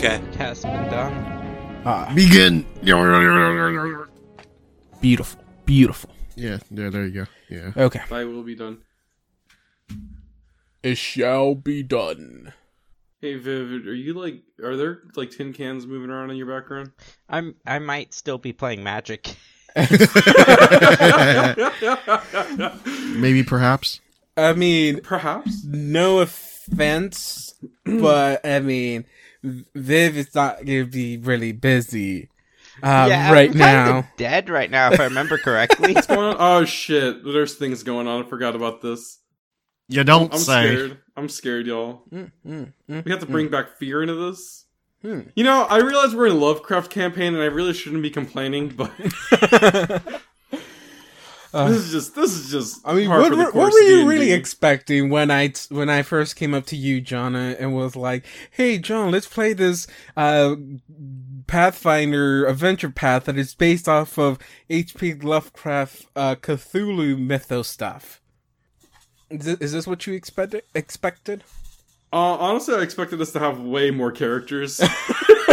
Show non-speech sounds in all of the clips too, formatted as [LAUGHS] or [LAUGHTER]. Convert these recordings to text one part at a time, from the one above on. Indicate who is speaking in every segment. Speaker 1: has been done.
Speaker 2: Ah,
Speaker 3: Begin.
Speaker 2: beautiful, beautiful.
Speaker 3: Yeah, yeah, there you go. Yeah.
Speaker 2: Okay,
Speaker 4: Thy will be done.
Speaker 2: it shall be done.
Speaker 4: Hey Viv, are you like are there like tin cans moving around in your background?
Speaker 2: [LAUGHS]
Speaker 4: [LAUGHS]
Speaker 1: I'm I might still be playing Magic. [LAUGHS]
Speaker 3: [LAUGHS] Maybe, perhaps.
Speaker 2: I mean,
Speaker 4: Perhaps.
Speaker 2: no [CLEARS THROAT] offense, but I mean, Viv is not gonna be really busy um, right
Speaker 1: I'm
Speaker 2: now.
Speaker 1: Kinda dead right now, if I remember
Speaker 4: [LAUGHS]
Speaker 1: correctly.
Speaker 4: What's going on? Oh shit. There's things going on. I forgot about this.
Speaker 3: You don't
Speaker 4: I'm
Speaker 3: say.
Speaker 4: scared. I'm scared, y'all.
Speaker 2: Mm, mm, mm.
Speaker 4: We have to bring back fear into this.
Speaker 2: Hmm.
Speaker 4: You know, I realize we're in Lovecraft campaign and I really shouldn't be complaining, but [LAUGHS]
Speaker 2: mm. [LAUGHS]
Speaker 4: this is just this is just
Speaker 2: I mean,
Speaker 4: par
Speaker 2: what,
Speaker 4: for the
Speaker 2: what, what
Speaker 4: course
Speaker 2: were you
Speaker 4: D&D.
Speaker 2: really expecting when I t- when I first came up to you, John, uh, and was like, "Hey, John, let's play this uh, Pathfinder adventure path that is based off of H.P. Lovecraft uh, Cthulhu mythos stuff." Is thi- is this what you expected? Expected?
Speaker 4: Uh, honestly, I expected us to have way
Speaker 1: [LAUGHS]
Speaker 4: more characters. [LAUGHS]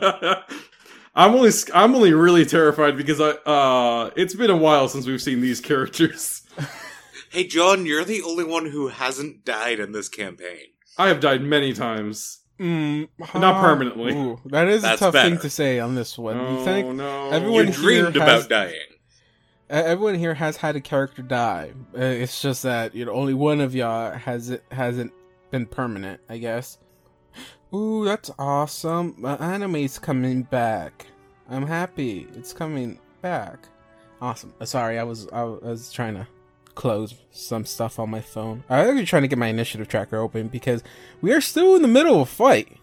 Speaker 4: I'm only sc- I'm only really terrified because I uh it's been a while since we've seen these characters.
Speaker 5: Hey, John, you're the only one who hasn't died in this campaign.
Speaker 4: I have died many times.
Speaker 2: Mm, huh.
Speaker 4: Not permanently.
Speaker 2: Ooh, that is
Speaker 5: That's
Speaker 2: a tough thing
Speaker 5: better.
Speaker 2: to say on this one.
Speaker 4: Oh
Speaker 2: you think
Speaker 4: no!
Speaker 2: everyone- here
Speaker 5: You
Speaker 2: has-
Speaker 5: dreamed about dying.
Speaker 2: Uh, everyone here has had a character die. Uh, It's just that you know only one of y'all has it hasn't been permanent, I guess. Ooh, that's awesome! My anime's coming back. I'm happy. It's coming back. Awesome. Uh, Sorry, I was I was trying to close some stuff on my phone. I was actually trying to get my initiative tracker open because we are still in the middle of a fight.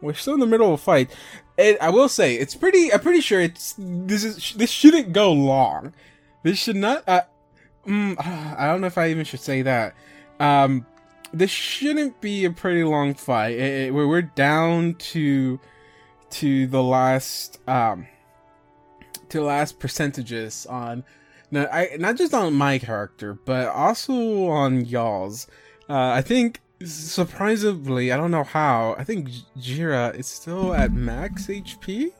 Speaker 2: We're still in the middle of a fight. And I will say it's pretty. I'm pretty sure it's this is this shouldn't go long. This should not. Uh, mm, [SIGHS] I don't know if I even should say that. Um, this shouldn't be a pretty long fight. It- it- we're we're down to to the last um to the last percentages on no, I not just on my character, but also on y'all's. Uh, I think surprisingly, I don't know how. I think J- Jira is still at max HP.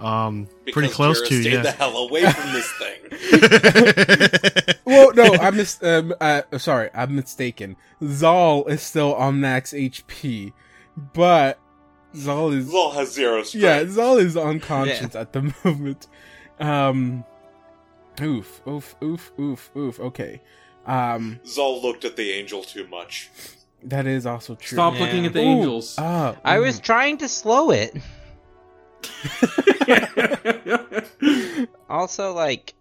Speaker 3: Um,
Speaker 5: because
Speaker 3: pretty close
Speaker 5: Jira
Speaker 3: to
Speaker 5: stayed the
Speaker 3: yeah.
Speaker 5: hell away from [LAUGHS] this thing.
Speaker 3: [LAUGHS]
Speaker 2: Well,
Speaker 4: [LAUGHS]
Speaker 3: Oh,
Speaker 2: no, I mis- um, uh, sorry, I'm mistaken. Zal is still on max HP, but Zal is
Speaker 5: Zol has zero strength.
Speaker 2: yeah, Zal is unconscious at the [LAUGHS] moment. Um, oof, oof, oof, oof, oof. Okay, um,
Speaker 5: Zol looked at the angel too much.
Speaker 2: that is also true.
Speaker 4: Stop
Speaker 1: Yeah.
Speaker 4: looking at the
Speaker 2: Ooh,
Speaker 4: angels.
Speaker 2: [LAUGHS]
Speaker 4: [LAUGHS]
Speaker 2: ah,
Speaker 1: I
Speaker 2: ooh.
Speaker 1: was trying to slow it. Also, like,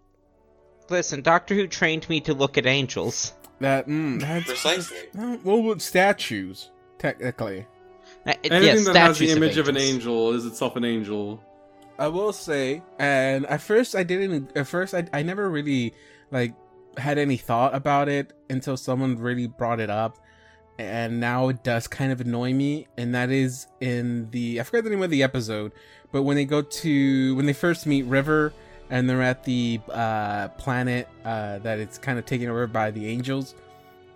Speaker 1: listen, Doctor Who trained me to look at angels.
Speaker 2: that. Mm, that's
Speaker 5: Precisely.
Speaker 2: Uh, Well, with statues, technically.
Speaker 1: Uh,
Speaker 4: Anything
Speaker 1: yes,
Speaker 4: that has the
Speaker 1: statues
Speaker 4: image of, an
Speaker 1: angels.
Speaker 4: angel is itself an angel.
Speaker 2: I will say, and at first I didn't. At first I, I never really like had any thought about it until someone really brought it up, and now it does kind of annoy me. And that is in the I forgot the name of the episode, but when they go to when they first meet River and they're at the uh, planet uh, that it's kind of taken over by the angels.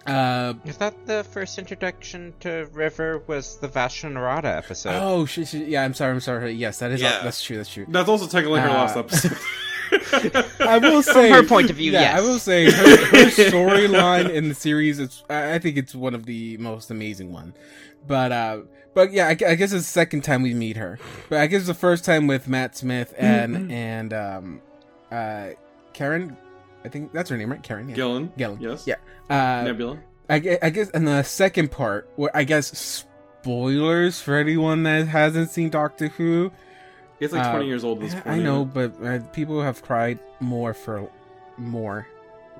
Speaker 2: Uh,
Speaker 1: I thought the first introduction to River was the Vashanarada episode.
Speaker 2: oh, sh- sh- yeah. I'm sorry. I'm sorry. Yes, that is.
Speaker 5: Yeah.
Speaker 2: That's true. That's true.
Speaker 4: That's also technically her
Speaker 2: Uh,
Speaker 4: last episode.
Speaker 2: [LAUGHS] I
Speaker 4: [LAUGHS]
Speaker 2: will say
Speaker 1: her point of view,
Speaker 2: yeah,
Speaker 1: yes.
Speaker 2: I will say her, her storyline in the series. It's I I think it's one of the most amazing one. But uh, but yeah, I, gu- I guess it's the second time we meet her. But I guess it's the first time with Matt Smith and
Speaker 1: Mm-hmm.
Speaker 2: and um, uh, Karen. I think that's her name, right? Karen. Yeah.
Speaker 4: Gillen.
Speaker 2: Gillen.
Speaker 4: Yes.
Speaker 2: Yeah. Uh,
Speaker 4: Nebula.
Speaker 2: I, gue- I guess in the second part, where I guess spoilers for anyone that hasn't seen Doctor Who.
Speaker 4: It's like
Speaker 2: Uh,
Speaker 4: 20 years old at this point.
Speaker 2: I
Speaker 4: ain't
Speaker 2: know,
Speaker 4: it?
Speaker 2: but uh, people have cried more for more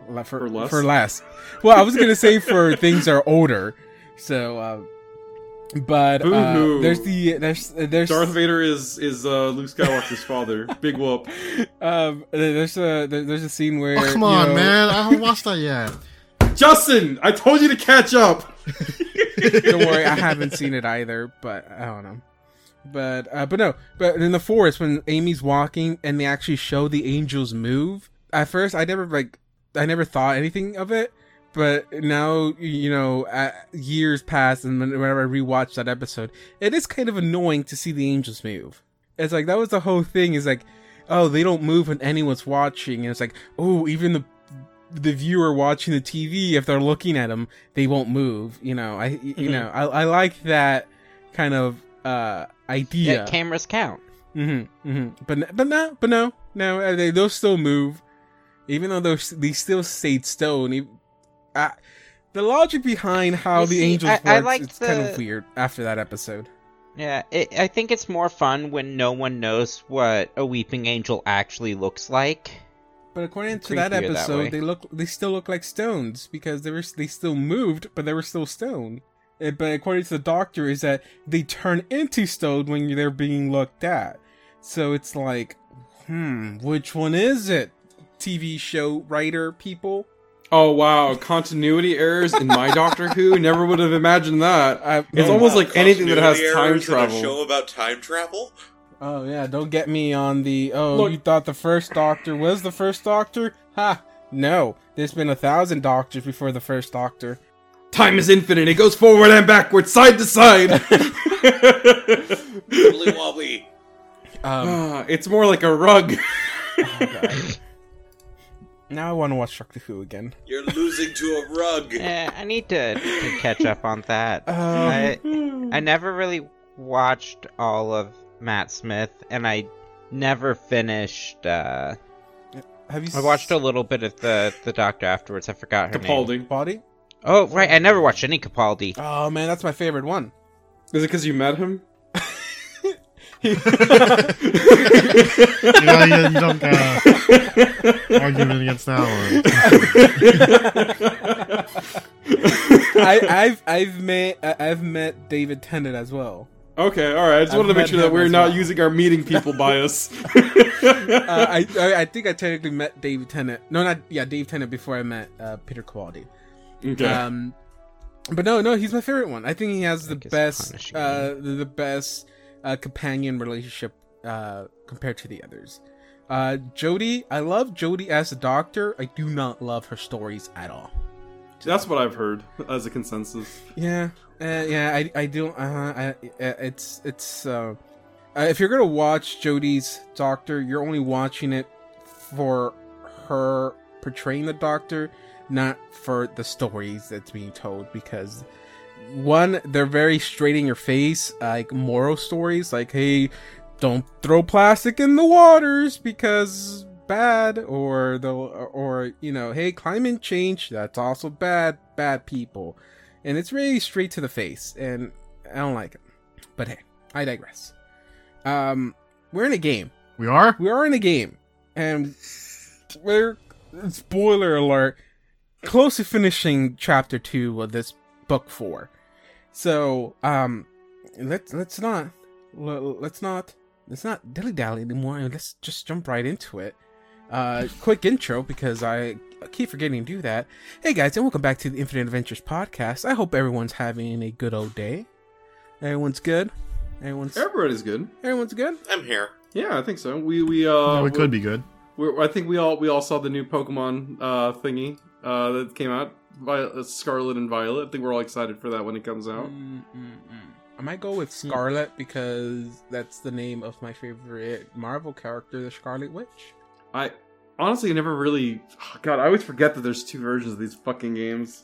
Speaker 2: Le- for,
Speaker 4: For less?
Speaker 2: for less. Well, I was gonna say
Speaker 4: [LAUGHS]
Speaker 2: for things are older, so. Uh, but uh,
Speaker 4: Boo-hoo.
Speaker 2: there's the there's there's
Speaker 4: Darth Vader is is uh, Luke Skywalker's [LAUGHS] father. Big whoop.
Speaker 2: [LAUGHS] um there's a there- there's a scene where
Speaker 3: oh, come
Speaker 2: you
Speaker 3: on,
Speaker 2: know-
Speaker 3: man! I haven't watched that yet.
Speaker 4: Justin, I told you to catch up.
Speaker 2: [LAUGHS] don't worry, I haven't seen it either, but I don't know. But uh, but no, but in the forest when Amy's walking and they actually show the angels move. At first, I never like I never thought anything of it, But now, you know, uh, years pass, and when- whenever I rewatch that episode, it is kind of annoying to see the angels move. It's like that was the whole thing. Is like, oh, they don't move when anyone's watching, and it's like, oh, even the the viewer watching the TV, if they're looking at them, they won't move. You know, I you
Speaker 1: Mm-hmm.
Speaker 2: know, I, I like that kind of uh idea.
Speaker 1: Yeah, cameras count.
Speaker 2: Mm-hmm, mm-hmm. But n- but no, but no, no. uh, They they'll still move, even though those they still stayed stone. e- I- the logic behind how
Speaker 1: You
Speaker 2: the
Speaker 1: see,
Speaker 2: angels
Speaker 1: I-
Speaker 2: works
Speaker 1: I liked
Speaker 2: it's kind of
Speaker 1: the-
Speaker 2: weird after that episode.
Speaker 1: Yeah, it, I think it's more fun when no one knows what a weeping angel actually looks like.
Speaker 2: But according to that
Speaker 1: Creepier that
Speaker 2: episode,
Speaker 1: way.
Speaker 2: they look they still look like stones because they were they still moved, but they were still stone. Uh, But according to the doctor, is that they turn into stone when they're being looked at. So it's like, hmm, which one is it? TV show writer people.
Speaker 4: Oh wow, continuity errors in my Doctor Who. Never would have imagined that.
Speaker 2: I,
Speaker 4: It's
Speaker 1: Oh.
Speaker 4: almost like anything that has
Speaker 5: Continuity
Speaker 4: time
Speaker 5: errors in a
Speaker 4: travel.
Speaker 5: show about time [LAUGHS] travel?
Speaker 2: Oh yeah, don't get me on the oh
Speaker 4: Look-
Speaker 2: you thought the first doctor was the first doctor? Ha! No. There's been a thousand doctors before the first doctor.
Speaker 4: Time is infinite. It goes forward and backwards, side to [LAUGHS] side.
Speaker 5: Wibbly wobbly.
Speaker 4: [SIGHS]
Speaker 2: Um
Speaker 4: Ah, it's more like a rug.
Speaker 2: now I wanna watch Doctor Who again.
Speaker 5: You're losing to a rug.
Speaker 2: Eh.
Speaker 1: Yeah, Eh, I need to, to catch up on [LAUGHS] that.
Speaker 2: Um,
Speaker 1: I, I never really watched all of Matt Smith, and I never finished. Uh,
Speaker 2: Have you
Speaker 1: I watched a little bit of the the Doctor afterwards. I forgot her name.
Speaker 4: Capaldi.
Speaker 2: body?
Speaker 1: Oh right, I never watched any Capaldi.
Speaker 2: Oh man, that's my favorite one. [LAUGHS]
Speaker 4: Is it because you met [LAUGHS] him?
Speaker 3: You, know, you, you don't got
Speaker 2: [LAUGHS]
Speaker 3: an argument against that one.
Speaker 2: I, I've I've met I- I've met David Tennant as well.
Speaker 4: Okay, all right. I just
Speaker 2: I've
Speaker 4: wanted to
Speaker 2: met
Speaker 4: make sure that
Speaker 2: him
Speaker 4: we're
Speaker 2: as
Speaker 4: not
Speaker 2: well.
Speaker 4: using our meeting [LAUGHS] people bias.
Speaker 2: Uh, I, I I think I technically met David Tennant. No, not yeah, Dave Tennant before I met uh, Peter Capaldi.
Speaker 4: okay.
Speaker 2: Um, but no, no, he's my favorite one. I think he has the
Speaker 1: Like it's
Speaker 2: best,
Speaker 1: punishing
Speaker 2: uh, the, the best uh, companion relationship uh, compared to the others. Uh, Jody, I love Jody as a doctor. I do not love her stories at all.
Speaker 4: That's what I've heard as a consensus.
Speaker 2: Yeah, uh, yeah, I, I do. Uh, I, uh, it's, it's. Uh, uh, if you're gonna watch Jodie's Doctor, you're only watching it for her portraying the Doctor, not for the stories that's being told. Because one, they're very straight in your face, like moral stories, like hey, don't throw plastic in the waters because bad or the or you know hey climate change that's also bad bad people and it's really straight to the face and i don't like it but hey i digress um we're in a game
Speaker 3: We are?
Speaker 2: we are in a game and we're spoiler alert close to finishing chapter two of this book four so um let's let's not l- let's not let's not dilly dally anymore and let's just jump right into it uh quick intro because i keep forgetting to do that hey guys and welcome back to the infinite adventures podcast i hope everyone's having a good old day everyone's good everyone's
Speaker 4: Everybody's good.
Speaker 2: everyone's good
Speaker 5: I'm here.
Speaker 4: Yeah, I think so. We we uh
Speaker 3: No, we could be good.
Speaker 4: We're, I think we all we all saw the new Pokemon uh thingy uh that came out by uh, Scarlet and Violet. I think we're all excited for that when it comes out.
Speaker 2: Mm, mm, mm. I might go with Scarlet because that's the name of my favorite Marvel character, the Scarlet Witch.
Speaker 4: I honestly never really God, I always forget that there's two versions of these fucking
Speaker 2: [LAUGHS]
Speaker 4: games.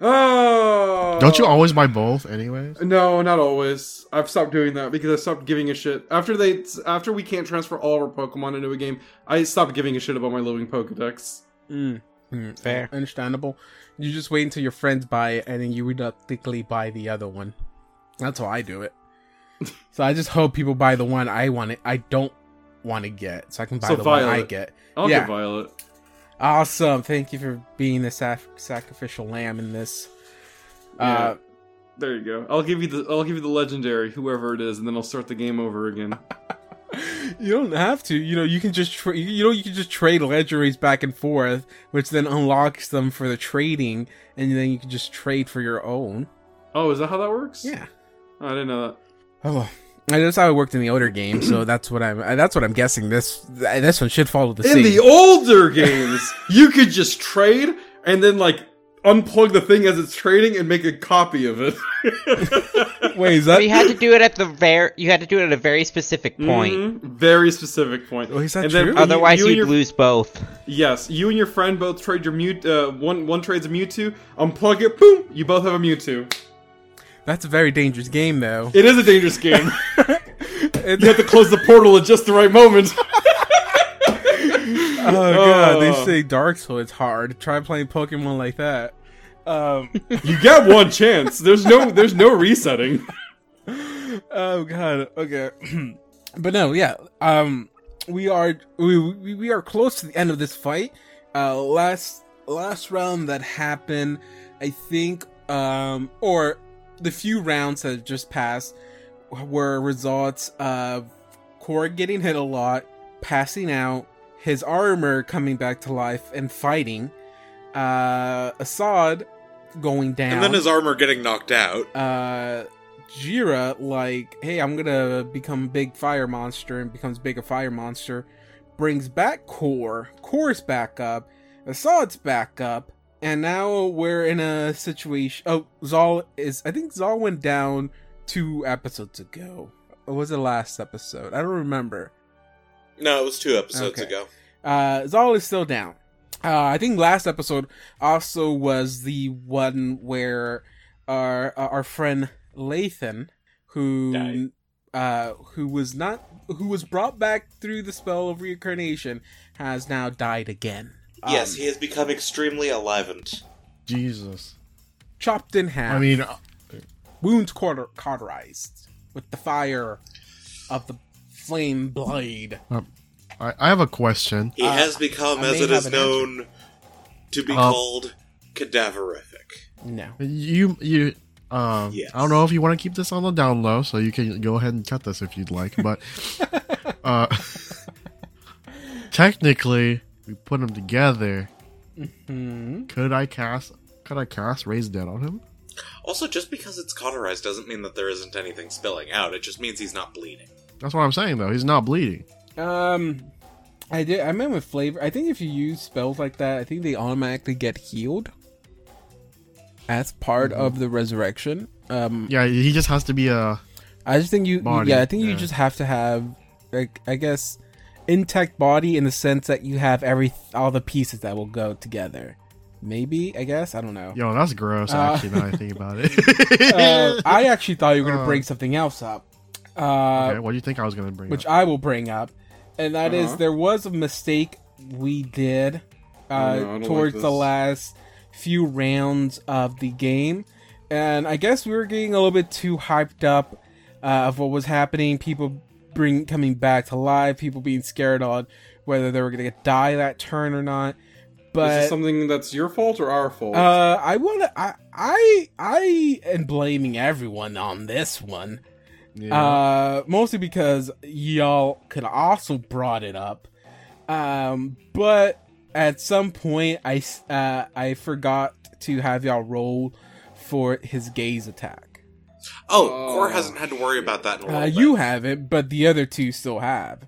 Speaker 4: oh.
Speaker 3: Don't you always buy both, anyways?
Speaker 2: Uh,
Speaker 4: No, not always. I've stopped doing that because I stopped giving a shit after they after we can't transfer all of our Pokemon into a game. I stopped giving a shit about my living Pokedex. Mm.
Speaker 1: Fair.
Speaker 2: Understandable. You just wait until your friends buy it and then you reluctantly buy the other one. That's how I do
Speaker 4: [LAUGHS]
Speaker 2: it. so I just hope people buy the one I want it. I don't want to get, so I can buy
Speaker 4: So
Speaker 2: the one I
Speaker 4: Violet.
Speaker 2: get.
Speaker 4: I'll
Speaker 2: Yeah.
Speaker 4: get Violet.
Speaker 2: Awesome. Thank you for being the sac- sacrificial lamb in this. Uh,
Speaker 4: There you go. I'll give you the I'll give you the legendary, whoever it is, and then I'll start the game over [LAUGHS] again.
Speaker 2: [LAUGHS] You don't have to. You know, you can just tra- you know you can just trade legendaries back and forth, which then unlocks them for the trading, and then you can just trade for your own.
Speaker 4: Oh, is that how that works?
Speaker 2: Yeah.
Speaker 4: Oh, I didn't know that.
Speaker 2: Oh, I that's how it worked in the older game. So that's what I'm. uh, That's what I'm guessing. This th- this one should follow the
Speaker 4: In
Speaker 2: same.
Speaker 4: [LAUGHS] the older games, you could just trade and then like unplug the thing as it's trading and make a copy of [LAUGHS] it.
Speaker 2: Wait, is
Speaker 1: But
Speaker 2: that?
Speaker 1: you had to do it at the very. You had to do it at a very specific point.
Speaker 4: Mhm. Very specific point.
Speaker 2: Oh, is that
Speaker 4: and
Speaker 2: true?
Speaker 4: you-
Speaker 1: Otherwise,
Speaker 4: you
Speaker 1: Mm-hmm. you
Speaker 4: and
Speaker 1: would
Speaker 4: your-
Speaker 1: lose both.
Speaker 4: Yes, you and your friend both trade your mute. Uh, one one trades a Mewtwo. Unplug it. Boom. You both have a Mewtwo.
Speaker 2: That's a very dangerous game,
Speaker 4: [LAUGHS]
Speaker 2: though.
Speaker 4: It is a dangerous game.
Speaker 2: It-
Speaker 4: you have to close the portal at just the right moment.
Speaker 2: oh god, they
Speaker 4: Oh.
Speaker 2: say Dark Souls hard. Try playing Pokemon like that. Um,
Speaker 4: you get one chance. There's no there's no resetting.
Speaker 2: oh god. Okay. [CLEARS THROAT] but no, yeah. Um, we are we, we we are close to the end of this fight. Uh, last last round that happened, I think, um, or the few rounds that have just passed were results of Core getting hit a lot, passing out, his armor coming back to life and fighting, uh, Assad going down,
Speaker 5: And then his armor getting knocked out.
Speaker 2: uh Jira like, hey, I'm gonna become a big fire monster and becomes big a fire monster, brings back Core, Core's back up, Assad's back up, and now we're in a situation oh Zal is I think Zal went down two episodes ago. Or was the last episode? I don't remember.
Speaker 5: No, it was two episodes
Speaker 2: Okay.
Speaker 5: ago.
Speaker 2: Uh, Zal is still down. Uh, I think last episode also was the one where our uh, our friend Lathan, who
Speaker 5: Died.
Speaker 2: uh, who was not who was brought back through the spell of reincarnation, has now died again.
Speaker 5: yes,
Speaker 2: Um,
Speaker 5: he has become extremely alivened.
Speaker 3: Jesus.
Speaker 2: chopped in half.
Speaker 3: I mean, uh,
Speaker 2: wounds cauter- cauterized with the fire of the flame blade.
Speaker 3: I, I have a question.
Speaker 5: He
Speaker 2: Uh,
Speaker 5: has become,
Speaker 2: I
Speaker 5: as
Speaker 2: may
Speaker 5: it is
Speaker 2: have an answer.
Speaker 5: known, to be
Speaker 3: Uh,
Speaker 5: called cadaverific.
Speaker 2: No.
Speaker 3: You you um
Speaker 5: Yes.
Speaker 3: I don't know if you want to keep this on the down low, so you can go ahead and cut this if you'd like,
Speaker 2: [LAUGHS]
Speaker 3: but uh technically we put them together.
Speaker 2: Hmm.
Speaker 3: Could I cast could I cast raise dead on him?
Speaker 5: Also, just because it's cauterized doesn't mean that there isn't anything spilling out. It just means he's not bleeding.
Speaker 3: That's what I'm saying though. He's not bleeding.
Speaker 2: Um, I did. I meant with flavor. I think if you use spells like that, I think they automatically get healed as part
Speaker 3: Mm-hmm.
Speaker 2: of the resurrection. Um,
Speaker 3: Yeah, he just has to be uh, a
Speaker 2: I just think you.
Speaker 3: Body,
Speaker 2: yeah, I think you
Speaker 3: yeah.
Speaker 2: just have to have, like, I guess, intact body in the sense that you have every all the pieces that will go together. Maybe I guess I don't know.
Speaker 3: yo. That's gross.
Speaker 2: Uh.
Speaker 3: Actually, now I think about it.
Speaker 2: [LAUGHS]
Speaker 3: [LAUGHS]
Speaker 2: Uh, I actually thought you were gonna
Speaker 3: Uh.
Speaker 2: bring something else up. Uh,
Speaker 3: okay, what do you think I was gonna bring?
Speaker 2: which
Speaker 3: up?
Speaker 2: I will bring up, and that is
Speaker 4: Uh-huh.
Speaker 2: there was a mistake we did uh,
Speaker 4: Oh, no, I don't like
Speaker 2: towards the
Speaker 4: this.
Speaker 2: last few rounds of the game, and I guess we were getting a little bit too hyped up uh, of what was happening. People bring coming back to life, people being scared on whether they were going to die that turn or not.
Speaker 4: Is
Speaker 2: But
Speaker 4: this something that's your fault or our fault?
Speaker 2: uh, I want to. I, I I am blaming everyone on this one.
Speaker 3: Yeah.
Speaker 2: Uh, mostly because y'all could also brought it up. Um, but at some point, I s- uh, I forgot to have y'all roll for his gaze attack.
Speaker 5: Oh,
Speaker 4: Oh,
Speaker 5: Core hasn't had to worry about that in a
Speaker 2: Uh,
Speaker 5: little
Speaker 2: you
Speaker 5: bit.
Speaker 2: have it, but the other two still have.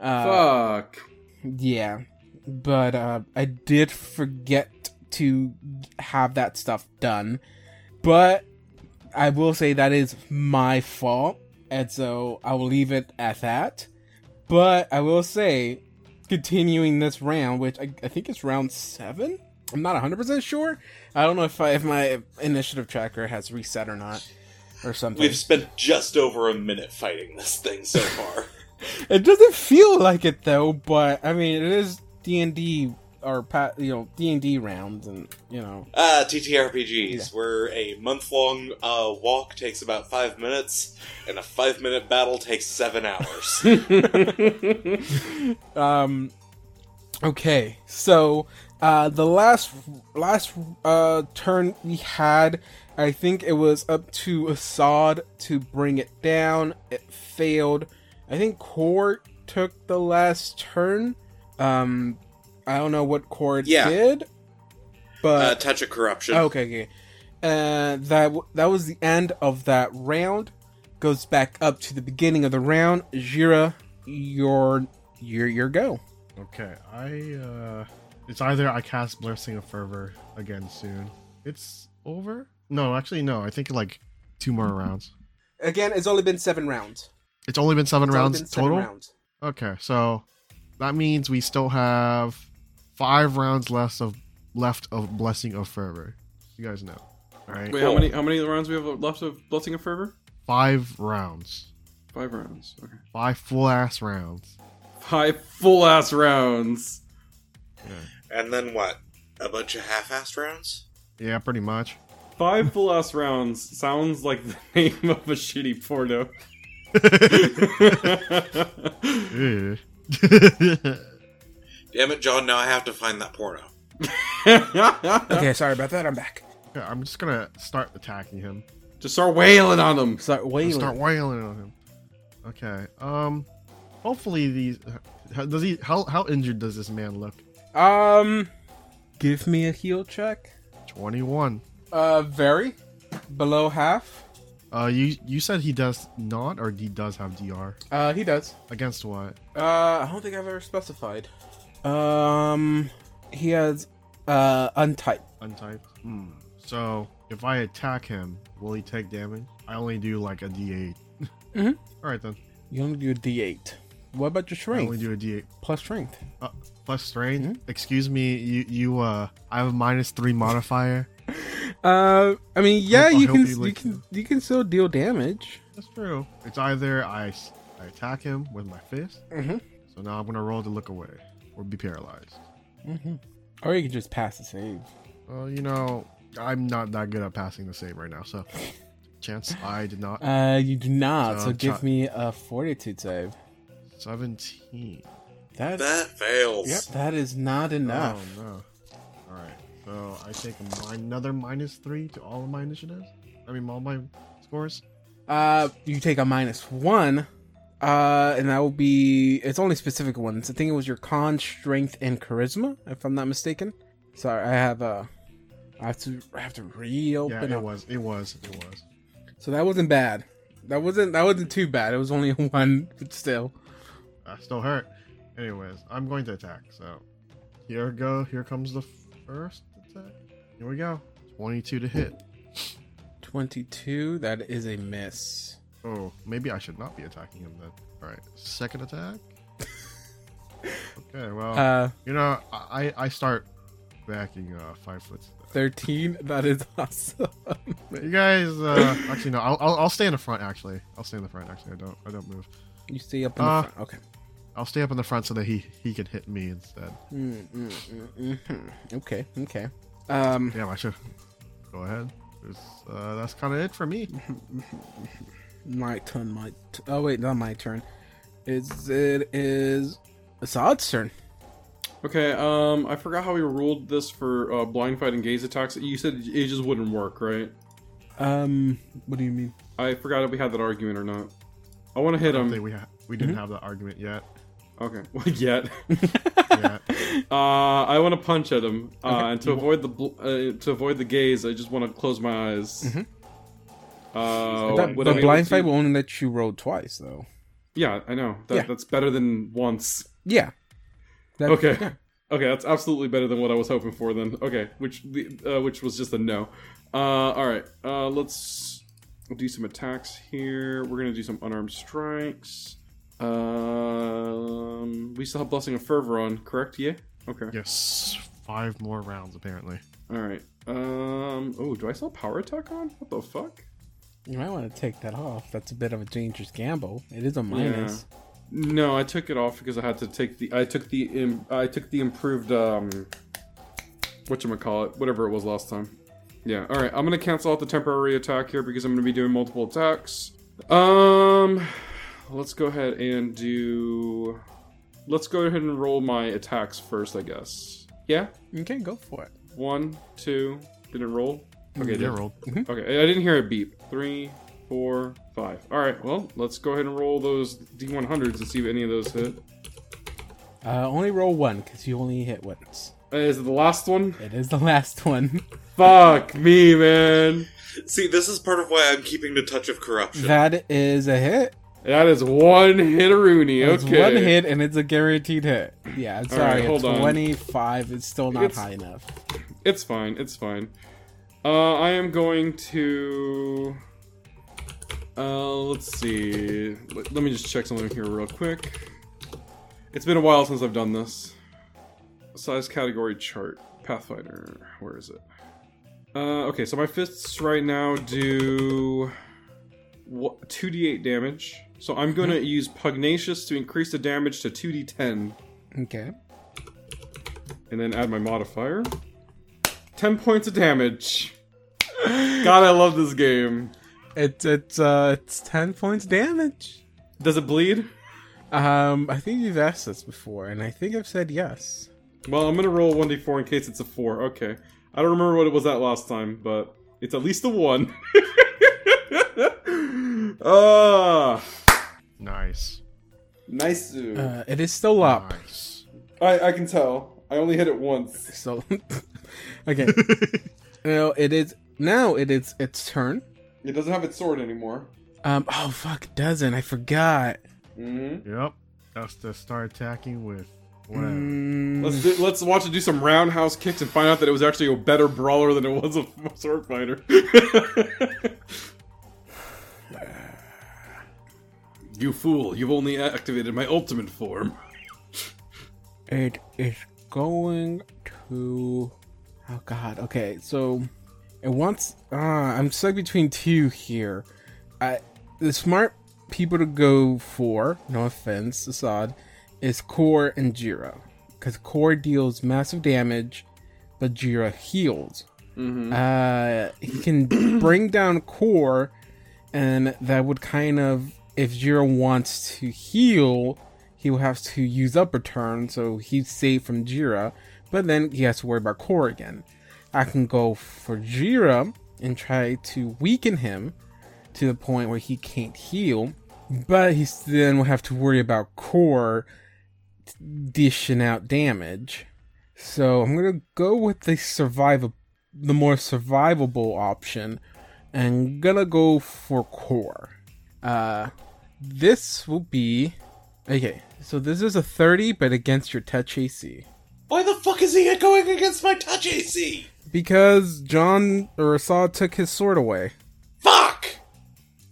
Speaker 2: Uh,
Speaker 4: Fuck.
Speaker 2: yeah, but uh, I did forget to have that stuff done. But I will say that is my fault, and so I will leave it at that. But I will say, continuing this round, which I, I think is round seven. I'm not 100% sure. I don't know if I, if my initiative tracker has reset or not, or something.
Speaker 5: We've spent just over a minute fighting this
Speaker 2: [LAUGHS]
Speaker 5: thing so far.
Speaker 2: It doesn't feel like it though, but I mean, it is D and D or pa- you know D and D rounds, and you know,
Speaker 5: Ah, TTRPGs,
Speaker 2: Yeah.
Speaker 5: where a month-long uh, walk takes about five minutes, and a five-minute battle takes
Speaker 2: [LAUGHS]
Speaker 5: seven hours.
Speaker 2: Uh, um, okay. So uh, the last last uh turn we had, I think it was up to Assad to bring it down. It failed. I think Core took the last turn. Um, I don't know what Core
Speaker 5: Yeah.
Speaker 2: did, but
Speaker 5: uh, touch of corruption.
Speaker 2: Oh, Okay, okay. Uh, that w- that was the end of that round. Goes back up to the beginning of the round. Jira, your your your go.
Speaker 3: Okay, I uh It's either I cast Blessing of Fervor again soon. It's over? No, actually, no. I think like
Speaker 2: [LAUGHS]
Speaker 3: two more rounds.
Speaker 2: Again, it's only been seven rounds.
Speaker 3: It's only been seven
Speaker 2: It's only
Speaker 3: rounds
Speaker 2: been seven
Speaker 3: total.
Speaker 2: rounds.
Speaker 3: Okay, so that means we still have five rounds left of left of Blessing of Fervor. You guys know, all right?
Speaker 4: Wait,
Speaker 5: Cool.
Speaker 4: how many how many rounds we have left of Blessing of Fervor?
Speaker 3: Five rounds,
Speaker 4: Five rounds. Okay.
Speaker 3: five full ass rounds.
Speaker 4: Five full ass rounds.
Speaker 5: And then what? A bunch of half-assed rounds?
Speaker 3: Yeah, pretty much.
Speaker 4: Five full ass rounds sounds like the [LAUGHS] name of a shitty porno. [LAUGHS]
Speaker 3: [LAUGHS] Ew.
Speaker 5: Damn it, John! Now I have to find that porno.
Speaker 2: Okay, sorry about that. I'm back.
Speaker 3: Yeah, I'm just gonna start attacking him.
Speaker 4: Just start wailing on them.
Speaker 2: Start
Speaker 3: Just
Speaker 2: wailing.
Speaker 3: Start wailing on him. Okay. Um. Hopefully these. how- Does he? How how injured does this man look?
Speaker 2: Um, give me a heal check.
Speaker 3: Twenty one.
Speaker 2: Uh, very below half.
Speaker 3: Uh, you you said he does not, or he does have DR
Speaker 2: Uh, he does.
Speaker 3: against what?
Speaker 2: Uh, I don't think I've ever specified. Um, he has uh untyped.
Speaker 3: Untyped. Hmm. So if I attack him, will he take damage? I only do like a D8.
Speaker 2: Mhm.
Speaker 3: All right then.
Speaker 2: You only do a D8. What about your
Speaker 3: I
Speaker 2: strength?
Speaker 3: only do a D8
Speaker 2: Plus strength.
Speaker 3: uh, plus strength. Excuse me. You you uh. I have a minus three modifier.
Speaker 2: Uh, I mean, yeah,
Speaker 3: I'll
Speaker 2: you
Speaker 3: help
Speaker 2: can
Speaker 3: you
Speaker 2: you,
Speaker 3: lick
Speaker 2: can
Speaker 3: him.
Speaker 2: you can still deal damage.
Speaker 3: That's true. It's either I s- I attack him with my fist.
Speaker 2: Mhm.
Speaker 3: So now I'm gonna roll to look away or be paralyzed.
Speaker 2: Or you can just pass the save.
Speaker 3: Well, you know, I'm not that good at passing the save right now, so chance I did not.
Speaker 2: Uh, you do not.
Speaker 3: So
Speaker 2: So
Speaker 3: I'm
Speaker 2: give
Speaker 3: try-
Speaker 2: me a fortitude save.
Speaker 3: Seventeen.
Speaker 2: That's
Speaker 5: That fails.
Speaker 2: yep. That is not enough.
Speaker 3: Oh no. All right. So I take a min- another minus three to all of my initiatives. I mean, all my scores.
Speaker 2: Uh, you take a minus one. Uh, and that will be. It's only specific ones. I think it was your con, strength, and charisma, if I'm not mistaken. Sorry, I have uh, I have to I have to
Speaker 3: Yeah,
Speaker 2: reopen
Speaker 3: it
Speaker 2: up.
Speaker 3: was. It was. It was.
Speaker 2: So that wasn't bad. That wasn't that wasn't too bad. It was only [LAUGHS] a one, but still.
Speaker 3: I still hurt. Anyways, I'm going to attack. So here go. Here comes the first attack. Here we go. 22 to hit.
Speaker 2: 22, that is a miss.
Speaker 3: Oh, maybe I should not be attacking him then. All right, second attack. okay, well,
Speaker 2: Uh,
Speaker 3: you know, I I start backing uh five foot.
Speaker 2: 13, that is [LAUGHS] awesome.
Speaker 3: You guys, uh, actually no, I'll, I'll I'll stay in the front. Actually, I'll stay in the front. Actually, I don't I don't move.
Speaker 2: You stay up in the
Speaker 3: Uh,
Speaker 2: front. Okay.
Speaker 3: I'll stay up in the front so that he he can hit me instead.
Speaker 2: Mm, mm, mm, mhm. Okay, okay. Um,
Speaker 3: Damn, I should. Go ahead. There's, uh, that's kind of it for me.
Speaker 2: my turn, my. T- oh, wait, not my turn. It's, it is. It's Odd's turn.
Speaker 4: Okay, um, I forgot how we ruled this for uh, blind fight and gaze attacks. You said it just wouldn't work, right?
Speaker 2: Um, what do you mean?
Speaker 4: I forgot if we had that argument or not. I want to
Speaker 3: I
Speaker 4: hit
Speaker 3: don't
Speaker 2: Mm-hmm.
Speaker 4: him.
Speaker 3: think we ha- we didn't have that
Speaker 2: [LAUGHS]
Speaker 3: argument yet.
Speaker 4: Okay, [LAUGHS] well, yet.
Speaker 3: Yeah.
Speaker 4: Uh, I want to punch at him, uh,
Speaker 2: Okay.
Speaker 4: and to avoid the bl- uh, to avoid the gaze, I just want to close my eyes. Uh,
Speaker 2: Mm-hmm. That-
Speaker 4: would
Speaker 2: the
Speaker 4: I be able
Speaker 2: blind
Speaker 4: to-
Speaker 2: fight will only let you roll twice, though.
Speaker 4: Yeah, I know. That,
Speaker 2: Yeah.
Speaker 4: That's better than once.
Speaker 2: Yeah. That-
Speaker 4: Okay. [LAUGHS] Okay, that's absolutely better than what I was hoping for. Then okay, which the uh, which was just a no. Uh, all right, uh, let's do some attacks here. We're gonna do some unarmed strikes. Um, we still have blessing of fervor on, correct? Yeah. Okay.
Speaker 3: yes, five more rounds apparently.
Speaker 4: All right. Um. Oh, do I still have power attack on? What the fuck?
Speaker 2: You might want to take that off. That's a bit of a dangerous gamble. It is a minus.
Speaker 4: No, I took it off because I had to take the. I took the. Im, I took the improved. Um, what you call it? Whatever it was last time. Yeah. All right. I'm gonna cancel out the temporary attack here because I'm gonna be doing multiple attacks. Um, let's go ahead and do. Let's go ahead and roll my attacks first, I guess. Yeah.
Speaker 2: Okay, go for it.
Speaker 4: One, two. Did it roll? Okay. it
Speaker 3: Yeah,
Speaker 4: did.
Speaker 3: rolled.
Speaker 2: Mm-hmm.
Speaker 4: Okay, I didn't hear a beep. Three, four, five. All right, well, let's go ahead and roll those D100s and see if any of those hit.
Speaker 2: Uh, only roll one because you only hit once.
Speaker 4: Uh, Is it the last one?
Speaker 2: It is the [LAUGHS] last one.
Speaker 4: Fuck me, man.
Speaker 5: See, this is part of why I'm keeping the touch of corruption.
Speaker 2: That is a hit.
Speaker 4: That is one hit Rooney.
Speaker 2: It's
Speaker 4: Okay.
Speaker 2: one hit and it's a guaranteed hit. Yeah, I'm sorry.
Speaker 4: right, hold on.
Speaker 2: 25 is still not
Speaker 4: It's-
Speaker 2: high enough.
Speaker 4: It's fine. It's fine. Uh, I am going to. Uh, let's see. Let, let me just check something here real quick. It's been a while since I've done this. Size category chart. Pathfinder. Where is it? Uh, okay, so my fists right now do wha- 2d8 damage. So I'm going to use Pugnacious to increase the damage to 2d10
Speaker 2: Okay.
Speaker 4: and then add my modifier. 10 points of damage. God, I love this game.
Speaker 2: It's it's uh it's 10 points damage.
Speaker 4: Does it bleed?
Speaker 2: Um, I think you've asked this before, and I think I've said yes.
Speaker 4: Well, I'm gonna roll 1d4 in case it's a 4. Okay. I don't remember what it was that last time, but it's at least a 1. [LAUGHS] Ah,
Speaker 3: Nice.
Speaker 4: nice.
Speaker 2: Uh, it is still up.
Speaker 3: Nice.
Speaker 4: I, I can tell. I only hit it once.
Speaker 2: So, [LAUGHS] okay. now it is now it is its turn.
Speaker 4: It doesn't have its sword anymore.
Speaker 2: Um. Oh fuck! it Doesn't I forgot?
Speaker 4: hmm
Speaker 3: yep. That's to start attacking with. Whatever.
Speaker 2: Mm,
Speaker 4: Let's do, let's watch it do some roundhouse kicks and find out that it was actually a better brawler than it was a [LAUGHS] sword fighter. you fool! You've only activated my ultimate form.
Speaker 2: It is going to. Oh god. Okay. So it wants. Uh, I'm stuck between two here. I the smart people to go for. No offense, Assad, is Core and Jiro, because Core deals massive damage, but Jiro heals. Uh, he can bring down Core, and that would kind of if Jiro wants to heal he will have to use up a turn, so he's saved from Jira, but then he has to worry about Core again. I can go for Jira and try to weaken him to the point where he can't heal, but he then will have to worry about Core dishing out damage. So I'm gonna go with the survival, the more survivable option, and gonna go for Core. Uh, this will be Okay, so this is a 30, but against your touch AC.
Speaker 5: Why the fuck is he going against my touch AC?
Speaker 2: Because John or Saw took his sword away.
Speaker 5: Fuck!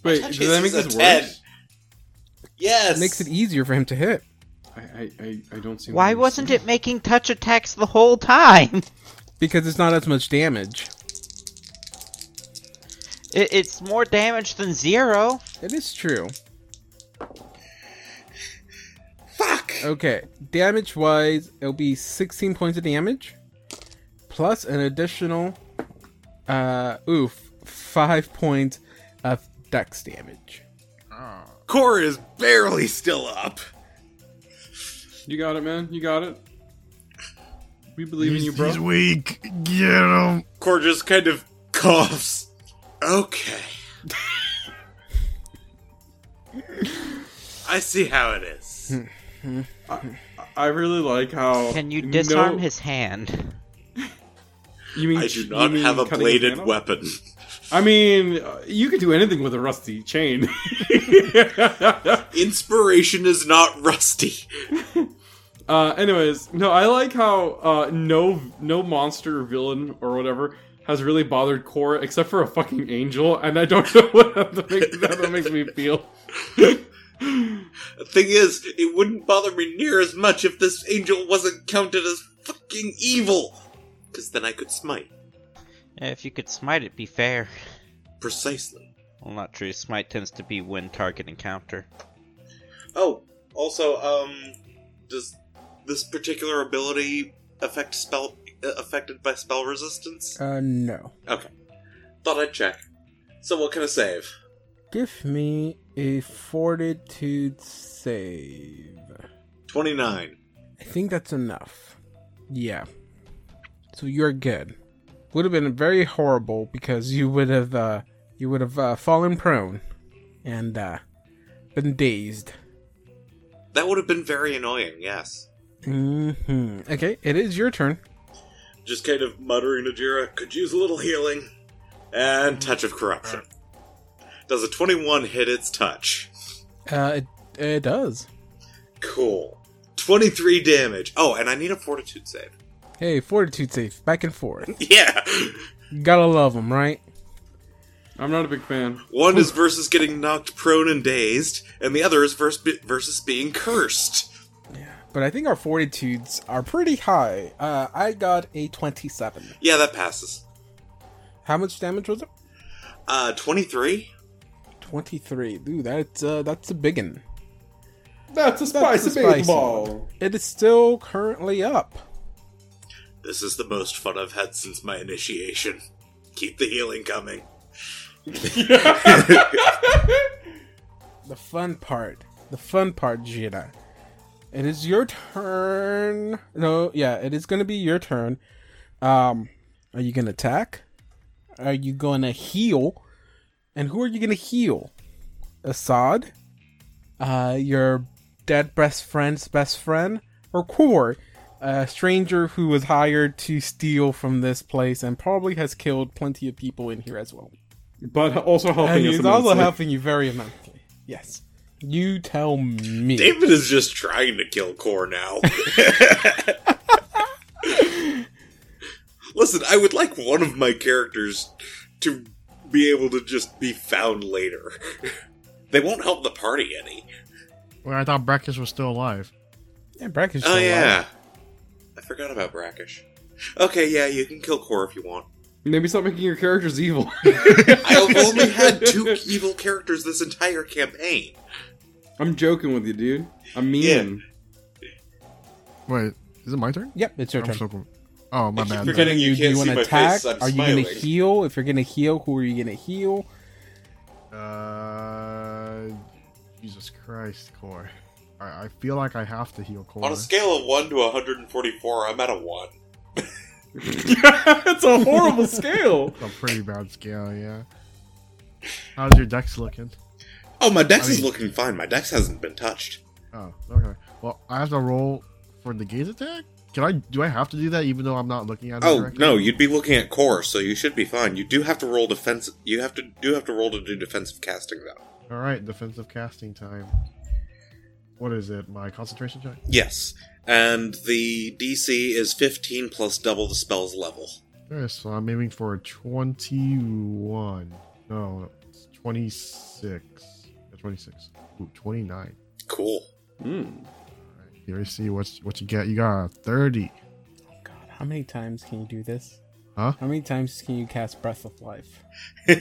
Speaker 4: Wait,
Speaker 5: Touch
Speaker 4: does that make
Speaker 5: AC is a
Speaker 4: this
Speaker 5: 10.
Speaker 4: worse?
Speaker 5: Yes.
Speaker 2: It makes it e- easier for him to hit.
Speaker 4: I, I, I, I don't see.
Speaker 1: Why
Speaker 4: what
Speaker 1: wasn't it making touch attacks the whole time? [LAUGHS]
Speaker 2: Because it's not as much damage.
Speaker 1: It, it's more damage than zero.
Speaker 2: It is true.
Speaker 5: Fuck!
Speaker 2: Okay, damage wise, it'll be 16 points of damage. Plus an additional, uh, oof, 5 points of dex damage.
Speaker 5: Core is barely still up.
Speaker 4: You got it, man. You got it. We believe in
Speaker 3: He's,
Speaker 4: you, bro.
Speaker 3: he's weak. Get him.
Speaker 5: Core just kind of coughs. Okay. I see how it is.
Speaker 4: I really like how.
Speaker 1: Can you
Speaker 4: no-
Speaker 1: disarm his hand?
Speaker 4: You mean [LAUGHS]
Speaker 5: I
Speaker 4: you
Speaker 5: do not
Speaker 4: mean
Speaker 5: have a
Speaker 4: cutting his hand
Speaker 5: bladed
Speaker 4: off?
Speaker 5: weapon.
Speaker 4: I mean, uh, you could do anything with a rusty chain. [LAUGHS]
Speaker 5: Inspiration is not rusty.
Speaker 4: Uh, anyways, no, I like how uh, no no monster or villain or whatever has really bothered Korra except for a fucking angel, and I don't [LAUGHS] know what that, makes, how that makes me feel.
Speaker 5: The thing is, it wouldn't bother me near as much if this angel wasn't counted as fucking evil. Because then I could smite.
Speaker 1: If you could smite, it'd be fair.
Speaker 5: Precisely.
Speaker 1: Well, not true. Smite tends to be win target encounter.
Speaker 5: Oh, also, um, does this particular ability affect spell uh, affected by spell resistance?
Speaker 2: Uh, no.
Speaker 5: Okay. Thought I'd check. So what can I save?
Speaker 2: Give me a fortitude save.
Speaker 5: 29.
Speaker 2: I think that's enough. Yeah. So you're good. Would have been very horrible because you would have uh, you would have uh, fallen prone and uh, been dazed.
Speaker 5: That would have been very annoying, yes.
Speaker 2: hmm Okay, it is your turn.
Speaker 5: Just kind of muttering to Jira, could use a little healing. And touch of corruption. Does a 21 hit its touch?
Speaker 2: Uh, it, it does.
Speaker 5: Cool. 23 damage. Oh, and I need a fortitude save. [LAUGHS]
Speaker 2: Hey, fortitude safe, back and forth.
Speaker 5: Yeah.
Speaker 2: Gotta love them, right?
Speaker 4: I'm not a big fan.
Speaker 5: One is versus getting knocked prone and dazed, and the other is vers- versus being cursed.
Speaker 2: But I think our fortitudes are pretty high. Uh, I got a 27.
Speaker 5: Yeah, that passes.
Speaker 2: How much damage was it?
Speaker 5: Uh, 23?
Speaker 2: 23. Dude, that's, uh, that's a biggin. That's
Speaker 4: That's a
Speaker 2: a
Speaker 4: spicy big
Speaker 2: spicy
Speaker 4: ball.
Speaker 2: It is still currently up.
Speaker 5: This is the most fun I've had since my initiation. Keep the healing coming.
Speaker 2: The fun part. The fun part, Jira. It is your turn. No, yeah, it is going to be your turn. Um, are you going to attack? Are you going to heal? And who are you going to heal? Assad? Uh, your dead best friend's best friend? Or Kor? A stranger who was hired to steal from this place and probably has killed plenty of people in here as well.
Speaker 4: But also helping
Speaker 2: And
Speaker 4: us
Speaker 2: he's also
Speaker 4: immensely.
Speaker 2: helping you very immensely. Yes. You tell me.
Speaker 5: David is just trying to kill Core now. Listen, I would like one of my characters to be able to just be found later. [LAUGHS] they won't help the party any.
Speaker 3: Well, I thought Brackus was still alive.
Speaker 2: Yeah, Brack is
Speaker 5: Oh
Speaker 2: still alive.
Speaker 5: yeah, I forgot about Brackish. Okay, yeah, you can kill Core if you [LAUGHS] want.
Speaker 4: Maybe stop making your characters [LAUGHS] evil.
Speaker 5: I've only had two evil characters this entire campaign.
Speaker 4: I'm joking with you, dude. I'm mean.
Speaker 3: Wait, is it my turn?
Speaker 2: Yep, it's your
Speaker 3: I'm
Speaker 2: turn.
Speaker 3: so con- Oh my bad.
Speaker 5: forgetting-
Speaker 2: Do
Speaker 5: You
Speaker 2: you, do
Speaker 5: can't
Speaker 2: you want
Speaker 5: see
Speaker 2: to
Speaker 5: my
Speaker 2: attack?
Speaker 5: face, I'm
Speaker 2: are you going to
Speaker 5: smiling.
Speaker 2: heal? If you're going to heal, who are you going to heal?
Speaker 3: Uh, Jesus Christ, Core. I, I feel like I have to heal Core.
Speaker 5: On a scale of one to 144, I'm at a one.
Speaker 4: Yeah, [LAUGHS] it's a horrible scale.
Speaker 3: a pretty bad scale, yeah. How's your dex looking?
Speaker 5: Oh, my dex
Speaker 3: I
Speaker 5: is
Speaker 3: mean-
Speaker 5: looking fine. My dex hasn't been touched.
Speaker 3: Oh, okay. Well, I have to roll for the gaze attack. Can I? Do I have to do that even though I'm not looking at it?
Speaker 5: Oh
Speaker 3: directly?
Speaker 5: no, you'd be looking at core, so you should be fine. You do have to roll defense. You have to do have to roll to do defensive casting though.
Speaker 3: All right, defensive casting time. What is it? My concentration check.
Speaker 5: Yes, and the DC is 15 plus double the spell's level.
Speaker 3: All right, so I'm aiming for a 21. No, it's 26. Yeah, 26. Ooh, 29.
Speaker 5: Cool. [LAUGHS]
Speaker 4: Hmm.
Speaker 3: All right, here we see what's what you get. You got a 30.
Speaker 2: Oh, God, how many times can you do this?
Speaker 3: Huh?
Speaker 2: How many times can you cast Breath of Life?
Speaker 5: the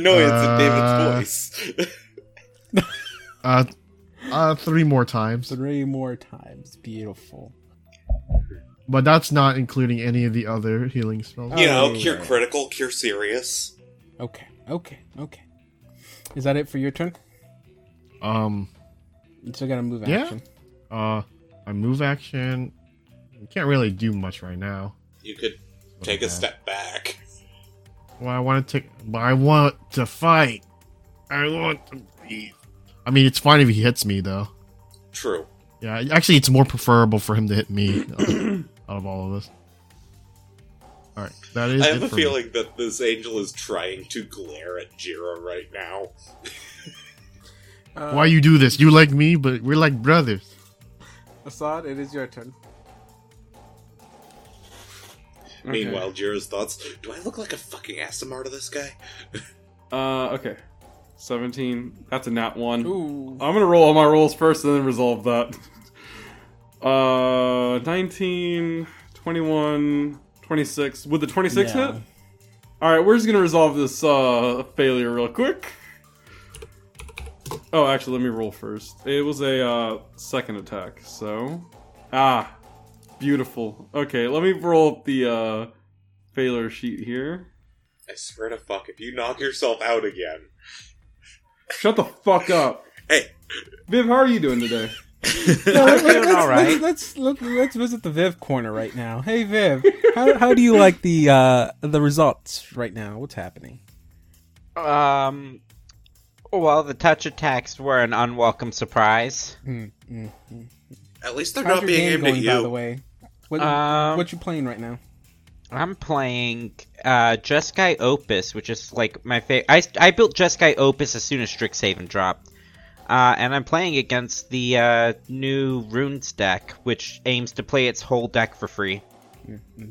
Speaker 5: annoyance
Speaker 3: Uh,
Speaker 5: in David's voice.
Speaker 3: Uh, uh, three more times.
Speaker 2: Three more times. Beautiful.
Speaker 3: But that's not including any of the other healing spells.
Speaker 2: Oh.
Speaker 5: you know,
Speaker 2: yeah.
Speaker 5: cure critical, cure serious.
Speaker 2: Okay, okay, okay. Is that it for your turn?
Speaker 3: Um,
Speaker 2: You still got to move
Speaker 3: Yeah.
Speaker 2: action.
Speaker 3: uh, I move action. You can't really do much right now.
Speaker 5: You could take a
Speaker 3: Okay.
Speaker 5: step back.
Speaker 3: Well, I want to take, but I want to fight. I want to be. I mean, it's fine if he hits me though.
Speaker 5: True.
Speaker 3: Yeah, actually, it's more preferable for him to hit me out of all of us. All right, that is.
Speaker 5: I
Speaker 3: it
Speaker 5: have a
Speaker 3: for me.
Speaker 5: feeling that this angel is trying to glare at Jira right now.
Speaker 2: Uh,
Speaker 3: Why you do this? You like me, but we're like brothers.
Speaker 2: Assad, it is your turn.
Speaker 4: Okay.
Speaker 5: Meanwhile, Jira's thoughts: Do I look like a fucking Astomar to this guy?
Speaker 4: Uh, okay. 17. That's a nat one.
Speaker 2: Ooh.
Speaker 4: I'm gonna roll all my rolls first and then resolve that. [LAUGHS] Uh, 19, 21, 26. Would the 26
Speaker 2: No.
Speaker 4: hit? Alright, we're just gonna resolve this uh, failure real quick. Oh, actually, let me roll first. It was a uh, second attack, so. Ah, beautiful. Okay, let me roll up the uh, failure sheet here.
Speaker 5: I swear to fuck, if you knock yourself out again.
Speaker 4: Shut the fuck up.
Speaker 5: Hey.
Speaker 4: Viv, how are you doing today?
Speaker 2: No, let, us
Speaker 1: all right.
Speaker 2: let's, look, let's visit the Viv corner right now. Hey Viv, how, how do you like the uh, the results right now? What's happening?
Speaker 1: Um. Well, the touch attacks were an unwelcome surprise.
Speaker 5: At least they're
Speaker 2: How's
Speaker 5: not
Speaker 2: your
Speaker 5: being
Speaker 2: game
Speaker 5: aimed
Speaker 2: going,
Speaker 5: at
Speaker 2: by the
Speaker 5: you.
Speaker 2: way? What,
Speaker 1: Um,
Speaker 2: what you playing right now?
Speaker 1: I'm playing uh, Jeskai Opus, which is like my favorite. I, I built Jeskai Opus as soon as Strixhaven dropped. Uh, and I'm playing against the uh, new Runes deck, which aims to play its whole deck for free.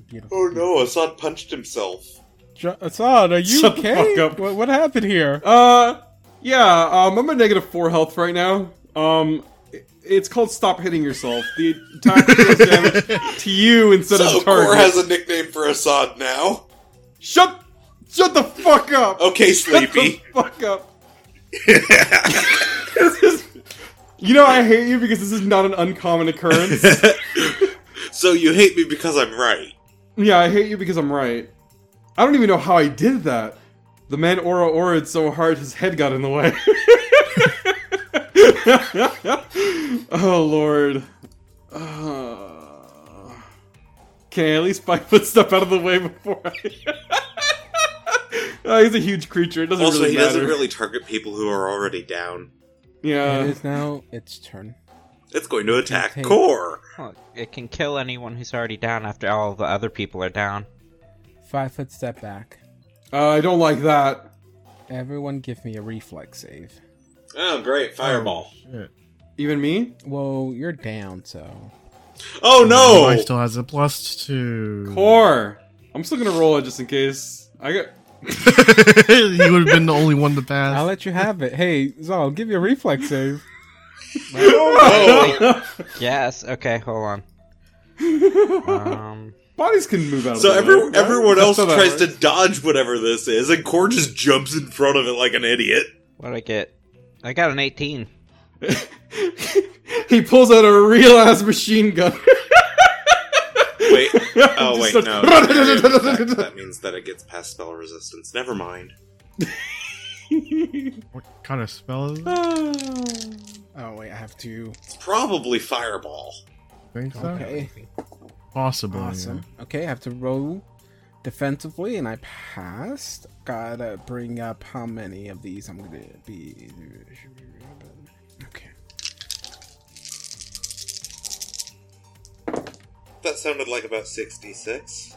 Speaker 2: Beautiful.
Speaker 5: Oh no, Assad punched himself.
Speaker 2: Jo- Assad, are you
Speaker 4: Shut the
Speaker 2: okay?
Speaker 4: fuck up.
Speaker 2: What, what happened here?
Speaker 4: [LAUGHS] Uh, yeah. Um, I'm at negative four health right now. Um, it- it's called stop hitting yourself. The attack deals damage to you instead
Speaker 5: so
Speaker 4: of target.
Speaker 5: Core Oh, has a nickname for Assad now.
Speaker 4: shut, shut the fuck up.
Speaker 5: Okay,
Speaker 4: Shut the
Speaker 5: Sleepy.
Speaker 4: fuck up. [LAUGHS] This is- you know I hate you because this is not an uncommon occurrence.
Speaker 5: so you hate me because I'm right.
Speaker 4: yeah, I hate you because I'm right. I don't even know how I did that. The man aura oraed so hard his head got in the way. [LAUGHS] oh lord. Uh, can I at least five foot step out of the way before I. [LAUGHS] Uh, he's a huge creature. It doesn't
Speaker 5: Also,
Speaker 4: really
Speaker 5: he
Speaker 4: matter.
Speaker 5: doesn't really target people who are already down.
Speaker 4: Yeah.
Speaker 2: it is now its turn.
Speaker 5: It's going to attack
Speaker 2: Okay.
Speaker 5: Core.
Speaker 1: Well, it can kill anyone who's already down after all the other people are down.
Speaker 2: Five foot step back.
Speaker 4: Uh, I don't like that.
Speaker 2: Everyone, give me a reflex save.
Speaker 5: Oh, great. Fireball.
Speaker 3: Shit.
Speaker 4: Even me?
Speaker 2: Well, you're down, so
Speaker 5: Oh,
Speaker 3: I
Speaker 5: no! [LAUGHS]
Speaker 3: still has a plus two.
Speaker 4: Core. I'm still gonna roll it just in case. I got.
Speaker 3: [LAUGHS] you would have been the only one to pass.
Speaker 2: I'll let you have it. Hey, Zal, give me a reflex save.
Speaker 5: Oh.
Speaker 1: Yes. Okay. Hold on. [LAUGHS] Um,
Speaker 4: [LAUGHS] Bodies can move out. Of
Speaker 5: So
Speaker 4: the
Speaker 5: every,
Speaker 4: way, right?
Speaker 5: everyone
Speaker 4: That's
Speaker 5: else
Speaker 4: how that
Speaker 5: tries to
Speaker 4: works.
Speaker 5: dodge whatever this is, and Core just jumps in front of it like an idiot.
Speaker 1: what would I get? I got an 18.
Speaker 4: he pulls out a real ass machine gun. [LAUGHS]
Speaker 5: [LAUGHS] Wait. Oh, wait,
Speaker 4: Just
Speaker 5: no.
Speaker 4: starts- [LAUGHS]
Speaker 5: that means that it gets past spell resistance. Never mind.
Speaker 3: What kind of spell is it? I
Speaker 2: Oh wait, I have to.
Speaker 5: It's probably Fireball.
Speaker 3: think so.
Speaker 2: Okay,
Speaker 3: Possibly.
Speaker 2: awesome. Okay, I have to roll defensively, and I passed. Gotta bring up how many of these I'm gonna be. Okay.
Speaker 5: That sounded like about 66.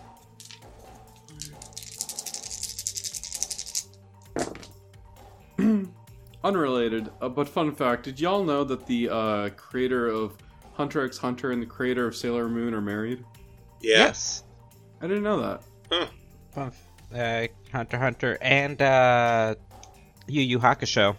Speaker 4: Unrelated, uh, but fun fact: Did y'all know that the uh, creator of Hunter x Hunter and the creator of Sailor Moon are married?
Speaker 5: Yeah.
Speaker 1: Yes.
Speaker 4: I didn't know that.
Speaker 1: Fun f- Uh, Hunter Hunter and uh, Yu Yu Hakusho.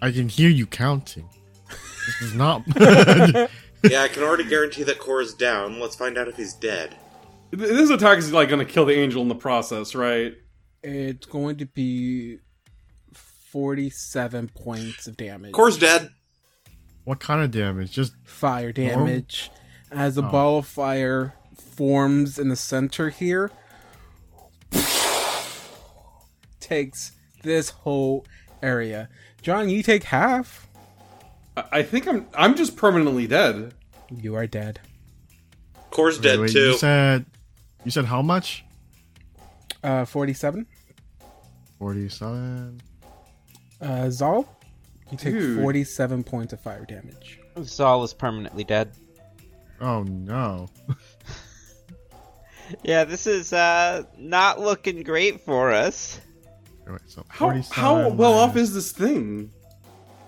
Speaker 3: I can hear you counting. This is
Speaker 4: [LAUGHS]
Speaker 3: not. I
Speaker 5: yeah, I can already guarantee that Core is down. Let's find out if he's dead.
Speaker 4: Th- This attack is like gonna kill the angel in the process, right?
Speaker 2: It's going to be forty-seven points of damage.
Speaker 5: Core's dead.
Speaker 3: what kind of damage? Just
Speaker 2: fire
Speaker 3: Normal?
Speaker 2: damage as a
Speaker 3: Oh.
Speaker 2: ball of fire forms in the center here [SIGHS] takes this whole area john you take half
Speaker 4: I, I think I'm. I'm just permanently dead.
Speaker 2: you are dead
Speaker 5: Core's dead
Speaker 3: wait,
Speaker 5: too.
Speaker 3: You said. You said how much?
Speaker 2: uh 47
Speaker 3: Forty-seven.
Speaker 2: uh zal you take
Speaker 4: Dude.
Speaker 2: 47 points of fire [LAUGHS] damage
Speaker 1: Zal is permanently dead.
Speaker 3: Oh no.
Speaker 1: Yeah, this is uh, not looking great for us.
Speaker 3: Wait, so
Speaker 4: How,
Speaker 3: 47
Speaker 4: how well
Speaker 3: minus-
Speaker 4: off is this thing?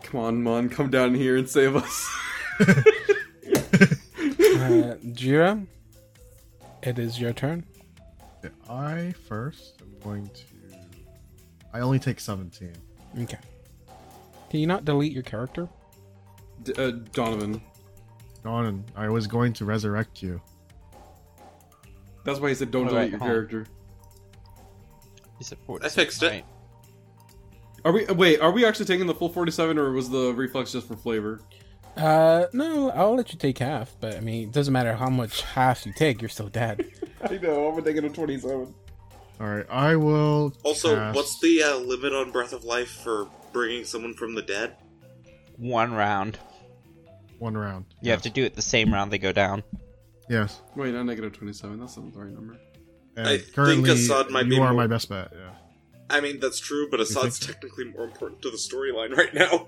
Speaker 4: Come on, Mon, come down here and save us. [LAUGHS]
Speaker 2: uh jira it is your turn
Speaker 3: I first am going to. I only take seventeen.
Speaker 2: okay can you not delete your character
Speaker 4: D- uh, Donovan.
Speaker 3: Don, I was going to resurrect you.
Speaker 4: That's why he said don't
Speaker 1: What
Speaker 4: delete
Speaker 1: about
Speaker 4: your
Speaker 1: Hong?
Speaker 4: character.
Speaker 1: Is it
Speaker 5: I fixed it.
Speaker 1: Right.
Speaker 4: Are we wait, are we actually taking the full 47 or was the reflex just for flavor?
Speaker 2: uh no i'll let you take half but i mean it doesn't matter how much half you take you're still dead
Speaker 4: I know, I'm a negative 27.
Speaker 3: All right, I will.
Speaker 5: Also,
Speaker 3: cast-
Speaker 5: what's the uh, limit on Breath of Life for bringing someone from the dead?
Speaker 1: One round.
Speaker 3: one round?
Speaker 1: You have to do it the same round they go down.
Speaker 3: Yes.
Speaker 4: Wait, not negative 27. That's not the right number.
Speaker 3: And
Speaker 5: I think
Speaker 3: currently,
Speaker 5: Assad might
Speaker 3: you
Speaker 5: be
Speaker 3: are
Speaker 5: more-
Speaker 3: my best bet. Yeah.
Speaker 5: I mean, that's true, but Assad's
Speaker 3: think-
Speaker 5: technically more important to the storyline [LAUGHS] right now.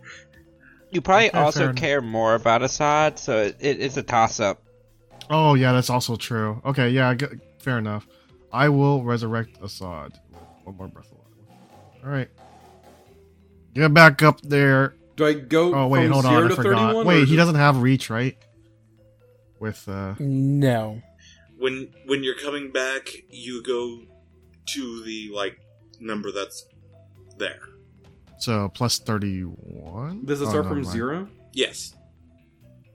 Speaker 1: You probably
Speaker 3: Okay, fair
Speaker 1: also
Speaker 3: enough.
Speaker 1: care more about Assad, so it, it, it's a toss up.
Speaker 3: Oh yeah, that's also true. Okay, yeah, I get- fair enough. I will resurrect Assad. with One more breath alive. All right, get back up there.
Speaker 4: Do I go
Speaker 3: Oh wait,
Speaker 4: from
Speaker 3: hold
Speaker 4: zero
Speaker 3: on, I
Speaker 4: to
Speaker 3: forgot.
Speaker 4: thirty-one?
Speaker 3: Wait, he doesn't have reach, right? With uh,
Speaker 2: [LAUGHS] No.
Speaker 5: When when you're coming back, you go to the like number that's there.
Speaker 3: so plus thirty-one.
Speaker 4: Does it
Speaker 3: Oh,
Speaker 4: start
Speaker 3: never
Speaker 4: from
Speaker 3: mind.
Speaker 4: zero?
Speaker 5: Yes.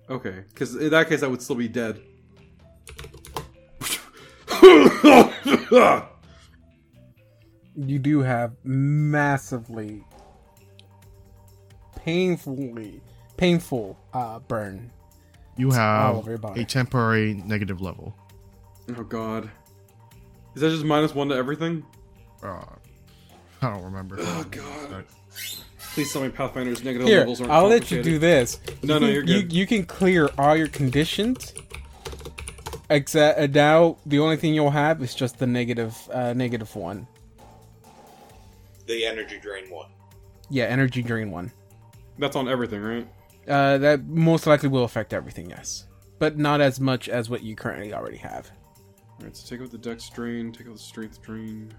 Speaker 4: Okay, because in that case, I would still be dead. [LAUGHS]
Speaker 2: You do have massively painfully painful uh burn.
Speaker 3: You
Speaker 2: all
Speaker 3: have
Speaker 2: over your body.
Speaker 3: a temporary negative level.
Speaker 4: oh God, is that just minus one to everything?
Speaker 3: Uh, I don't remember.
Speaker 4: Oh, God. Please tell me Pathfinder's negative
Speaker 2: Here,
Speaker 4: levels aren't
Speaker 2: I'll let you do
Speaker 4: complicated.
Speaker 2: this.
Speaker 4: No,
Speaker 2: you
Speaker 4: no,
Speaker 2: can,
Speaker 4: you're good.
Speaker 2: You, you can clear all your conditions. Except uh, now, the only thing you'll have is just the negative, uh, negative one.
Speaker 5: The energy drain one.
Speaker 2: Yeah, energy drain one.
Speaker 4: That's on everything, right?
Speaker 2: Uh, that most likely will affect everything, yes, but not as much as what you currently already have.
Speaker 4: Alright, so take out the dex drain, take out the strength drain,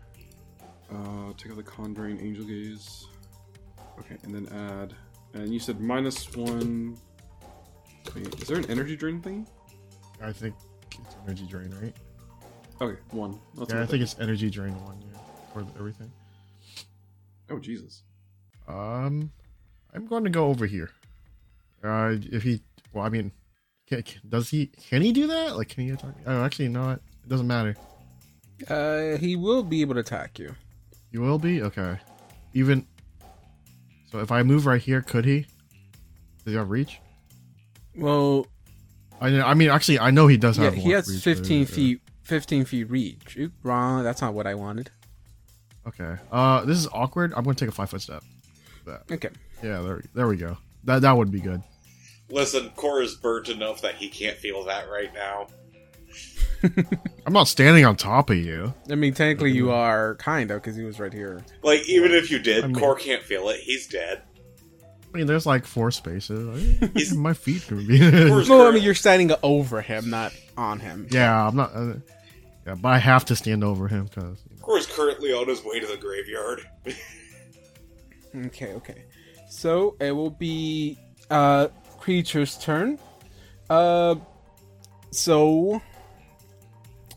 Speaker 4: uh, take out the con drain, angel gaze. Okay, and then add. And you said minus one. Wait, is there an energy drain thing?
Speaker 3: I think it's energy drain, right?
Speaker 4: Okay, one. That's
Speaker 3: yeah, I
Speaker 4: worth
Speaker 3: think
Speaker 4: it.
Speaker 3: it's energy drain one. Yeah, for everything.
Speaker 4: Oh, Jesus.
Speaker 3: Um, I'm going to go over here. Uh, if he, well, I mean, can, can- does he? Can he do that? Like, can he attack? Oh, actually, not. It doesn't matter.
Speaker 2: Uh, he will be able to attack you.
Speaker 3: You will be okay. Even so, if I move right here, could he? Does he have reach?
Speaker 2: Well,
Speaker 3: I, I mean, actually, I know he does
Speaker 2: yeah,
Speaker 3: have.
Speaker 2: he
Speaker 3: one
Speaker 2: has
Speaker 3: reach, but,
Speaker 2: 15
Speaker 3: uh,
Speaker 2: feet, 15 feet reach. Oop, wrong. That's not what I wanted.
Speaker 3: Okay. Uh, this is awkward. I'm going to take a five foot step. That-
Speaker 2: Okay.
Speaker 3: Yeah, there, there we go. That that would be good.
Speaker 5: Listen, Cora's burnt enough that he can't feel that right now.
Speaker 3: I'm not standing on top of you.
Speaker 2: I mean, technically, you are kind of because he was right here.
Speaker 5: Like even if you did,
Speaker 3: I mean-
Speaker 5: Cor can't feel it. He's dead.
Speaker 3: I mean, there's like four spaces. I-
Speaker 5: He's-
Speaker 3: my feet could be. [LAUGHS]
Speaker 5: Cor's
Speaker 2: No, I
Speaker 5: current-
Speaker 2: mean you're standing over him, not on him.
Speaker 3: Yeah, I'm not. Uh, yeah, but I have to stand over him because you know,
Speaker 5: Cor's currently on his way to the graveyard.
Speaker 2: Okay, okay. So it will be uh creature's turn. Uh so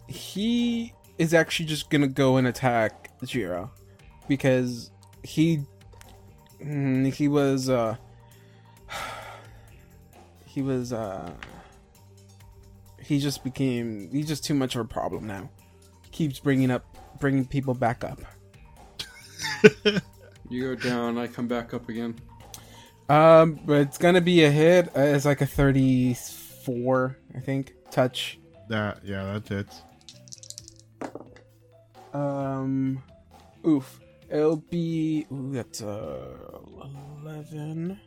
Speaker 2: he is actually just gonna go and attack Jiro because he mm, he was uh [SIGHS] he was uh he just became he's just too much of a problem now. He keeps bringing up bringing people back up.
Speaker 4: You go down, I come back up again.
Speaker 2: Um, but it's gonna be a hit. Uh, It's like a thirty-four, I think. Touch.
Speaker 3: that. Yeah, that's it.
Speaker 2: Um, oof. It'll be ooh, that's uh eleven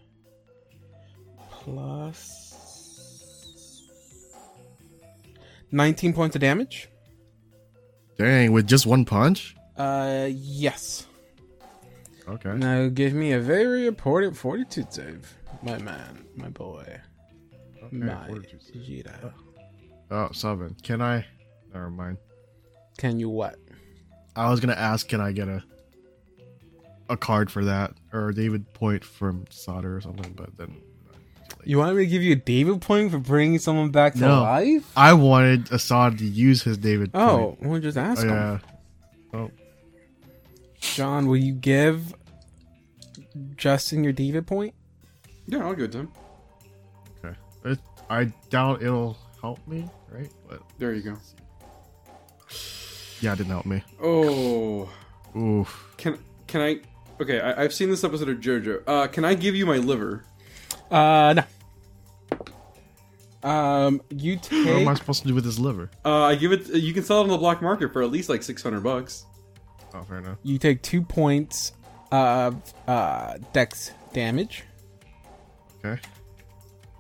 Speaker 2: plus nineteen points of damage.
Speaker 3: Dang, with just one punch.
Speaker 2: Uh, yes.
Speaker 3: Okay.
Speaker 2: Now give me a very important fortitude save, my man, my boy,
Speaker 3: okay
Speaker 2: my
Speaker 3: fortitude save.
Speaker 2: Jira.
Speaker 3: oh, seven. Can I? Never mind.
Speaker 2: Can you what?
Speaker 3: I was gonna ask, can I get a a card for that, or a David point from Solder or something? But then
Speaker 2: You want me to give you a David point for bringing someone back to
Speaker 3: No.
Speaker 2: life?
Speaker 3: I wanted Assad to use his David.
Speaker 2: Oh,
Speaker 3: point.
Speaker 2: well, just ask
Speaker 3: Oh,
Speaker 2: him.
Speaker 3: yeah.
Speaker 2: John, will you give Justin your David point?
Speaker 4: Yeah, I'll go down.
Speaker 3: Okay. It, I doubt it'll help me, right? But
Speaker 4: There you go.
Speaker 3: yeah, it didn't help me.
Speaker 4: Oh,
Speaker 3: Oof.
Speaker 4: can can I? Okay, I, I've seen this episode of JoJo. Uh, can I give you my liver?
Speaker 2: Uh, no. Um, you
Speaker 3: What
Speaker 2: take.
Speaker 3: am I supposed to do with his liver?
Speaker 4: Uh, I give it. You can sell it on the black market for at least like six hundred bucks.
Speaker 3: Oh, fair enough.
Speaker 2: you take two points of uh dex damage,
Speaker 3: Okay.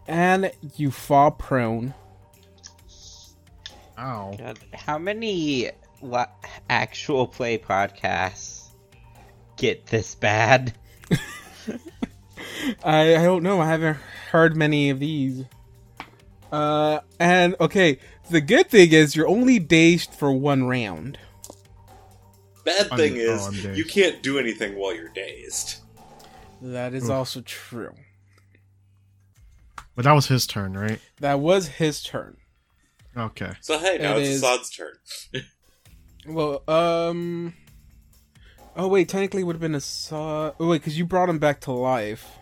Speaker 2: and you fall prone.
Speaker 3: Ow.
Speaker 1: God, how many li- actual play podcasts get this bad?
Speaker 2: I I don't know. I haven't heard many of these. Uh, and okay, the good thing is you're only dazed for one round.
Speaker 5: Bad
Speaker 3: I'm-
Speaker 5: thing
Speaker 3: oh,
Speaker 5: is,
Speaker 3: I'm dazed.
Speaker 5: you can't do anything while you're dazed.
Speaker 2: That is
Speaker 3: Oof.
Speaker 2: also true.
Speaker 3: But that was his turn, right?
Speaker 2: That was his turn.
Speaker 3: Okay.
Speaker 5: So hey, now
Speaker 2: It
Speaker 5: it's
Speaker 2: is.
Speaker 5: Assad's turn.
Speaker 2: Well, um. Oh wait, technically it would have been a saw. Oh wait, because you brought him back to life.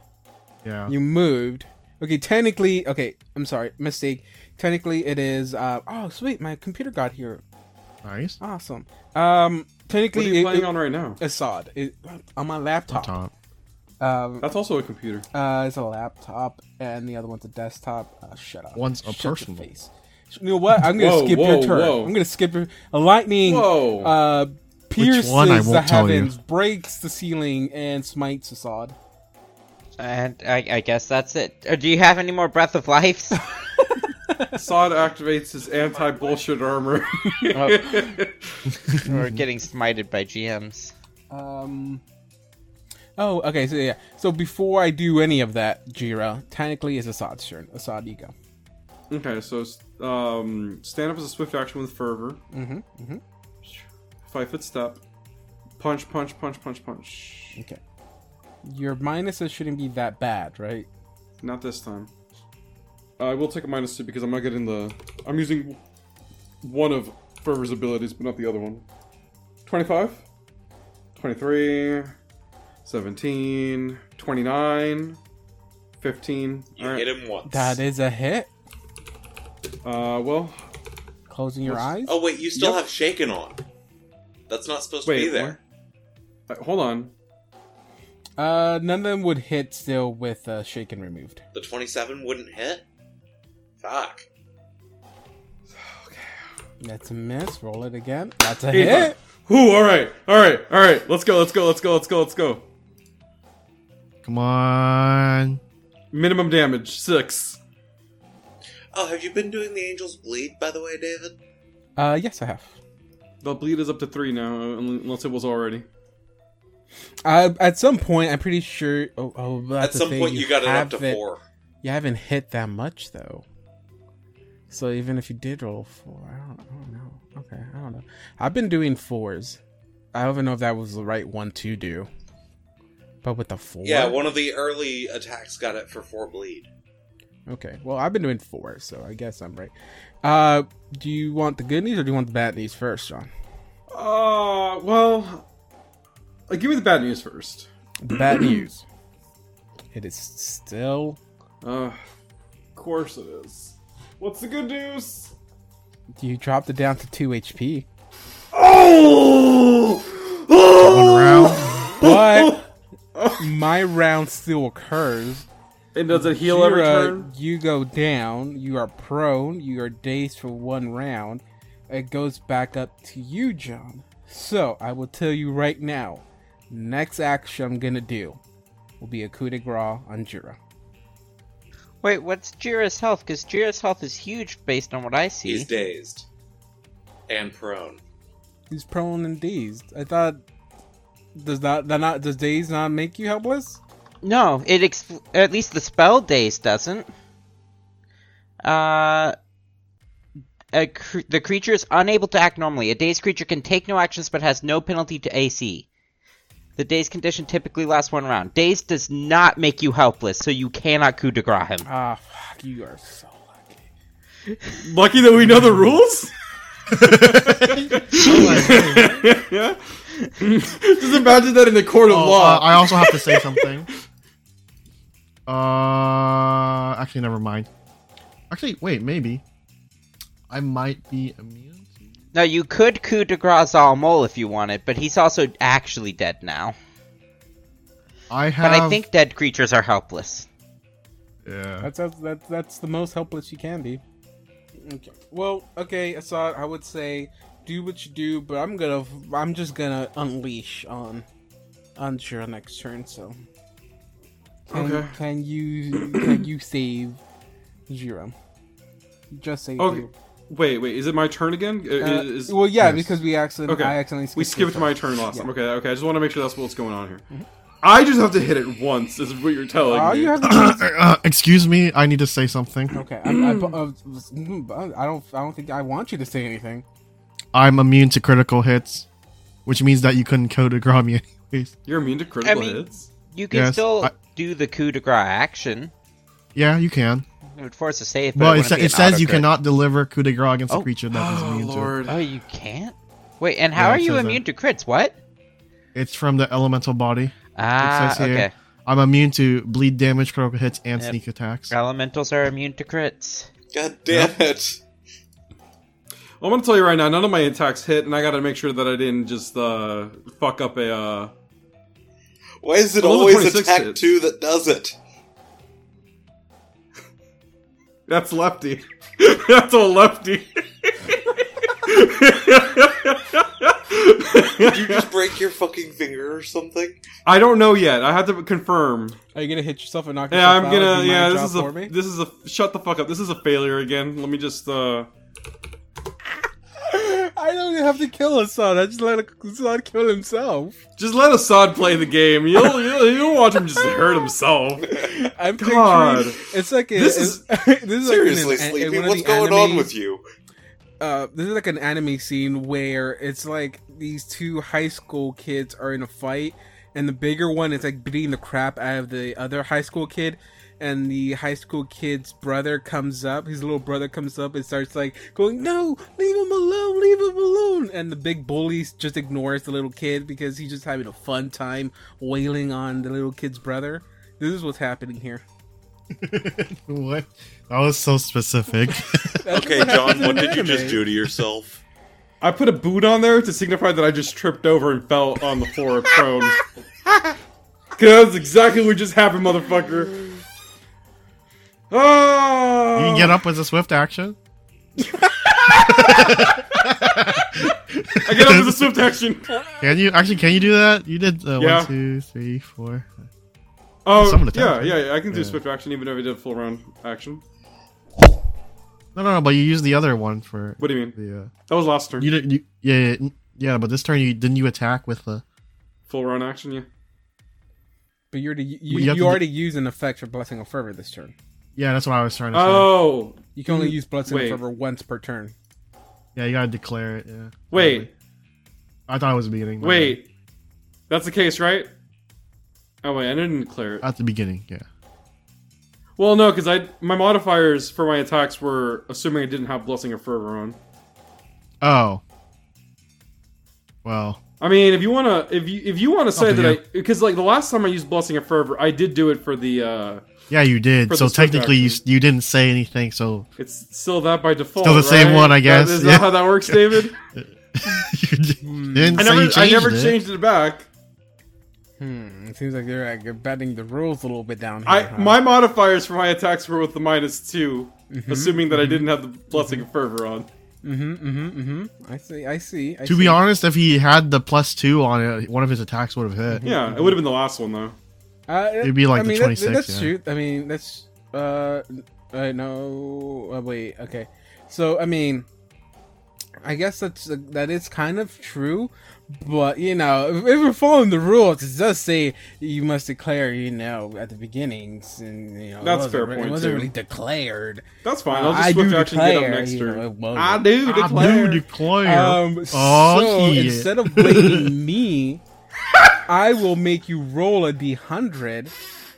Speaker 3: Yeah.
Speaker 2: You moved. Okay, technically. Okay, I'm sorry, mistake. Technically, it is. Uh, oh sweet, my computer got here.
Speaker 3: nice.
Speaker 2: Awesome. Um,
Speaker 4: What are
Speaker 2: technically,
Speaker 4: you
Speaker 2: it-
Speaker 4: playing
Speaker 2: it-
Speaker 4: on right now?
Speaker 2: Assad it, on my laptop.
Speaker 3: Top.
Speaker 2: Um,
Speaker 4: That's also a computer.
Speaker 2: uh, it's a laptop, and the other one's a desktop. Uh, shut up.
Speaker 3: One's a
Speaker 2: Shut your
Speaker 3: personal.
Speaker 2: Face. You know what? I'm gonna
Speaker 4: Whoa,
Speaker 2: skip
Speaker 4: whoa,
Speaker 2: your turn.
Speaker 4: whoa.
Speaker 2: I'm gonna skip your a lightning.
Speaker 4: Whoa.
Speaker 2: Uh, pierces
Speaker 3: one, I
Speaker 2: the
Speaker 3: won't tell you.
Speaker 2: heavens, breaks the ceiling, and smites Assad.
Speaker 1: And I, I guess that's it. Uh, do you have any more Breath of Life?
Speaker 4: Sod activates his anti-bullshit armor. [LAUGHS]
Speaker 1: We're getting smited by GMs.
Speaker 2: Um. Oh, okay. So yeah. So before I do any of that, Jira, technically is Assad's turn. Assad, you go.
Speaker 4: okay, so um, stand up is a swift action with fervor.
Speaker 2: Mm-hmm. Mm-hmm.
Speaker 4: Five foot step. Punch, punch, punch, punch, punch.
Speaker 2: Okay. Your minuses shouldn't be that bad, right?
Speaker 4: Not this time. Uh, I will take a minus two because I'm not getting the. I'm using one of Fervor's abilities, but not the other one. 25, 23, 17, 29, 15.
Speaker 5: You
Speaker 4: Alright.
Speaker 5: hit him once.
Speaker 2: That is a hit.
Speaker 4: Uh, well,
Speaker 2: Closing your eyes.
Speaker 5: Oh wait, you still
Speaker 4: Yep.
Speaker 5: have shaken on. That's not supposed
Speaker 4: wait.
Speaker 5: to be there.
Speaker 4: what? Uh, hold on.
Speaker 2: Uh, none of them would hit still with uh, shaken removed.
Speaker 5: The twenty-seven wouldn't hit. Fuck.
Speaker 2: That's a miss. Roll it again. That's a
Speaker 4: Eight
Speaker 2: hit.
Speaker 4: Who? All right. All right. All right. Let's go. Let's go. Let's go. Let's go. Let's go.
Speaker 3: Come on.
Speaker 4: Minimum damage six.
Speaker 5: Oh, have you been doing the angels bleed, by the way, David?
Speaker 2: Uh, yes, I have.
Speaker 4: The bleed is up to three now, uh, un- unless it was already.
Speaker 2: Uh, at some point, I'm pretty sure. Oh, oh that's
Speaker 5: At
Speaker 2: the
Speaker 5: some
Speaker 2: thing,
Speaker 5: point, you, got it up to
Speaker 2: haven't-
Speaker 5: four.
Speaker 2: You haven't hit that much though. So even if you did roll four, I don't, I don't know. Okay, I don't know. I've been doing fours. I don't even know if that was the right one to do. But with the four,
Speaker 5: Yeah, one of the early attacks got it for four bleed.
Speaker 2: Okay. Well, I've been doing four, so I guess I'm right. Uh, do you want the good news or do you want the bad news first, John?
Speaker 4: Uh, well, uh, give me the bad news first.
Speaker 2: The
Speaker 5: [CLEARS THROAT]
Speaker 2: bad news. It is still
Speaker 4: Uh, of course it is. What's the good news?
Speaker 2: you dropped it down to two
Speaker 5: [LAUGHS]
Speaker 2: HP.
Speaker 4: Oh! [GASPS]
Speaker 3: One round.
Speaker 2: But my round still occurs.
Speaker 4: And does it heal every
Speaker 2: Jira,
Speaker 4: turn?
Speaker 2: You go down, you are prone, you are dazed for one round. It goes back up to you, John. So I will tell you right now, next action I'm gonna do will be a coup de grace on Jira.
Speaker 1: Wait, what's Jira's health? Because Jira's health is huge based on what I see.
Speaker 5: He's dazed and prone.
Speaker 2: He's prone and dazed. I thought does not that not does daze not make you helpless?
Speaker 1: No, it ex- at least the spell daze doesn't. Uh, a cr- the creature is unable to act normally. A dazed creature can take no actions but has no penalty to AC. The dazed condition typically lasts one round. Daze does not make you helpless, so you cannot coup de grace him.
Speaker 2: Ah, fuck! You are so lucky.
Speaker 4: Lucky that we
Speaker 2: [LAUGHS]
Speaker 4: know the rules? yeah? Just imagine that in the court of
Speaker 3: Oh, uh, I also have
Speaker 1: [LAUGHS]
Speaker 3: to say something. Uh, actually, never mind. Actually, wait, maybe I might be immune. to-
Speaker 1: Now you could coup de grace Zalmol if you wanted, but he's also actually dead now.
Speaker 3: I have.
Speaker 1: But I think dead creatures are helpless.
Speaker 3: Yeah. [COUGHS]
Speaker 2: That's that's that's, that's the most helpless you can be. Okay. Well, okay, Assad. I would say do what you do, but I'm gonna I'm just gonna unleash on on your next turn. So can,
Speaker 4: Okay.
Speaker 2: can you can you save Jiro? Just save.
Speaker 4: Okay.
Speaker 2: you.
Speaker 4: Wait, wait. Is it my turn again? I-
Speaker 2: Uh,
Speaker 4: is-
Speaker 2: well, yeah,
Speaker 3: yes.
Speaker 2: because we accidentally
Speaker 4: Okay.
Speaker 2: I accidentally
Speaker 4: we
Speaker 2: skipped your
Speaker 4: skipped my
Speaker 2: turn.
Speaker 4: turn last
Speaker 2: Yeah.
Speaker 4: time. Okay, okay. I just want to make sure that's what's going on here. I just have to hit it once. Is what you're telling
Speaker 2: All Oh,
Speaker 4: me.
Speaker 2: you have to
Speaker 4: [COUGHS]
Speaker 2: do is-
Speaker 3: uh, excuse me, I need to say something.
Speaker 2: Okay, I, I, uh, I don't. I don't think I want you to say anything.
Speaker 3: I'm immune to critical hits, which means that you couldn't kill Degrami anyways.
Speaker 4: You're immune to critical
Speaker 1: mean-
Speaker 4: hits.
Speaker 1: You can
Speaker 3: Yes,
Speaker 1: still
Speaker 3: I-
Speaker 1: do the coup de grace action.
Speaker 3: Yeah, you can.
Speaker 1: It would force a save, but
Speaker 3: Well,
Speaker 1: it,
Speaker 3: it,
Speaker 1: wouldn't
Speaker 3: sa-
Speaker 1: be an
Speaker 3: it says you
Speaker 1: auto-crit.
Speaker 3: cannot deliver coup de grace against
Speaker 1: Oh.
Speaker 3: a creature that is
Speaker 4: Oh
Speaker 3: immune
Speaker 4: lord.
Speaker 1: Oh, you can't. Wait, and how
Speaker 3: Yeah,
Speaker 1: are
Speaker 3: it
Speaker 1: you
Speaker 3: says that.
Speaker 1: immune to crits? What?
Speaker 3: to it. It's from the elemental body.
Speaker 1: Ah,
Speaker 3: it says here,
Speaker 1: okay.
Speaker 3: I'm immune to bleed damage, critical hits, and
Speaker 1: Yep.
Speaker 3: sneak attacks.
Speaker 1: Elementals are immune to crits.
Speaker 5: God damn it.
Speaker 4: I'm gonna tell you right now. None of my attacks hit, and I gotta make sure that I didn't just uh, fuck up a. Uh...
Speaker 5: Why is it
Speaker 4: Well, level
Speaker 5: always
Speaker 4: 26
Speaker 5: attack
Speaker 4: hits.
Speaker 5: 2 that does it?
Speaker 4: That's lefty. [LAUGHS] That's all lefty. [LAUGHS]
Speaker 5: Did you
Speaker 2: [LAUGHS]
Speaker 5: just break your fucking finger or something?
Speaker 4: I don't know yet. I have to confirm.
Speaker 2: Are you gonna hit yourself and knock
Speaker 4: Yeah,
Speaker 2: yourself
Speaker 4: I'm
Speaker 2: out?
Speaker 4: gonna.
Speaker 2: and do my
Speaker 4: Yeah, this
Speaker 2: job
Speaker 4: is a.
Speaker 2: for me?
Speaker 4: This is a. Shut the fuck up. This is a failure again. Let me just. uh...
Speaker 2: I don't even have to kill Hassan. I just let Hassan kill himself.
Speaker 4: Just let Assad play the game. You'll you'll, you'll watch him just hurt himself.
Speaker 2: I'm
Speaker 4: God.
Speaker 2: picturing it's like a,
Speaker 4: This is-
Speaker 2: it's- [LAUGHS] this is like
Speaker 5: Seriously,
Speaker 2: an- an-
Speaker 5: Sleepy,
Speaker 2: one of
Speaker 5: what's
Speaker 2: the
Speaker 5: going
Speaker 2: anime-
Speaker 5: on with you?
Speaker 2: Uh, this is like an anime scene where it's like these two high school kids are in a fight, and the bigger one is like beating the crap out of the other high school kid, and the high school kid's brother comes up, his little brother comes up and starts like going, "No, leave him alone, leave him alone," and the big bully just ignores the little kid because he's just having a fun time wailing on the little kid's brother. This is what's happening here.
Speaker 3: what? That was so specific. [LAUGHS]
Speaker 2: That's
Speaker 5: Okay,
Speaker 2: what
Speaker 5: John,
Speaker 2: happens in
Speaker 5: what did you
Speaker 2: anime.
Speaker 5: just do to yourself?
Speaker 4: I put a boot on there to signify that I just tripped over and fell on the floor prone. Cause that's exactly what just happened, motherfucker. Oh!
Speaker 3: You can get up with a swift action.
Speaker 4: I get up with a
Speaker 3: [LAUGHS]
Speaker 4: swift action.
Speaker 3: Can you actually? Can you do that? You did uh,
Speaker 4: Yeah.
Speaker 3: one, two, three, four.
Speaker 4: Oh,
Speaker 3: Some of the
Speaker 4: yeah,
Speaker 3: times,
Speaker 4: yeah,
Speaker 3: right?
Speaker 4: yeah, I can do
Speaker 3: Yeah.
Speaker 4: swift action even if I did full round action.
Speaker 3: No, no, no. But you used the other one for
Speaker 4: What do you mean?
Speaker 3: the. Uh,
Speaker 4: That was last turn.
Speaker 3: you didn't. You, yeah, yeah, n- yeah. But this turn, you didn't you attack with the.
Speaker 4: Full round action, yeah.
Speaker 2: But you already you,
Speaker 3: Well, you
Speaker 2: you,
Speaker 3: have to do-
Speaker 2: already use an effect for blessing of fervor this turn.
Speaker 3: Yeah, that's what I was trying to say.
Speaker 4: Oh,
Speaker 2: You can only use blessing
Speaker 4: Wait.
Speaker 2: of fervor once per turn.
Speaker 3: Yeah, you gotta declare it. Yeah.
Speaker 4: wait,
Speaker 3: I thought it was the beginning. my
Speaker 4: wait. That's the case, right? Oh wait, I didn't declare it.
Speaker 3: bad. At the beginning, yeah.
Speaker 4: Well, no, because I my modifiers for my attacks were assuming I didn't have blessing or fervor on.
Speaker 3: Oh. Well,
Speaker 4: I mean, if you wanna, if you if you wanna say
Speaker 3: Up to
Speaker 4: that I, because like the last time I used blessing of fervor, I did do it for the. uh
Speaker 3: yeah, you did.
Speaker 4: For
Speaker 3: So
Speaker 4: the swift
Speaker 3: technically, you,
Speaker 4: action.
Speaker 3: you didn't say anything. So [LAUGHS]
Speaker 4: It's still that by default.
Speaker 3: Still the same
Speaker 4: right?
Speaker 3: one, I guess.
Speaker 4: That, is
Speaker 3: Yeah.
Speaker 4: that how that
Speaker 3: [LAUGHS]
Speaker 4: works, David?
Speaker 3: you [LAUGHS] didn't
Speaker 4: I
Speaker 3: say
Speaker 4: never,
Speaker 3: you changed
Speaker 4: I never
Speaker 3: it.
Speaker 4: changed it back.
Speaker 2: Hmm. It seems like they're like, you're bending the rules a little bit down here.
Speaker 4: I
Speaker 3: Uh-huh.
Speaker 2: huh?
Speaker 4: my modifiers for my attacks were with the minus 2
Speaker 3: Mm-hmm.
Speaker 4: assuming that I didn't have the blessing of fervor on.
Speaker 2: Mhm. Mhm. Mhm. I see. I see. I
Speaker 3: To
Speaker 2: see.
Speaker 3: be honest, if he had the plus two on it, one of his attacks would have hit.
Speaker 4: Yeah, it would have been the last one though.
Speaker 2: uh,
Speaker 3: it'd be like
Speaker 2: I
Speaker 3: the
Speaker 2: mean,
Speaker 3: 26,
Speaker 2: That, that's
Speaker 3: yeah.
Speaker 2: true. I mean, that's uh, I know. Uh, wait. Okay. So I mean, I guess that's uh, that is kind of true, but you know, if, if we're following the rules, it does say you must declare. You know, at the beginnings, and you know, it
Speaker 4: That's
Speaker 2: wasn't
Speaker 4: fair
Speaker 2: re-
Speaker 4: point,
Speaker 2: It wasn't
Speaker 4: too.
Speaker 2: really declared.
Speaker 4: That's fine.
Speaker 2: Uh,
Speaker 4: I'll just
Speaker 2: I
Speaker 4: swift
Speaker 2: do
Speaker 4: action
Speaker 2: declare.
Speaker 4: get up next
Speaker 2: you know,
Speaker 4: turn.
Speaker 2: it wasn't.
Speaker 4: I do
Speaker 3: I
Speaker 4: declare.
Speaker 3: do declare.
Speaker 2: Um,
Speaker 3: oh,
Speaker 2: so
Speaker 3: yeah.
Speaker 2: instead of blaming [LAUGHS] me, I will make you roll a d100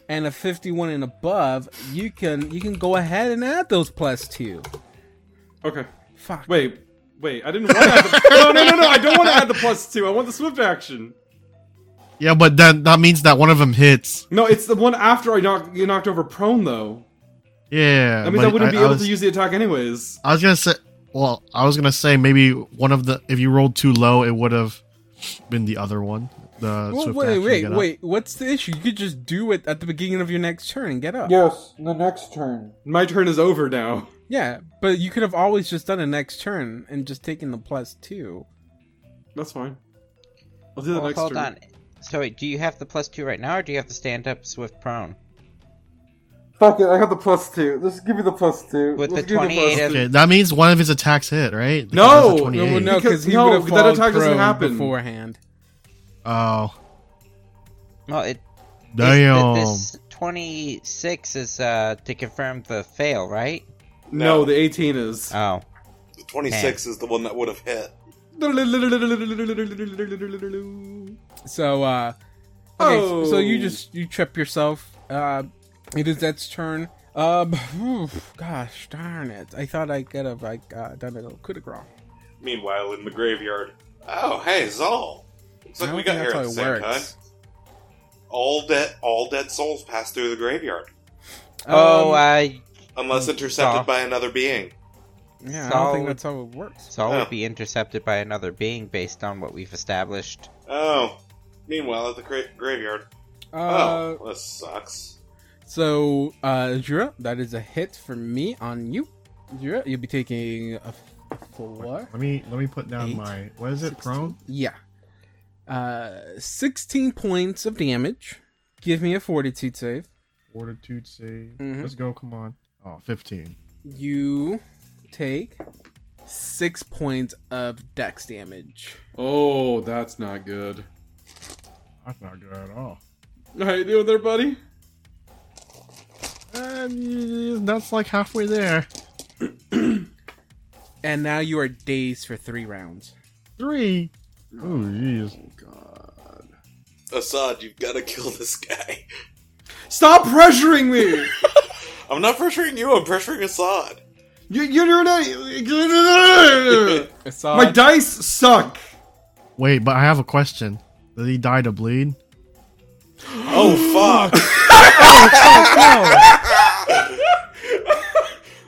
Speaker 2: and a 51 and above. You can you can go ahead and add those plus two.
Speaker 4: Okay.
Speaker 2: Fuck.
Speaker 4: Wait, wait. I didn't want to add the. No, no, no, no. I don't want to add the plus two. I want the swift action.
Speaker 3: Yeah, but then that means that one of them hits.
Speaker 4: No, it's the one after I knock, you knocked over prone though.
Speaker 3: Yeah.
Speaker 4: That means
Speaker 3: but
Speaker 4: I wouldn't be able
Speaker 3: was,
Speaker 4: to use the attack anyways.
Speaker 3: I was gonna say. Well, I was gonna say maybe one of the if you rolled too low, it would have been the other one. The
Speaker 2: Well,
Speaker 3: swift
Speaker 2: wait,
Speaker 3: action to
Speaker 2: wait,
Speaker 3: get up.
Speaker 2: wait. What's the issue? You could just do it at the beginning of your next turn and get up.
Speaker 4: Yes, the next turn. My turn is over now.
Speaker 2: Yeah, but you could have always just done a next turn and just taken the plus two.
Speaker 4: That's fine. I'll do the
Speaker 1: Well,
Speaker 4: next
Speaker 1: hold
Speaker 4: turn.
Speaker 1: on. So wait, do you have the plus two right now, or do you have to stand up swift prone?
Speaker 4: Fuck it, I have the plus two. Let's give me the plus two.
Speaker 1: With
Speaker 4: Let's
Speaker 1: the
Speaker 4: give
Speaker 1: 28
Speaker 4: me plus
Speaker 1: as-
Speaker 4: two.
Speaker 3: Okay, that means one of his attacks hit, right? Because
Speaker 4: No!
Speaker 3: that's a
Speaker 2: No,
Speaker 4: No,
Speaker 3: 28.
Speaker 2: well, no,
Speaker 4: Because-
Speaker 2: because he
Speaker 4: no,
Speaker 2: would have
Speaker 4: that
Speaker 2: fallen
Speaker 4: attack doesn't
Speaker 2: prone
Speaker 4: happen.
Speaker 2: beforehand.
Speaker 3: Oh,
Speaker 1: Well, it
Speaker 3: Damn.
Speaker 1: This, this 26 is uh, to confirm the fail, right?
Speaker 4: No,
Speaker 5: No.
Speaker 4: the 18 is.
Speaker 1: Oh.
Speaker 5: The 26 is the one that would have hit.
Speaker 4: [LAUGHS]
Speaker 2: So uh okay,
Speaker 4: Oh.
Speaker 2: so, so you just you trip yourself. Uh it is Ed's turn. Um oof, gosh darn it. I thought I could have like uh, done a little coup de grace.
Speaker 6: Meanwhile, in the graveyard,
Speaker 5: Oh, hey, Zol. Looks
Speaker 2: I
Speaker 5: like
Speaker 2: don't
Speaker 5: we got
Speaker 2: think
Speaker 5: here
Speaker 2: that's
Speaker 5: at
Speaker 2: how
Speaker 5: the
Speaker 2: it
Speaker 5: same time.
Speaker 2: works.
Speaker 5: All dead, all dead souls pass through the graveyard
Speaker 1: oh,
Speaker 2: Um,
Speaker 1: uh,
Speaker 2: Mm,
Speaker 5: unless intercepted
Speaker 1: Zol.
Speaker 5: by another being.
Speaker 2: yeah, I don't think
Speaker 1: so-
Speaker 2: that's how it works.
Speaker 1: Saul
Speaker 5: Oh.
Speaker 1: would be intercepted by another being based on what we've established.
Speaker 5: Oh, meanwhile at the gra- graveyard.
Speaker 2: Uh
Speaker 5: Oh, this sucks.
Speaker 2: so uh Jura, that is a hit for me on you. Jura, you'll be taking a f- four.
Speaker 3: Let me let me put down
Speaker 2: Eight,
Speaker 3: my what is it?
Speaker 2: 16?
Speaker 3: Prone?
Speaker 2: Yeah. Uh 16 points of damage. Give me a fortitude save.
Speaker 3: Fortitude save.
Speaker 2: Mhm.
Speaker 3: Let's go. Come on. Oh, 15.
Speaker 2: You take 6 points of dex damage.
Speaker 4: Oh, that's not good.
Speaker 3: That's not good at all.
Speaker 4: How you doing there, buddy?
Speaker 3: And that's like halfway there.
Speaker 2: And now you are dazed for 3 rounds.
Speaker 3: Three. Oh jeez.
Speaker 4: Oh, God.
Speaker 5: Assad, you've got to [LAUGHS] kill this guy.
Speaker 4: Stop pressuring me!
Speaker 5: I'm not pressuring you. I'm pressuring
Speaker 2: [LAUGHS]
Speaker 5: Assad.
Speaker 4: you, you're [LAUGHS]
Speaker 2: Oh,
Speaker 4: not. My dice suck!
Speaker 3: Wait, but I have a question. Did he die to bleed?
Speaker 5: [LAUGHS] Oh fuck!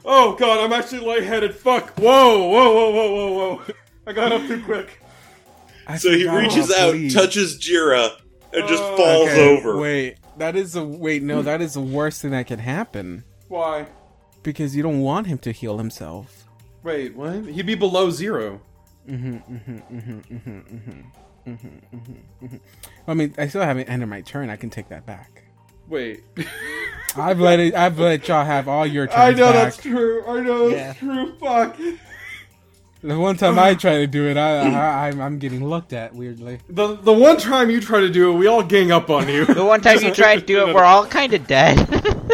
Speaker 4: Oh, God, I'm actually lightheaded. Fuck. Whoa, whoa, whoa, whoa, whoa, whoa. I got up too quick.
Speaker 2: I
Speaker 5: so he
Speaker 2: forgot
Speaker 5: reaches
Speaker 2: about
Speaker 5: out,
Speaker 2: bleed. Uh,
Speaker 5: touches Jira, and just
Speaker 4: Oh,
Speaker 5: falls
Speaker 2: Okay,
Speaker 5: over.
Speaker 2: Wait, that is the wait, no, that is the worst thing that could happen
Speaker 4: Why?
Speaker 2: because you don't want him to heal himself.
Speaker 4: Wait, what? He'd be below zero.
Speaker 2: I mean, I still haven't ended my turn. I can take that back.
Speaker 4: Wait.
Speaker 2: I've let it, I've let y'all have all
Speaker 5: [LAUGHS]
Speaker 2: your turns
Speaker 4: [LAUGHS] I know
Speaker 2: back.
Speaker 4: that's true. I know that's true. Fuck.
Speaker 2: The one time I try to do it, I, I, I'm, I'm getting looked at weirdly.
Speaker 4: The the one time you try to do it, we all gang up on [LAUGHS] you.
Speaker 1: The one time you try to do it, we're all kind of dead. [LAUGHS]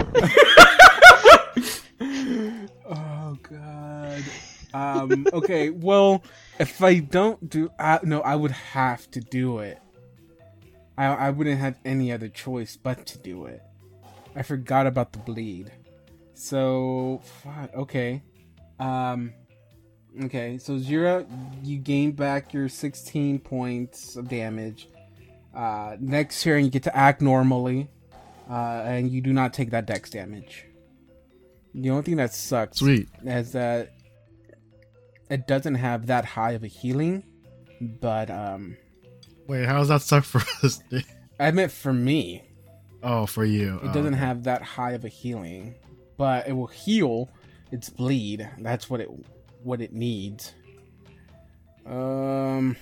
Speaker 2: Oh god. Um. Okay. Well, if I don't do, I, no, I would have to do it. I, I wouldn't have any other choice but to do it. I forgot about the bleed. So fuck. Okay. Um. Okay. So Zira, you gain back your 16 points of damage. Uh, next turn, you get to act normally, uh, and you do not take that dex damage. The only thing that sucks
Speaker 3: Sweet.
Speaker 2: as that it doesn't have that high of a healing, but um,
Speaker 3: Wait, how does that suck for [LAUGHS] us? dude?
Speaker 2: I meant for me,
Speaker 3: Oh, for you.
Speaker 2: it doesn't have that high of a healing, but it will heal its bleed. That's what it what it needs. Um,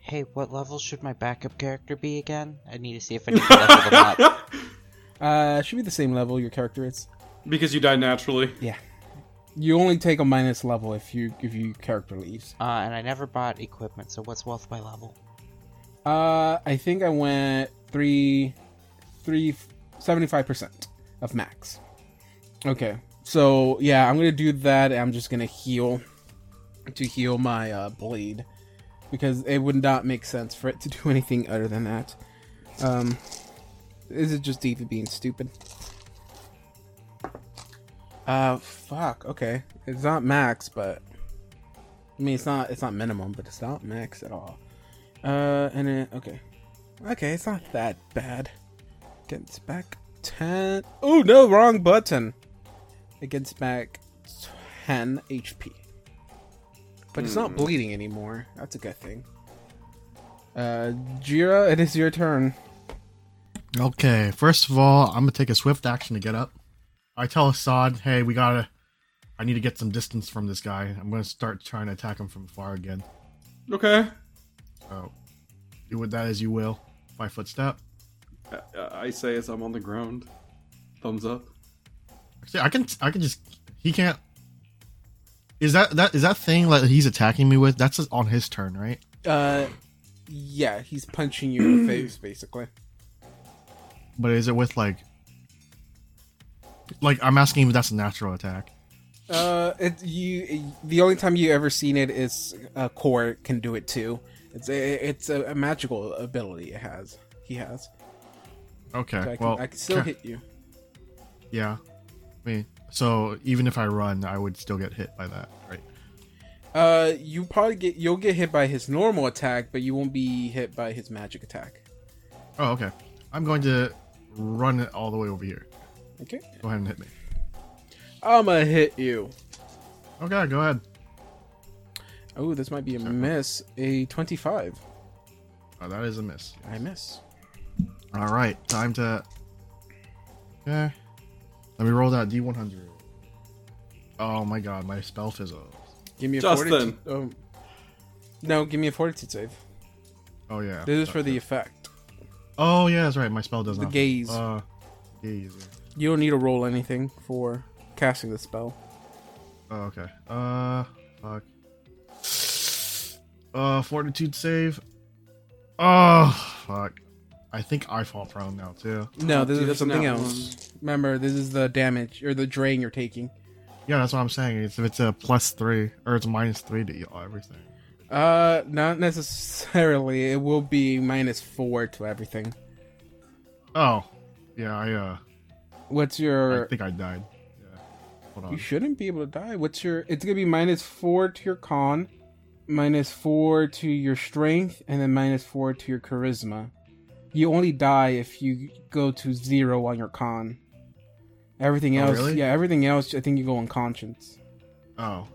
Speaker 1: hey, what level should my backup character be again? I need to see if I need [LAUGHS] to level them up.
Speaker 2: uh, should be the same level your character is.
Speaker 4: because you die naturally.
Speaker 2: You only take a minus level if you if you character leaves.
Speaker 1: Uh, and I never bought equipment, so what's worth my level?
Speaker 2: Uh, I think I went three, three, 75 percent of max. Okay, so yeah, I'm gonna do that. And I'm just gonna heal to heal my uh, blade because it would not make sense for it to do [LAUGHS] anything other than that. Um, is it just Diva being stupid? Uh, fuck. Okay, it's not max, but I mean, it's not it's not minimum, but it's not max at all. Uh, and then okay, okay, it's not that bad. Gets back ten. Oh no, wrong button. It gets back ten HP, but it's not bleeding anymore. That's a good thing. Uh, Jira, it is your turn.
Speaker 3: Okay, first of all, I'm gonna take a swift action to get up. I tell Assad, hey, we gotta. I need to get some distance from this guy. I'm gonna start trying to attack him from far again.
Speaker 4: Okay.
Speaker 3: So, uh, do with that as you will. Five foot step.
Speaker 4: I, I say as I'm on the ground. Thumbs up.
Speaker 3: Actually, I can. I can just. He can't. Is that that is that thing that he's attacking me with? That's on his turn, right?
Speaker 2: [CLEARS THROAT] Uh, yeah, he's punching you in the face, basically.
Speaker 3: but is it with like like I'm asking if that's a natural attack.
Speaker 2: Uh, it you the only time you ever seen it is uh, Core can do it too. It's a, it's a, a magical ability it has. He has.
Speaker 3: Okay.
Speaker 2: So I can,
Speaker 3: well,
Speaker 2: I can still
Speaker 3: ca-
Speaker 2: hit you.
Speaker 3: Yeah. I mean, so even if I run, I would still get hit by that, right?
Speaker 2: Uh, you probably get you'll get hit by his normal attack, but you won't be hit by his magic attack.
Speaker 3: Oh, okay. I'm going to run it all the way over here.
Speaker 2: Okay.
Speaker 3: Go ahead and hit me.
Speaker 2: I'm gonna hit you.
Speaker 3: Okay, go ahead.
Speaker 2: Oh, this might be a miss. A twenty-five.
Speaker 3: Oh, that is a miss.
Speaker 2: I miss.
Speaker 3: All right, time to. Okay. Let me roll that D100. Oh my god, my spell fizzles.
Speaker 2: Give me a
Speaker 4: Justin.
Speaker 2: fortitude. Um, no, give me a fortitude save.
Speaker 3: Oh yeah.
Speaker 2: This is for the effect.
Speaker 3: Oh yeah, that's right. My spell does
Speaker 2: The
Speaker 3: not.
Speaker 2: gaze.
Speaker 3: Uh, gaze. yeah.
Speaker 2: You don't need to roll anything for casting the spell.
Speaker 3: Oh okay. Uh, fuck. Uh, fortitude save. Oh fuck. I think I fall prone now too.
Speaker 2: No, this
Speaker 4: Dude,
Speaker 2: is
Speaker 4: that's
Speaker 2: something
Speaker 4: not
Speaker 2: else. Remember, this is the damage or the drain you're taking.
Speaker 3: Yeah, that's what I'm saying. It's it's a plus three or it's minus three to everything.
Speaker 2: Uh, not necessarily. It will be minus four to everything.
Speaker 3: Oh, yeah. I uh,
Speaker 2: What's your?
Speaker 3: I think I died. Yeah. Hold
Speaker 2: you
Speaker 3: on.
Speaker 2: shouldn't be able to die. What's your? It's gonna be minus four to your con, minus four to your strength, and then minus four to your charisma. You only die if you go to zero on your con. Everything
Speaker 3: Oh,
Speaker 2: else,
Speaker 3: really?
Speaker 2: yeah, everything else. I think you go on conscience.
Speaker 3: Oh,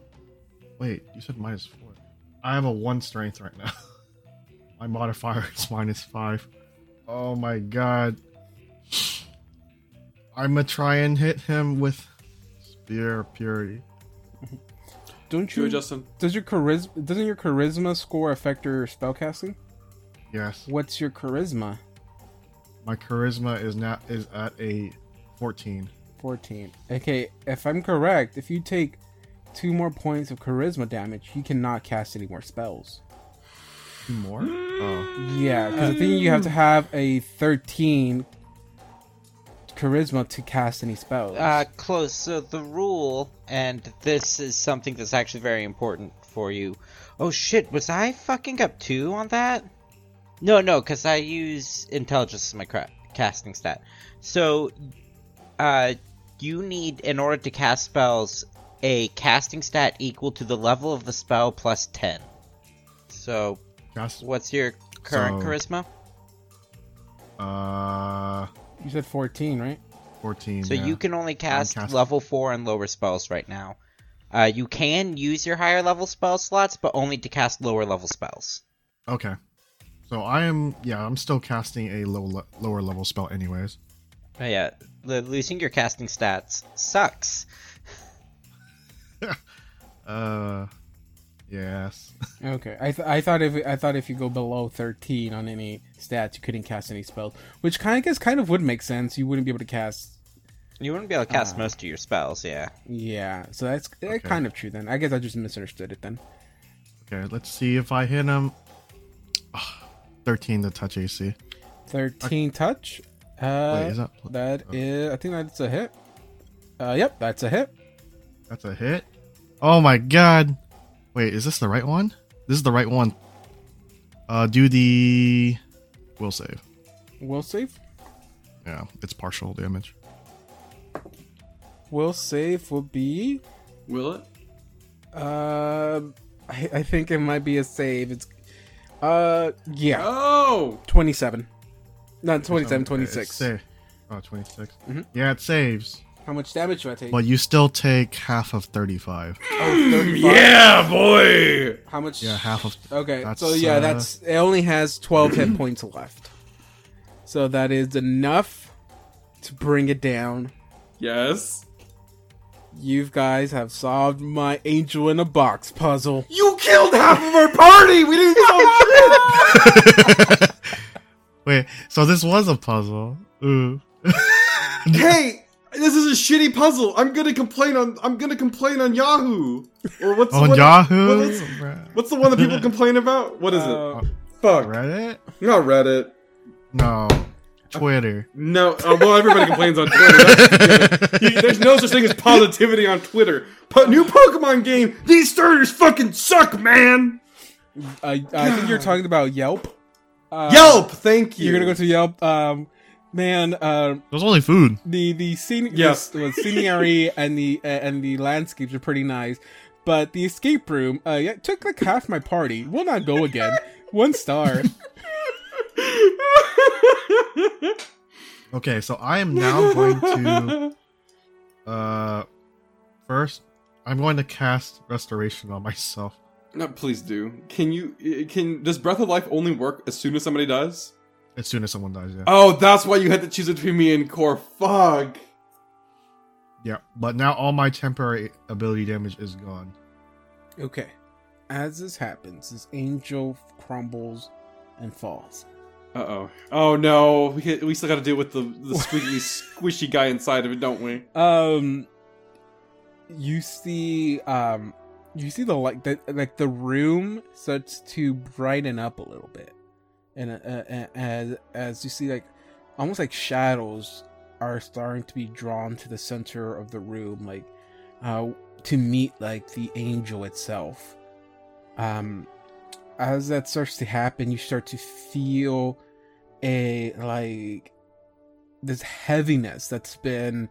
Speaker 3: wait. You said minus four. I have a one strength right now. [LAUGHS] my modifier is minus five. Oh my god. I'm gonna try and hit him with spear of purity.
Speaker 2: Don't
Speaker 4: You
Speaker 2: you?
Speaker 4: and Justin.
Speaker 2: does your charisma? Doesn't your charisma score affect your spellcasting?
Speaker 3: Yes,
Speaker 2: What's your charisma?
Speaker 3: my charisma is not is at a fourteen.
Speaker 2: 14. Okay, if I'm correct, if you take two more points of charisma damage, you cannot cast any more spells.
Speaker 3: Two more? Oh,
Speaker 2: Yeah, because I think you have to have a 13 charisma to cast any spells.
Speaker 1: Uh, close. So the rule, and this is something that's actually very important for you. Oh shit, was I fucking up two on that? No, no, because I use intelligence as my cra- casting stat. So, uh, you need, in order to cast spells, a casting stat equal to the level of the spell plus 10. So,
Speaker 3: cast.
Speaker 1: what's your current
Speaker 3: So-
Speaker 1: charisma?
Speaker 3: Uh,
Speaker 2: you said 14, right?
Speaker 3: fourteen.
Speaker 1: So
Speaker 3: yeah.
Speaker 1: you can only cast
Speaker 3: cast-
Speaker 1: level four and lower spells right now. Uh, you can use your higher level spell slots, but only to cast lower level spells.
Speaker 3: Okay. So I am. Yeah, I'm still casting a low le- lower level spell, anyways.
Speaker 1: Oh yeah, lo- losing your casting stats sucks.
Speaker 3: Uh, yes. [LAUGHS]
Speaker 2: Okay. I, th- I thought if I thought if you go below 13 on any stats, you couldn't cast any spells, which kind of guess kind of would make sense. You wouldn't be able to cast
Speaker 1: You wouldn't be able to cast most of your spells. Yeah.
Speaker 2: yeah, so that's that's kind of true then. I guess I just misunderstood it then.
Speaker 3: Okay, let's see if I hit him. Ah, Thirteen to touch AC.
Speaker 2: 13 touch. Uh,
Speaker 3: Wait, is that-
Speaker 2: that is- I think that's a hit. Uh, yep, that's a hit.
Speaker 3: That's a hit. Oh my god. Wait, is this the right one? This is the right one. Uh, do the will save.
Speaker 2: Will save.
Speaker 3: Yeah, it's partial damage.
Speaker 2: Will save will be.
Speaker 4: Will it?
Speaker 2: Uh, I, I think it might be a save. It's. Uh, yeah,
Speaker 4: Oh,
Speaker 2: 27. Not 27,
Speaker 3: Okay, it's
Speaker 2: 26.
Speaker 3: Save. Oh, 26. Yeah, it saves.
Speaker 2: How much damage do I take?
Speaker 3: But you still take half of 35.
Speaker 2: Oh, 35.
Speaker 4: yeah, boy.
Speaker 2: How much?
Speaker 3: Yeah, half of.
Speaker 2: Okay,
Speaker 3: That's,
Speaker 2: so yeah,
Speaker 3: uh,
Speaker 2: that's it. Only has twelve hit points left, so that is enough to bring it down.
Speaker 4: Yes.
Speaker 2: You guys have solved my angel in a box puzzle.
Speaker 4: You killed half of our party. We didn't kill
Speaker 3: Wait, so this was a puzzle. Ooh.
Speaker 4: shit. hey, this is a shitty puzzle. I'm gonna complain on. I'm gonna complain on Yahoo. Or what's
Speaker 3: On
Speaker 4: what-
Speaker 3: Yahoo?
Speaker 4: what is- what's the one that people complain about? What is
Speaker 2: Uh,
Speaker 4: it? Fuck.
Speaker 3: Reddit?
Speaker 4: Not Reddit.
Speaker 3: No. [LAUGHS] Twitter.
Speaker 4: No, uh, well, everybody complains on Twitter. That's the thing. You- There's no such thing as positivity on Twitter. Po- new Pokemon game. These starters fucking suck, man.
Speaker 2: Uh, I think you're talking about Yelp. Uh,
Speaker 4: Yelp. Thank you.
Speaker 2: You're
Speaker 3: [LAUGHS]
Speaker 2: gonna go to Yelp. Um, man, uh,
Speaker 3: There's only food.
Speaker 2: the the scene,
Speaker 4: Yes.
Speaker 2: the, the
Speaker 4: [LAUGHS]
Speaker 2: scenery and the uh, and the landscapes are pretty nice, but the escape room uh, yeah, took like half my party. Will not go again. One star.
Speaker 3: Okay, so I am now going [LAUGHS] to uh first I'm going to cast restoration on myself.
Speaker 4: No, please do. Can you? uh, Can does Breath of Life only work as soon as somebody dies?
Speaker 3: As soon as someone dies, yeah.
Speaker 4: Oh, that's why you had to choose between me and Core. Fuck.
Speaker 3: Yeah. But now all my temporary ability damage is gone.
Speaker 2: Okay. As this happens, this angel crumbles and falls.
Speaker 4: Uh oh. Oh no. We, hit- we still got to deal with the the squeaky squishy guy inside of it, don't we?
Speaker 2: Um, you see, um, you see the light that like the room starts to brighten up a little bit, and uh, uh, as as you see, like almost like shadows are starting to be drawn to the center of the room, like uh, to meet like the angel itself. Um, as that starts to happen, you start to feel a like this heaviness that's been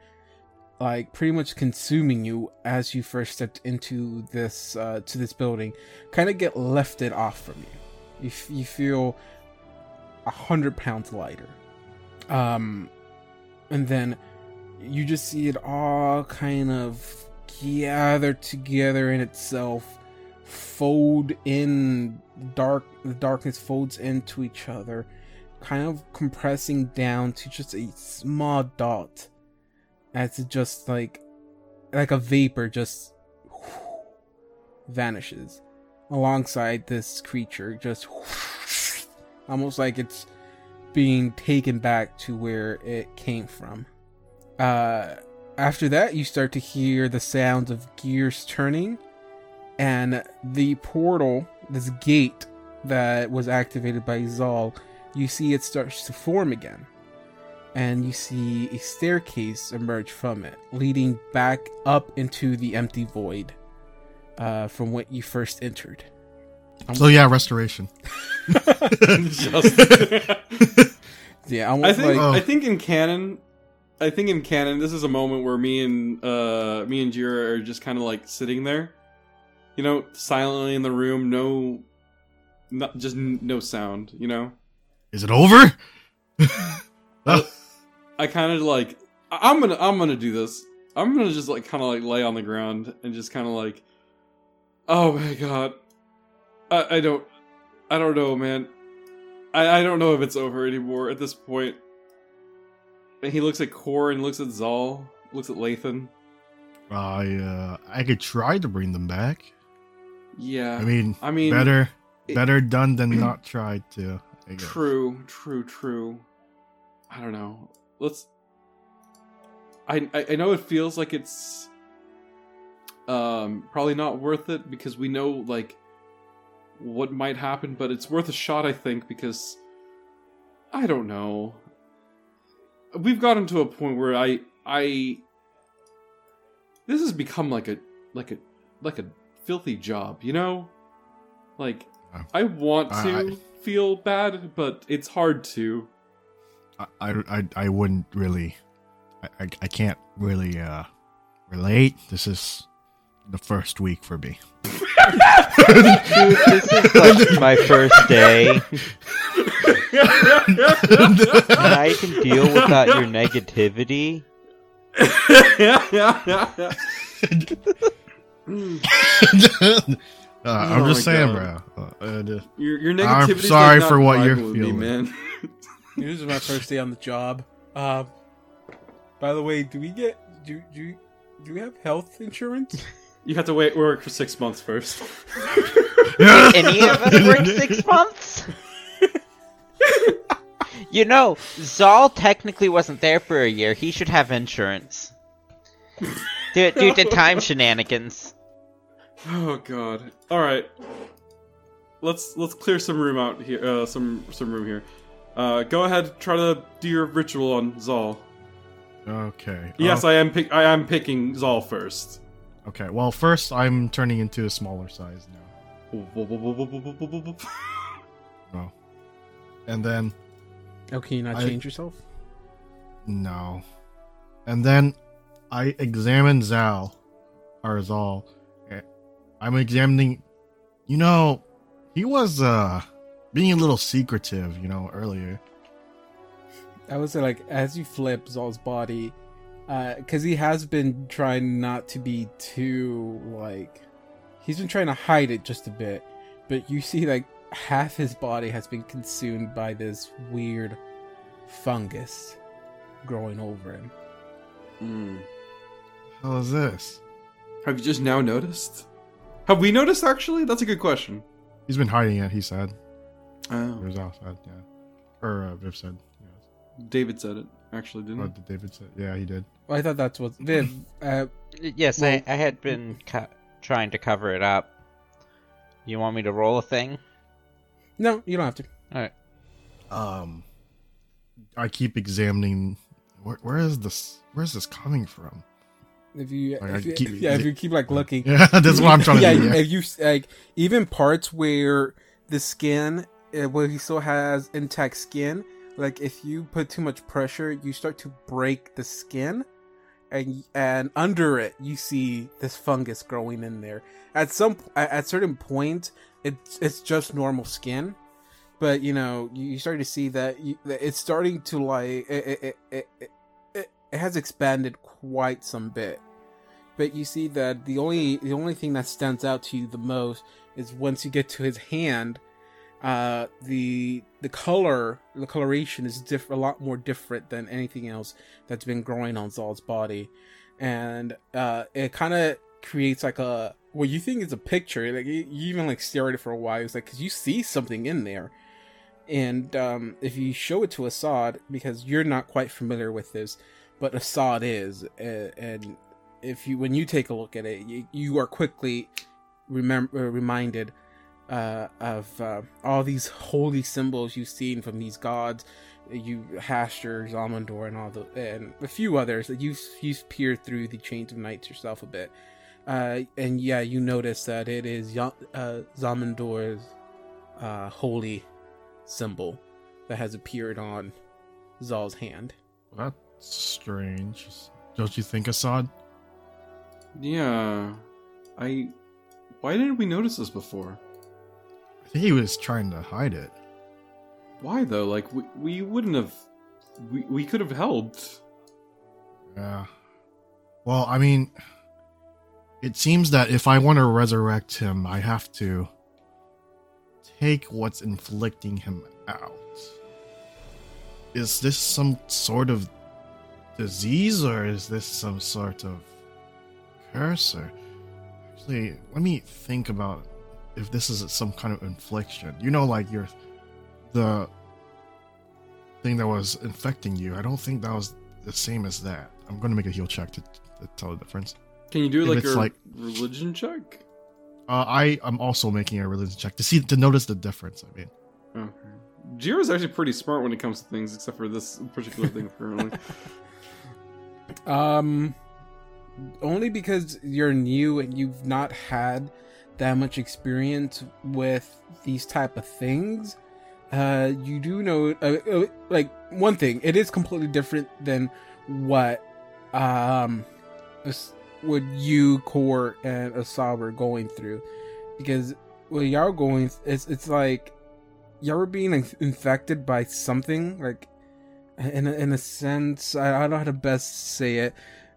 Speaker 2: like pretty much consuming you as you first stepped into this uh, to this building kind of get lifted off from you you, f- you feel a hundred pounds lighter um and then you just see it all kind of gather together in itself fold in dark the darkness folds into each other kind of compressing down to just a small dot as it just like like a vapor just vanishes alongside this creature just almost like it's being taken back to where it came from uh after that you start to hear the sounds of gears turning and the portal this gate that was activated by Zal you see it starts to form again and you see a staircase emerge from it, leading back up into the empty void uh, from what you first entered.
Speaker 3: So yeah, restoration.
Speaker 2: Yeah,
Speaker 4: [LAUGHS] I
Speaker 2: almost
Speaker 4: think
Speaker 2: like
Speaker 4: um,
Speaker 3: Oh.
Speaker 4: I think in canon, I think in canon, this is a moment where me and uh me and Jira are just kind of like sitting there, you know, silently in the room, no, not just n- no sound, you know.
Speaker 3: Is it over? Oh,
Speaker 4: I kind of like I- I'm gonna I'm gonna do this. I'm gonna just like kind of like lay on the ground and just kind of like, oh my god, I, I don't I don't know, man. I I don't know if it's over anymore at this point. And he looks at Core and looks at Zal, looks at Lathan.
Speaker 3: I uh, I could try to bring them back.
Speaker 4: Yeah,
Speaker 3: Uh, I mean,
Speaker 4: I mean,
Speaker 3: better
Speaker 4: it-
Speaker 3: better done than not tried to. I guess.
Speaker 4: True, true, true. I don't know. Let's. I I I know it feels like it's um probably not worth it because we know like what might happen, but it's worth a shot, I think, because I don't know. We've gotten to a point where I I this has become like a like a like a filthy job, you know? Like
Speaker 3: Yeah.
Speaker 4: I want to
Speaker 3: I- I-
Speaker 4: feel bad, but it's hard
Speaker 3: [LAUGHS]
Speaker 4: to.
Speaker 3: I, I, I wouldn't really I, I, I can't really uh relate this is the first week for
Speaker 4: [LAUGHS]
Speaker 3: me Uh,
Speaker 1: Dude, this is like my first day. And I can deal without your negativity.
Speaker 3: Uh, i'm
Speaker 4: Oh
Speaker 3: just
Speaker 4: my
Speaker 3: saying
Speaker 4: God.
Speaker 3: bro Uh, uh, d-
Speaker 4: [LAUGHS] your your negativity. does
Speaker 3: sorry
Speaker 4: not
Speaker 3: for what
Speaker 4: vibe
Speaker 3: you're
Speaker 4: with
Speaker 3: feeling.
Speaker 4: man.
Speaker 2: this is my first day on the job. Uh, by the way, do we get do do do we have health insurance?
Speaker 4: You have to wait work for six months first.
Speaker 1: Any of us work six months? You know, Zal technically wasn't there for a year. He should have insurance. Due, due to time shenanigans.
Speaker 4: oh god. All right. Let's let's clear some room out here. Uh, some some room here. Uh, go ahead, try to do your ritual on Zal.
Speaker 3: Okay.
Speaker 4: Yes,
Speaker 3: Oh,
Speaker 4: I am. Pick- I am picking Zal first.
Speaker 3: okay. Well, first I'm turning into a smaller size now, and then
Speaker 2: Oh, can you not
Speaker 3: I-
Speaker 2: change yourself?
Speaker 3: no, and then I examine Zal, or Zal. Eh, I'm examining. You know, he was uh being a little secretive. You know, earlier.
Speaker 2: I would say, like, as you flip Zol's body, because he has been trying not to be too, like, he's been trying to hide it just a bit, but you see, like, half his body has been consumed by this weird fungus growing over him.
Speaker 4: Mm.
Speaker 3: How is this?
Speaker 4: Have you just now noticed? Have we noticed? Actually, that's a good question.
Speaker 3: He's been hiding it. He said. Or
Speaker 4: Oh,
Speaker 3: Zal said. Yeah. Or uh, Viv said. Yeah.
Speaker 4: David said it. Actually, didn't
Speaker 3: Or
Speaker 4: he?
Speaker 3: did David said. Yeah, he did.
Speaker 2: Well, I thought that's what
Speaker 3: [CLEARS THROAT]
Speaker 2: Viv. Uh,
Speaker 1: Yes, I, I had been co- trying to cover it up. You want me to roll a thing?
Speaker 2: no, you don't have to.
Speaker 3: um i keep examining where, where is this where's this coming from
Speaker 2: If you,
Speaker 3: Like, I
Speaker 2: if you
Speaker 3: keep-
Speaker 2: yeah, if you keep like looking,
Speaker 3: [LAUGHS] yeah that's what i'm trying
Speaker 2: [LAUGHS]
Speaker 3: to
Speaker 2: yeah,
Speaker 3: do yeah.
Speaker 2: if you like even parts where the skin, uh, where he still has intact skin, like if you put too much pressure, you start to break the skin, and and under it you see this fungus growing in there. At some at at certain point, it's it's just normal skin, but you know you, you start to see that, you, that it's starting to like it it, it, it, it it it has expanded quite some bit but you see that the only the only thing that stands out to you the most is once you get to his hand uh the the color the coloration is diff- a lot more different than anything else that's been growing on Zal's body and uh it kind of creates like a what you think is a picture like you, you even like stare at it for a while it's like cuz you see something in there and um if you show it to Assad because you're not quite familiar with this but Assad is and, and if you when you take a look at it, you, you are quickly remember reminded uh, of uh, all these holy symbols you've seen from these gods. You Hashter, Zamandor, and all the and a few others that you you peered through the chains of knights yourself a bit, uh, and yeah, you notice that it is Ya- uh, Zamandor's uh, holy symbol that has appeared on Zal's hand.
Speaker 3: that's strange don't you think assad
Speaker 4: Yeah. I. Why didn't we notice this before?
Speaker 3: i think he was trying to hide it
Speaker 4: Why though? Like we, we wouldn't have. We, we could have helped.
Speaker 3: yeah well i mean it seems that if i want to resurrect him i have to take what's inflicting him out is this some sort of disease or is this some sort of curse or actually let me think about if this is some kind of infliction you know like your the thing that was infecting you i don't think that was the same as that i'm gonna make a heal check to, to tell the difference
Speaker 4: Can you do
Speaker 3: If
Speaker 4: like
Speaker 3: it's
Speaker 4: your
Speaker 3: like-
Speaker 4: religion check?
Speaker 3: uh, i am also making a religion check to see to notice the difference i mean
Speaker 4: Okay. Jiro's actually pretty smart when it comes to things, except for this particular thing apparently.
Speaker 2: Um, only because you're new and you've not had that much experience with these type of things. Uh, you do know, uh, uh, like one thing, it is completely different than what um, As- what you, Core, and Asab were going through, because what y'all were going, th- it's it's like y'all were being in- infected by something, like in a, in a sense I, I don't know how to best say it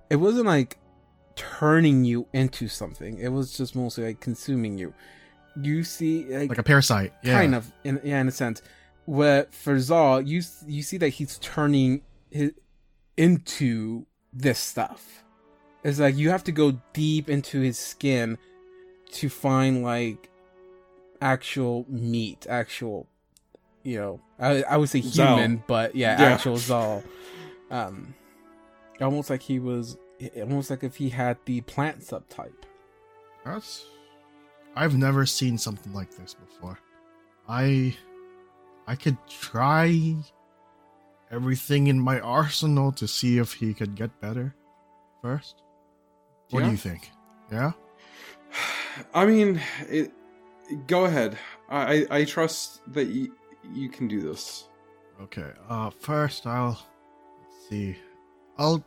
Speaker 2: it wasn't like turning you into something it was just mostly like consuming you you see like,
Speaker 3: like a parasite yeah
Speaker 2: kind of in, yeah, in a sense where for Zal you s- you see that he's turning his, into this stuff it's like you have to go deep into his skin to find like actual meat actual you know I, I would say
Speaker 4: Zal.
Speaker 2: human but yeah,
Speaker 4: Yeah.
Speaker 2: actual Zal um almost like he was almost like if he had the plant subtype
Speaker 3: That's. I've never seen something like this before. I I could try everything in my arsenal to see if he could get better first. [LAUGHS] What
Speaker 4: Yeah.
Speaker 3: do you think? Yeah?
Speaker 4: I mean, it, go ahead. I, I I trust that you, you can do this.
Speaker 3: Okay. Uh first I'll let's see. I'll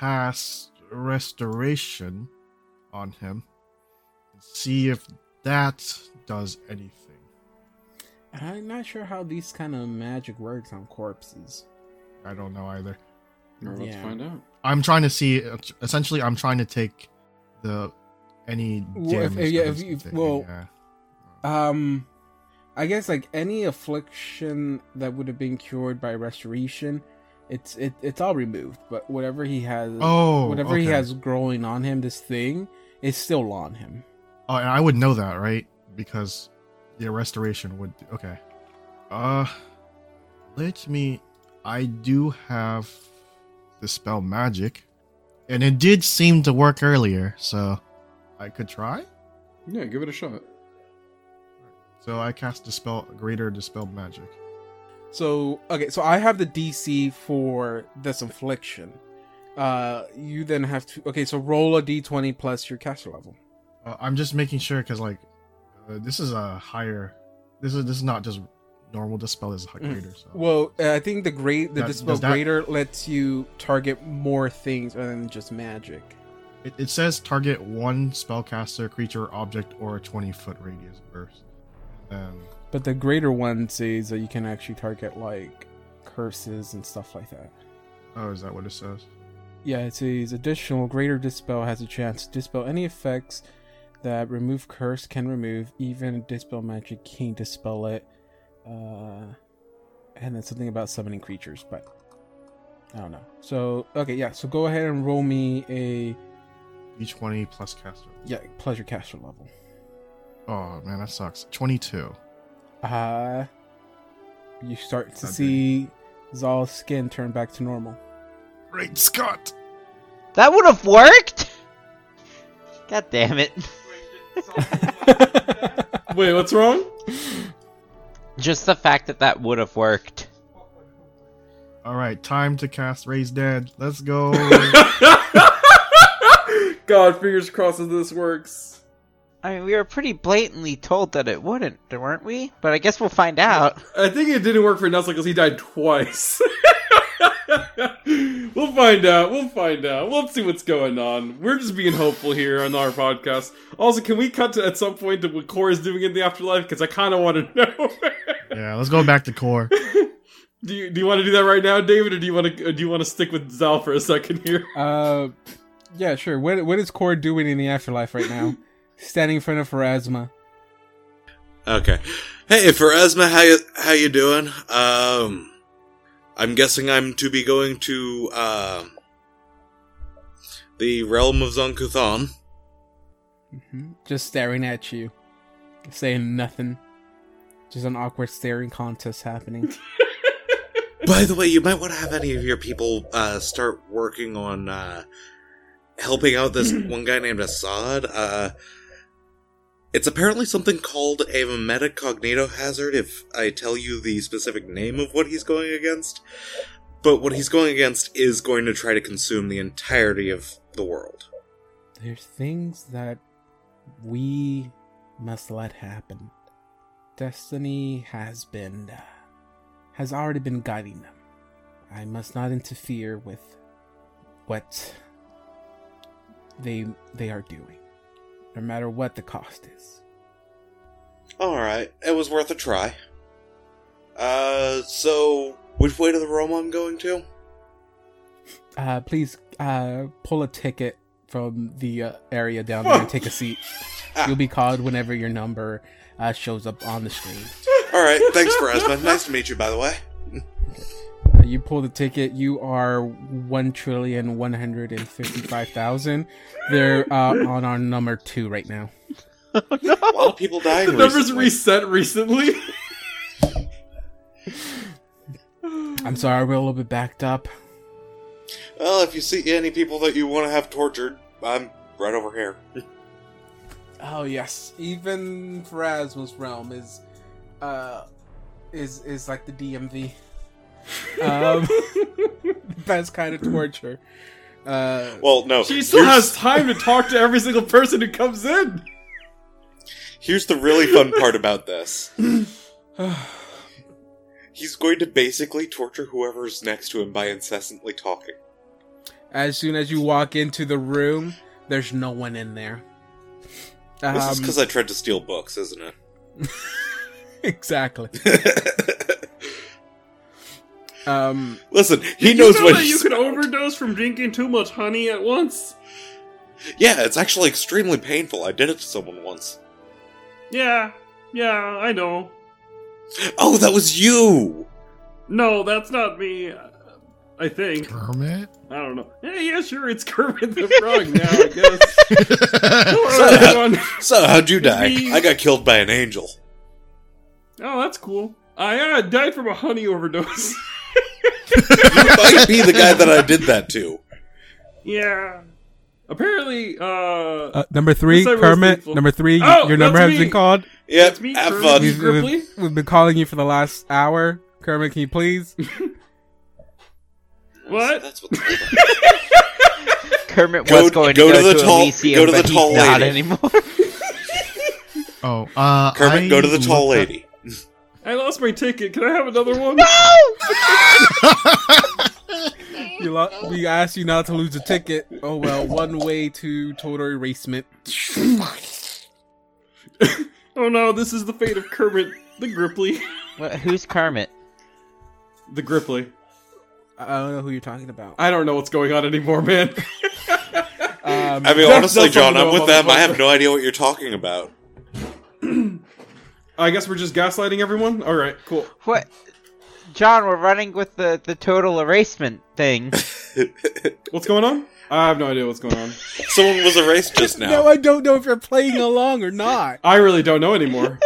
Speaker 3: cast restoration on him and see if that does anything.
Speaker 2: I'm not sure how these kind of magic works on corpses.
Speaker 3: I don't know either.
Speaker 4: Or let's
Speaker 2: Yeah.
Speaker 4: find out.
Speaker 3: I'm trying to see essentially I'm trying to take the any damage.
Speaker 2: Well, if- if- yeah,
Speaker 3: that
Speaker 2: if
Speaker 3: is
Speaker 2: you-
Speaker 3: taken,
Speaker 2: well,
Speaker 3: yeah.
Speaker 2: Um, I guess like any affliction that would have been cured by restoration, it's it, it's all removed. But whatever he has,
Speaker 3: Oh,
Speaker 2: whatever he
Speaker 3: okay.
Speaker 2: has growing on him, this thing is still on him.
Speaker 3: Oh, and I would know that, right? Because the restoration would. Okay. Uh, let me. I do have the spell magic, and it did seem to work earlier, so I could try.
Speaker 4: Yeah, give it a shot.
Speaker 3: So I cast dispel greater dispel magic.
Speaker 2: So okay, so I have the DC for this affliction. Uh, you then have to okay, so roll a d20 plus your caster level.
Speaker 3: Uh, I'm just making sure because like uh, this is a higher. This is this is not just normal dispel. This is
Speaker 2: Mm.
Speaker 3: greater. So
Speaker 2: Well, uh, I think the great the
Speaker 3: That-
Speaker 2: dispel
Speaker 3: does that-
Speaker 2: greater lets you target more things other than just magic.
Speaker 3: It, it says target one spellcaster, creature, object, or a 20 foot radius burst. Um, And
Speaker 2: But the greater one says that you can actually target like curses and stuff like that.
Speaker 3: oh, is that what it says?
Speaker 2: Yeah, it says additional greater dispel has a chance to dispel any effects that remove curse can remove, even dispel magic can dispel it. Uh, and then something about summoning creatures, but I don't know. So okay, yeah. So go ahead and roll me a
Speaker 3: D20 plus caster.
Speaker 2: yeah pleasure caster level.
Speaker 3: Oh man, that sucks. 22.
Speaker 2: Uh you start to
Speaker 3: Not
Speaker 2: see Zal's skin turn back to normal.
Speaker 3: Great Scott!
Speaker 1: That would have worked. God damn it!
Speaker 4: Wait, what's wrong?
Speaker 1: Just the fact that that would have worked.
Speaker 3: All right, time to cast Raise Dead. Let's
Speaker 5: [LAUGHS]
Speaker 3: go.
Speaker 4: God, fingers crossed that this works.
Speaker 1: I mean, we were pretty blatantly told that it wouldn't, weren't we? But I guess we'll find
Speaker 5: Uh,
Speaker 1: out.
Speaker 4: I think it didn't work for Nestle because he died twice. [LAUGHS] we'll find out. We'll find out. We'll see what's going on. We're just being hopeful here on our podcast. Also, can we cut to at some point to what Cora's doing in the afterlife? Because I kind of want to know.
Speaker 3: yeah, let's go back to core.
Speaker 4: do you do you want to do that right now, David, or do you want to do you want to stick with Zal for a second here?
Speaker 2: Uh, yeah, sure. What what is Core doing in the afterlife right now? Standing in front of Pharasma.
Speaker 5: Okay. Hey, Pharasma, how you, how you doing? Um, I'm guessing I'm to be going to uh, the realm of Zonkuthan.
Speaker 2: just staring at you, saying nothing. Just an awkward staring contest happening.
Speaker 5: By the way, you might want to have any of your people uh, start working on uh, helping out this one guy named Assad. Uh, it's apparently something called a metacognito hazard if I tell you the specific name of what he's going against. But what he's going against is going to try to consume the entirety of the world.
Speaker 2: There's things that we must let happen. Destiny has been uh, has already been guiding them. I must not interfere with what they they are doing, no matter what the cost is.
Speaker 5: Alright, it was worth a try. Uh, so, which way to the Rome I'm going to?
Speaker 2: Uh, please uh, pull a ticket from the uh, area down there and take a seat. You'll be called whenever your number uh, shows up on the screen.
Speaker 5: Alright, thanks, Pharasma. Nice to meet you, by the way.
Speaker 2: Uh, you pull the ticket. You are one trillion one hundred and fifty-five thousand. They're uh, on our number two right now.
Speaker 5: A lot of people dying
Speaker 4: The numbers
Speaker 5: recently.
Speaker 4: reset
Speaker 5: [LAUGHS]
Speaker 4: recently.
Speaker 2: I'm sorry, we're a little bit backed up.
Speaker 5: Well, if you see any people that you want to have tortured, I'm right over here.
Speaker 2: Oh yes, even Phrasma's realm is, uh, is is like the DMV. Um, [LAUGHS] best kind of torture. Uh,
Speaker 5: Well, no.
Speaker 4: She still
Speaker 5: here's,
Speaker 4: has time to talk to every single person who comes in.
Speaker 5: here's the
Speaker 4: [LAUGHS]
Speaker 5: really fun part about this. He's going to basically torture whoever's next to him by incessantly talking.
Speaker 2: as soon as you walk into the room, there's no one in there.
Speaker 5: This is
Speaker 2: Um,
Speaker 5: because I tried to steal books, isn't it?
Speaker 2: [LAUGHS] exactly. Um,
Speaker 5: [LAUGHS] Listen, he
Speaker 4: Did you
Speaker 5: knows
Speaker 4: know
Speaker 5: what.
Speaker 4: that you
Speaker 5: he's-
Speaker 4: could overdose from drinking too much honey at once.
Speaker 5: Yeah, it's actually extremely painful. I did it to someone once.
Speaker 4: Yeah, yeah, I know.
Speaker 5: Oh, that was you.
Speaker 4: No, that's not me. I think
Speaker 3: Kermit?
Speaker 4: I don't know. Yeah, yeah, sure, it's [LAUGHS] Kermit the Frog now. I
Speaker 5: [LAUGHS]
Speaker 4: guess. Hello, everyone.
Speaker 5: So how'd you die?
Speaker 4: me.
Speaker 5: I got killed by an angel.
Speaker 4: Oh, that's cool. I uh, died from a honey overdose. [LAUGHS]
Speaker 5: You might be the guy that I did that to.
Speaker 4: yeah. Apparently, uh,
Speaker 2: uh, number three,
Speaker 4: This I was
Speaker 2: Kermit.
Speaker 4: thankful.
Speaker 2: Number three,
Speaker 4: Oh,
Speaker 2: your number
Speaker 4: that's
Speaker 2: has
Speaker 4: me.
Speaker 2: been called.
Speaker 5: Yep,
Speaker 4: It's me,
Speaker 5: have
Speaker 4: Kermit.
Speaker 5: fun.
Speaker 2: We've,
Speaker 4: Gripply?
Speaker 2: we've- we've been calling you for the last hour. Kermit, can you please?
Speaker 4: What?
Speaker 5: That's what the-
Speaker 1: Kermit
Speaker 5: Go-
Speaker 1: was going
Speaker 5: go
Speaker 1: to
Speaker 5: to
Speaker 1: go
Speaker 5: the
Speaker 1: to,
Speaker 5: tall-
Speaker 1: Elysium,
Speaker 5: go to the
Speaker 1: but
Speaker 5: tall
Speaker 1: he's not
Speaker 5: lady.
Speaker 1: anymore.
Speaker 3: [LAUGHS] Oh, uh,
Speaker 5: Kermit,
Speaker 3: I
Speaker 5: go to the
Speaker 3: [LAUGHS]
Speaker 5: tall
Speaker 3: looked
Speaker 5: lady.
Speaker 4: I lost my ticket. Can I have another [LAUGHS] one?
Speaker 2: You lo- we asked you not to lose a ticket. Oh well, one way to total erasement.
Speaker 4: oh no, this is the fate of Kermit the Gripply.
Speaker 1: [LAUGHS] What- Who's Kermit?
Speaker 4: [LAUGHS] The Gripply.
Speaker 2: I I don't know who you're talking about.
Speaker 4: I don't know what's going on anymore, man. [LAUGHS]
Speaker 2: Um,
Speaker 5: I mean,
Speaker 4: That's
Speaker 5: honestly,
Speaker 4: not
Speaker 5: John,
Speaker 4: something
Speaker 5: I'm
Speaker 4: to
Speaker 5: with
Speaker 4: know,
Speaker 5: them. I have
Speaker 4: motherfucker.
Speaker 5: no idea what you're talking about.
Speaker 4: I guess we're just gaslighting everyone? Alright, cool.
Speaker 1: What? John, we're running with the, the total erasement thing.
Speaker 4: What's going on? I have no idea what's [LAUGHS] going on.
Speaker 5: Someone was erased just now.
Speaker 2: no, I don't know if you're playing along or not.
Speaker 4: I really don't know anymore.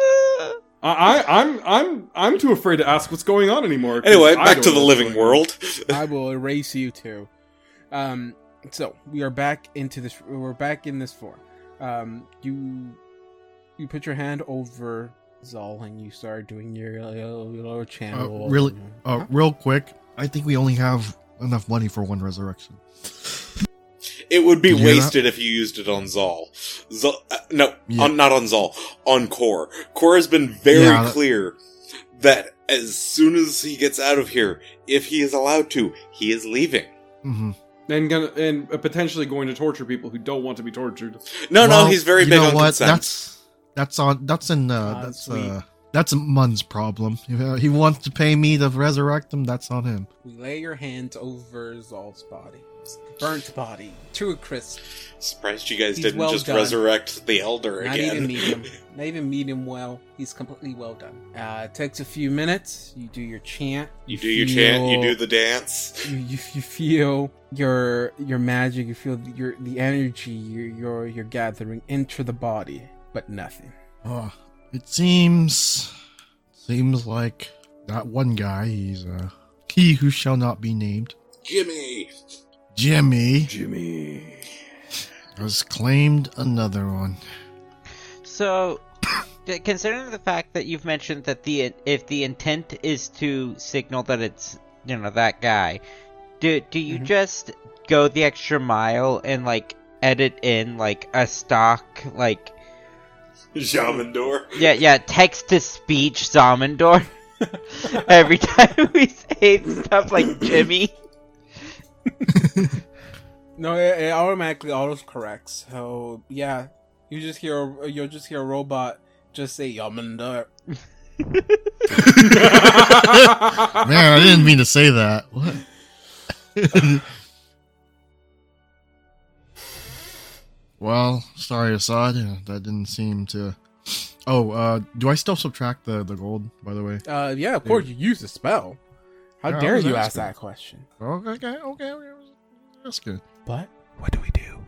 Speaker 4: I, I, I'm I'm I'm too afraid to ask what's going on anymore. 'cause
Speaker 5: Anyway,
Speaker 4: I
Speaker 5: back
Speaker 4: don't
Speaker 5: to the
Speaker 4: know what's
Speaker 5: living
Speaker 4: going on.
Speaker 5: world.
Speaker 2: I will erase you too. Um, so we are back into this. We're back in this floor. Um, you you put your hand over Zol and you start doing your little, little channel.
Speaker 3: Uh, really- Uh, real quick, I think we only have enough money for one resurrection.
Speaker 5: It would be
Speaker 3: Did you hear
Speaker 5: wasted if you used it on Zal. Zal uh, no,
Speaker 3: Yeah.
Speaker 5: on, not on Zal. On Core. Core has been very
Speaker 3: Yeah, that-
Speaker 5: clear that as soon as he gets out of here, if he is allowed to, he is leaving.
Speaker 3: hmm
Speaker 4: And gonna and uh, potentially going to torture people who don't want to be tortured.
Speaker 5: No, no, he's very big on consent.
Speaker 3: That's that's on that's in uh,
Speaker 2: Ah,
Speaker 3: that's
Speaker 2: sweet.
Speaker 3: uh, that's Mun's problem. If uh, he wants to pay me to resurrect him, that's on him.
Speaker 2: We lay your hands over Zol's body, burnt [LAUGHS] body, to a crisp.
Speaker 5: Surprised you guys
Speaker 2: He's
Speaker 5: didn't
Speaker 2: well
Speaker 5: just
Speaker 2: done.
Speaker 5: resurrect the Elder
Speaker 2: Not
Speaker 5: again.
Speaker 2: even medium.
Speaker 5: [LAUGHS]
Speaker 2: Not even medium well. He's completely well done. Uh, it takes a few minutes. You do your chant.
Speaker 5: You do your chant, you do the dance.
Speaker 2: You, you, you feel your your magic. You feel your the energy you're you're, you're gathering into the body, but nothing.
Speaker 3: Uh,
Speaker 2: Ah,
Speaker 3: it seems seems like that one guy. He's uh, he who shall not be named,
Speaker 5: Jimmy!
Speaker 3: Jimmy,
Speaker 4: Jimmy.
Speaker 3: has claimed another one.
Speaker 1: So, d- considering the fact that you've mentioned that the if the intent is to signal that it's you know that guy, do do you just go the extra mile and like edit in like a stock like
Speaker 5: Jamandor.
Speaker 1: yeah yeah text to speech Zamindor [LAUGHS] every time we say stuff like Jimmy?
Speaker 2: No, it, it automatically auto corrects. So yeah, you just hear you'll just hear a robot just say Yamanda.
Speaker 3: Man, I didn't mean to say that. What? well, sorry, Assad. Yeah, that didn't seem to. Oh, uh, do I still subtract the, the gold, by the way?
Speaker 2: Uh, yeah, of course you use the spell. How
Speaker 3: Yeah, I
Speaker 2: dare
Speaker 3: was
Speaker 2: you ask
Speaker 3: asking.
Speaker 2: that question?
Speaker 3: Okay, okay, okay. okay. That's good.
Speaker 2: But what do we do?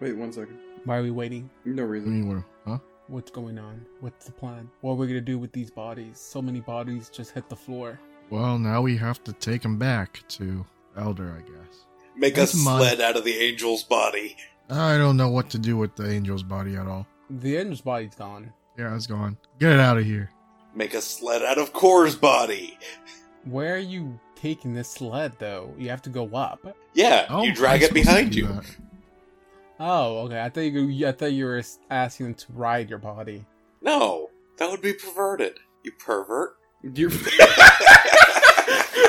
Speaker 4: Wait one second.
Speaker 2: Why are we waiting?
Speaker 4: No
Speaker 3: I
Speaker 4: reason.
Speaker 3: mean, what- huh?
Speaker 2: What's going on? What's the plan? What are we gonna do with these bodies? So many bodies just hit the floor.
Speaker 3: Well, now we have to take him back to Elder, I guess.
Speaker 5: Make
Speaker 3: That's
Speaker 5: a
Speaker 3: mine.
Speaker 5: sled out of the angel's body.
Speaker 3: I don't know what to do with the angel's body at all.
Speaker 2: The angel's body's gone.
Speaker 3: Yeah, it's gone. Get it out of here.
Speaker 5: Make a sled out of Core's body.
Speaker 2: Where are you taking this sled, though? You have to go up.
Speaker 5: Yeah,
Speaker 3: Oh,
Speaker 5: you drag
Speaker 3: I'm
Speaker 5: it
Speaker 3: supposed to
Speaker 5: behind
Speaker 3: do
Speaker 5: you.
Speaker 3: that.
Speaker 2: Oh, okay. I thought you. I thought you were asking them to ride your body.
Speaker 5: No, that would be perverted. You pervert. [LAUGHS]
Speaker 4: You're-